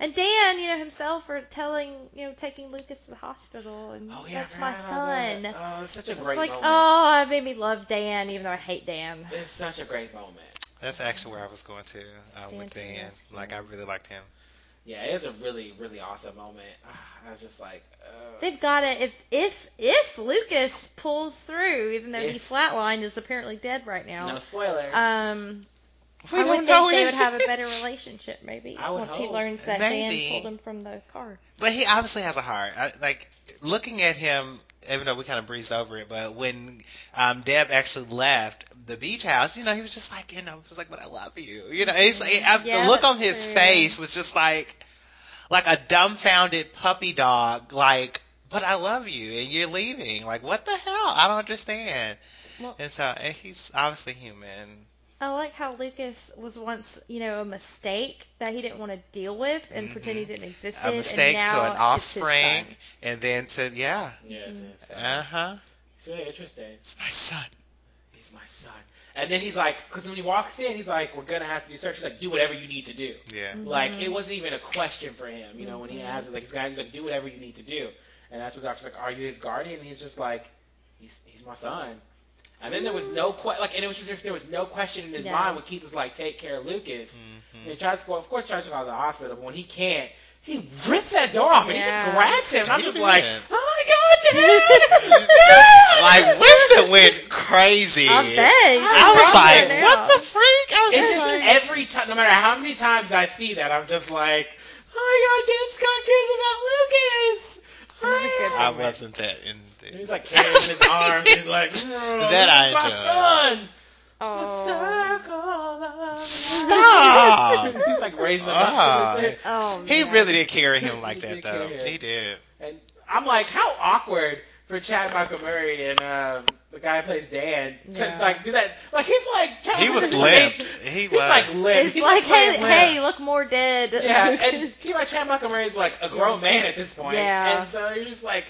Speaker 2: And Dan, you know himself, for telling, you know, taking Lucas to the hospital, and
Speaker 3: Oh yeah, I
Speaker 2: that's my
Speaker 3: forgot about
Speaker 2: son.
Speaker 3: that. Oh, it's such a
Speaker 2: It's
Speaker 3: great
Speaker 2: like,
Speaker 3: moment.
Speaker 2: oh, it made me love Dan, even though I hate Dan.
Speaker 3: It's such a great moment.
Speaker 1: That's actually where I was going to um, with
Speaker 2: Dan
Speaker 1: Dan.
Speaker 2: Thomas.
Speaker 1: Like I really liked him.
Speaker 3: Yeah, it was a really, really awesome moment. Ah, I was just like, uh,
Speaker 2: They've got it. If if if Lucas pulls through, even though he
Speaker 3: If-
Speaker 2: flatlined, is apparently dead right now.
Speaker 3: no spoilers.
Speaker 2: Um,
Speaker 1: We
Speaker 2: I
Speaker 1: don't know
Speaker 2: would think they would
Speaker 1: anything.
Speaker 2: have a better relationship, maybe.
Speaker 3: I would
Speaker 2: once he
Speaker 3: hope.
Speaker 2: learns that
Speaker 1: Maybe.
Speaker 2: Dan pulled him from the car.
Speaker 1: But he obviously has a heart. I, like looking at him, even though we kind of breezed over it, but when um, Deb actually left the beach house, you know, he was just like, you know, he was like, "But I love you," you know. It's like I,
Speaker 2: Yeah,
Speaker 1: the look
Speaker 2: that's
Speaker 1: on his
Speaker 2: true.
Speaker 1: face was just like, like a dumbfounded puppy dog, like. But I love you, and you're leaving. Like, what the hell? I don't understand.
Speaker 2: Well-
Speaker 1: and so, and he's obviously human.
Speaker 2: I like how Lucas was once, you know, a mistake that he didn't want to deal with and
Speaker 1: Mhm.
Speaker 2: pretend he didn't exist.
Speaker 1: A mistake
Speaker 2: and
Speaker 1: to
Speaker 2: now
Speaker 1: an
Speaker 2: it's his
Speaker 1: offspring,
Speaker 2: son.
Speaker 1: and then to yeah,
Speaker 3: yeah, it's, it's,
Speaker 1: uh huh.
Speaker 3: it's really interesting.
Speaker 1: It's my son.
Speaker 3: He's my son. And then he's like, because when he walks in, he's like, we're gonna have to do search. He's like, do whatever you need to do.
Speaker 1: Yeah.
Speaker 2: Mm-hmm.
Speaker 3: Like it wasn't even a question for him. You know, when he asked, he's like, this guy, he's like, do whatever you need to do. And that's what doctor's like, are you his guardian? And he's just like, he's he's my son. And then there was no que- like, and it was just there was no question in his
Speaker 2: No.
Speaker 3: mind when Keith was like, take care of Lucas. And
Speaker 1: hmm
Speaker 3: he tries to go, of course, tries to go to the hospital, but when he can't, he rips that door off and he just
Speaker 2: Yeah.
Speaker 3: grabs him. And I'm
Speaker 1: He
Speaker 3: just
Speaker 1: did.
Speaker 3: like, oh my god, dude!
Speaker 1: like Winston went crazy.
Speaker 2: I bet.
Speaker 1: I was
Speaker 2: Right
Speaker 1: like,
Speaker 2: now.
Speaker 1: what the freak? I was
Speaker 3: It's
Speaker 1: just
Speaker 3: just
Speaker 1: like,
Speaker 3: every time, no matter how many times I see that, I'm just like, oh my god, Dan
Speaker 2: That
Speaker 3: Scott cares about Lucas.
Speaker 2: was a good
Speaker 1: I
Speaker 2: moment.
Speaker 1: wasn't that in.
Speaker 3: And He's like carrying his arm. He's like, "Oh,
Speaker 1: That I
Speaker 3: my
Speaker 1: enjoyed.
Speaker 3: son. The
Speaker 2: Oh,
Speaker 3: circle of
Speaker 1: Stop.
Speaker 3: life." He's like raising him
Speaker 1: Ah.
Speaker 3: up.
Speaker 2: oh
Speaker 1: he
Speaker 2: man.
Speaker 1: really did carry him like
Speaker 3: He
Speaker 1: that
Speaker 3: did
Speaker 1: though.
Speaker 3: carry him.
Speaker 1: He did.
Speaker 3: And I'm like, how awkward for Chad Michael Murray and um, the guy who plays Dan to
Speaker 2: Yeah.
Speaker 3: like do that. Like he's like Chad
Speaker 1: He
Speaker 3: Michael
Speaker 1: was
Speaker 3: Murray-
Speaker 1: limp. He
Speaker 3: He's
Speaker 1: was.
Speaker 3: like limp.
Speaker 2: It's
Speaker 3: He's
Speaker 2: like, hey,
Speaker 3: playing limp.
Speaker 2: hey, look more dead.
Speaker 3: Yeah, and he's like Chad Michael Murray's like a grown man at this point.
Speaker 2: Yeah.
Speaker 3: And so you're just like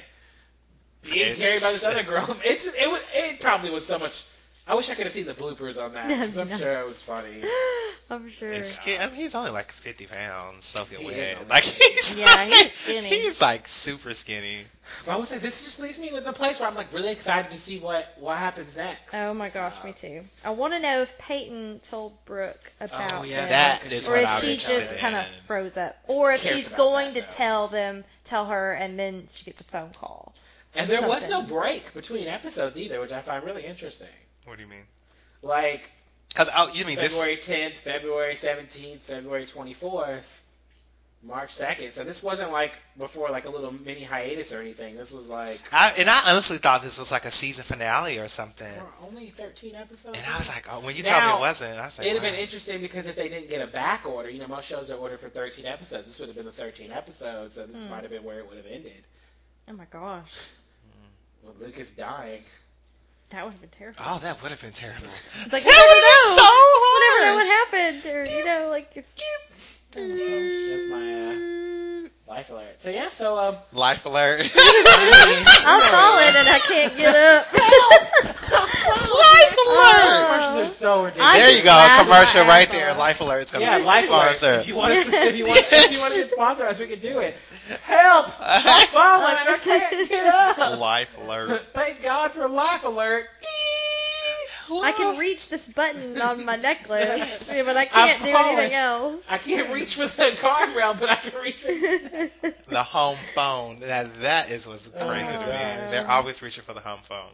Speaker 3: being
Speaker 1: It's-
Speaker 3: carried by this other grown. It's it was it probably was so much. I wish I could have seen the bloopers on that because I'm
Speaker 2: No.
Speaker 3: sure it was funny.
Speaker 2: I'm sure.
Speaker 1: It's skin- I mean, he's only like 50 pounds soaking
Speaker 3: He is
Speaker 1: wet.
Speaker 3: only-
Speaker 1: Like he's
Speaker 2: Yeah,
Speaker 1: like,
Speaker 2: he's skinny.
Speaker 1: He's like super skinny.
Speaker 3: But I would say this just leaves me with the place where I'm like really excited to see what what happens next.
Speaker 2: Oh my gosh, me too. I want to know if Peyton told Brooke about
Speaker 3: Oh, yeah,
Speaker 2: this.
Speaker 1: That
Speaker 3: Because
Speaker 1: is
Speaker 3: she-
Speaker 2: or
Speaker 1: what
Speaker 2: if
Speaker 1: I'm
Speaker 2: she just
Speaker 1: interested
Speaker 2: kind of
Speaker 1: in.
Speaker 2: froze up, or if
Speaker 3: Cares
Speaker 2: she's
Speaker 3: about
Speaker 2: going
Speaker 3: that,
Speaker 2: to
Speaker 3: though.
Speaker 2: tell them, tell her, and then she gets a phone call.
Speaker 3: And there was no
Speaker 2: something.
Speaker 3: break between episodes either, which I find really interesting.
Speaker 1: What do you mean?
Speaker 3: Like
Speaker 1: Because oh, you mean this?
Speaker 3: February 10th, February 17th, February 24th, March 2nd. So this wasn't like before like a little mini hiatus or anything. This was like
Speaker 1: I, and I honestly thought this was like a season finale or something.
Speaker 3: there were only 13 episodes.
Speaker 1: And I was like, oh, when you
Speaker 3: Now,
Speaker 1: told me it wasn't, I was like,
Speaker 3: It'd have
Speaker 1: wow.
Speaker 3: been interesting because if they didn't get a back order, you know, most shows are ordered for 13 episodes. This would have been the 13 episodes, so this
Speaker 2: Hmm.
Speaker 3: might have been where it would have ended.
Speaker 2: Oh my gosh,
Speaker 3: With Lucas dying.
Speaker 2: that would have been terrifying.
Speaker 1: Oh, that would have been terrible.
Speaker 2: It's like,
Speaker 1: That
Speaker 2: you
Speaker 1: would've been so
Speaker 2: never know. You never know
Speaker 1: hard.
Speaker 2: what happened, or you know, like it's,
Speaker 3: Oh my gosh, that's my uh, life alert. So yeah, so um,
Speaker 1: Life alert.
Speaker 2: I'm falling and I can't get up.
Speaker 1: Life alert.
Speaker 3: commercials are so ridiculous.
Speaker 2: I
Speaker 1: There you
Speaker 2: just
Speaker 1: go,
Speaker 2: laugh
Speaker 1: commercial
Speaker 2: my ass
Speaker 1: right there.
Speaker 2: off.
Speaker 1: Life alert's gonna
Speaker 3: Yeah,
Speaker 1: be
Speaker 3: life alert.
Speaker 1: sponsor.
Speaker 3: If you want us to, if you want, if you want us to sponsor us, we can do it. Help! I'm falling and I can't get up.
Speaker 1: Life alert.
Speaker 3: Thank God for life alert.
Speaker 2: I can reach this button on my necklace, yeah, but I
Speaker 3: I'm
Speaker 2: can't do
Speaker 3: falling.
Speaker 2: anything else.
Speaker 3: I can't reach for the guardrail, but I can reach. For...
Speaker 1: The home phone. Now that is what's crazy
Speaker 3: Oh,
Speaker 1: to me.
Speaker 3: God.
Speaker 1: They're always reaching for the home phone.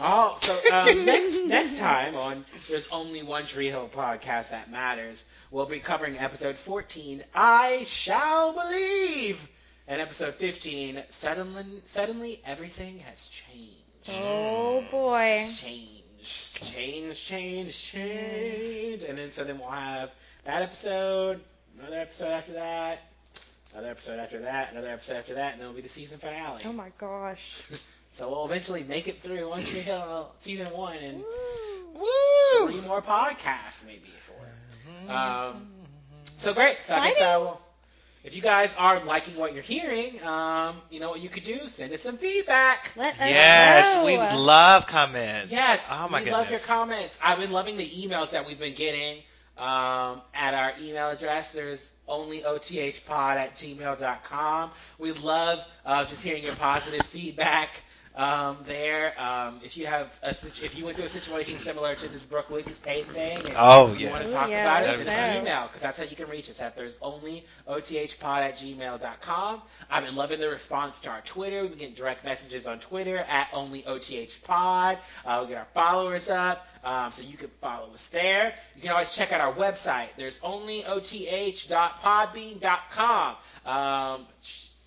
Speaker 3: Oh, so um, next next time on there's only one Tree Hill podcast that matters. We'll be covering episode 14, I shall believe, and episode 15, suddenly suddenly everything has changed.
Speaker 2: Oh boy.
Speaker 3: change, change, change, change, and then so then we'll have that episode, another episode after that, another episode after that, another episode after that, and then it'll be the season finale.
Speaker 2: Oh my gosh.
Speaker 3: So we'll eventually make it through one Hill season one and three
Speaker 1: Woo!
Speaker 3: more podcasts maybe for. Um, so great. So I guess I
Speaker 2: Exciting.
Speaker 3: will. If you guys are liking what you're hearing, um, you know what you could do: send us some feedback.
Speaker 2: Let us
Speaker 1: Yes,
Speaker 2: know.
Speaker 1: we love comments.
Speaker 3: Yes.
Speaker 1: Oh my
Speaker 3: we
Speaker 1: goodness.
Speaker 3: love your comments. I've been loving the emails that we've been getting um, at our email address. There's onlyothpod at gmail.com. We love uh, just hearing your positive feedback. Um, there, um, if you have a situ- if you went through a situation similar to this Brooke Lucas Payne thing, and
Speaker 1: Oh
Speaker 3: you want to
Speaker 1: yes.
Speaker 3: talk
Speaker 2: Ooh, yeah,
Speaker 3: about it,
Speaker 1: let
Speaker 3: send
Speaker 1: us
Speaker 3: us an
Speaker 1: know.
Speaker 3: email because that's how you can reach us at there's only othpod at gmail.com. I've been loving the response to our Twitter. We get direct messages on Twitter at only othpod. Uh, we get our followers up, um, so you can follow us there. You can always check out our website. There's only oth.podbean.com. Um,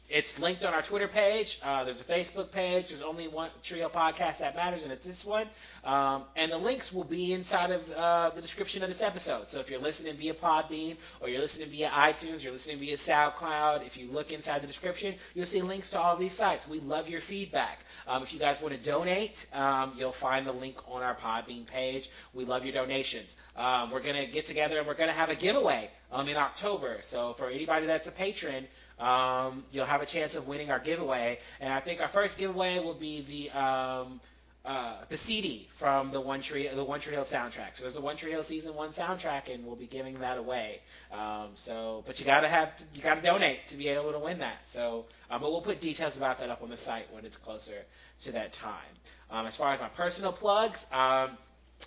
Speaker 3: it's linked on our Twitter page. Uh, there's a Facebook page. There's only one trio podcast that matters, and it's this one. Um, and the links will be inside of uh, the description of this episode. So if you're listening via Podbean or you're listening via iTunes, you're listening via SoundCloud, if you look inside the description, you'll see links to all these sites. We love your feedback. Um, if you guys want to donate, um, you'll find the link on our Podbean page. We love your donations. Um, we're going to get together and we're going to have a giveaway um, in October. So for anybody that's a patron, um, you'll have a chance of winning our giveaway. And I think our first giveaway will be the um, uh, the CD from the One Tree the One Tree Hill soundtrack. So there's a One Tree Hill season one soundtrack, and we'll be giving that away. Um, so, but you gotta have you gotta donate to be able to win that. So, um, but we'll put details about that up on the site when it's closer to that time. Um, as far as my personal plugs. Um,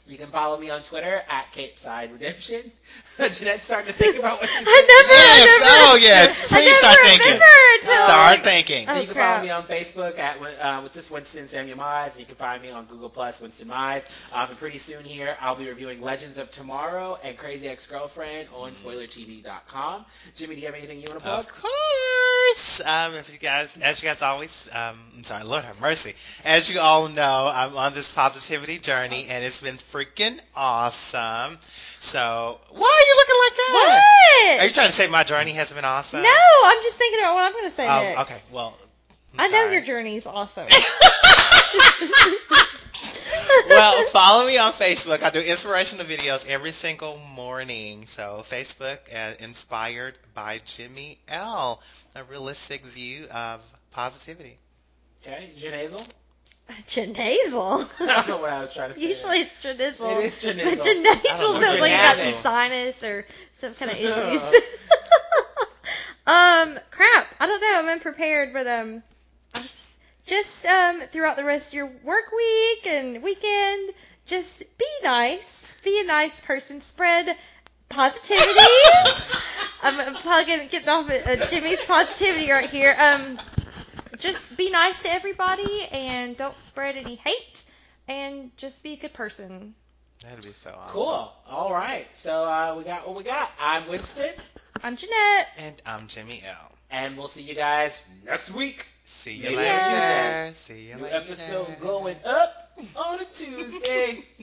Speaker 3: you can follow me on Twitter at Cape Side Redemption. Jeanette's starting to think about what she's
Speaker 2: I never,
Speaker 1: Yes.
Speaker 2: I never,
Speaker 1: Oh yes.
Speaker 2: I
Speaker 1: Please start
Speaker 2: never
Speaker 1: thinking.
Speaker 2: remembered.
Speaker 1: Start thinking.
Speaker 2: Oh,
Speaker 3: you can
Speaker 2: crap.
Speaker 3: follow me on Facebook at uh, with just Winston Samuel Mize. You can find me on Google Plus Winston Mize. Um, and pretty soon here, I'll be reviewing Legends of Tomorrow and Crazy Ex Girlfriend on
Speaker 2: Mm-hmm.
Speaker 3: SpoilerTV.com. Jimmy, do you have anything you want to plug?
Speaker 1: Of course. Um, if you guys, as you guys always, um, I'm sorry, Lord have mercy. As you all know, I'm on this positivity journey, and it's been freaking awesome. So, why are you looking like that?
Speaker 2: What?
Speaker 1: Are you trying to say my journey has been awesome?
Speaker 2: no, I'm just thinking about what I'm going to say
Speaker 1: Oh,
Speaker 2: next.
Speaker 1: okay. Well, I'm
Speaker 2: I know
Speaker 1: sorry.
Speaker 2: your journey is awesome.
Speaker 1: well, follow me on Facebook. I do inspirational videos every single morning. So Facebook, uh, inspired by Jimmy L. A realistic view of positivity.
Speaker 3: Okay, Janazel. I
Speaker 2: Genazel.
Speaker 3: don't know what I was trying to say.
Speaker 2: Usually it's Genazel.
Speaker 3: It is Janazel.
Speaker 2: But
Speaker 1: I
Speaker 2: Genazel
Speaker 1: don't know.
Speaker 2: sounds like you got some
Speaker 3: Genazel.
Speaker 2: sinus or some kind of issues. um, crap. I don't know. I'm unprepared, but um, I was- just um, throughout the rest of your work week and weekend, just be nice. Be a nice person. Spread positivity. I'm, I'm probably gonna get off at, uh, Jimmy's positivity right here. Um, just be nice to everybody and don't spread any hate and just be a good person.
Speaker 1: That'd be so awesome.
Speaker 3: Cool. All right. So uh, we got what we got. I'm Winston,
Speaker 2: I'm Jeanette.
Speaker 1: And I'm Jimmy L.
Speaker 3: and we'll see you guys next week.
Speaker 1: See you
Speaker 3: Maybe
Speaker 1: later.
Speaker 3: on
Speaker 1: See you
Speaker 3: New
Speaker 1: later.
Speaker 3: episode going up on a Tuesday.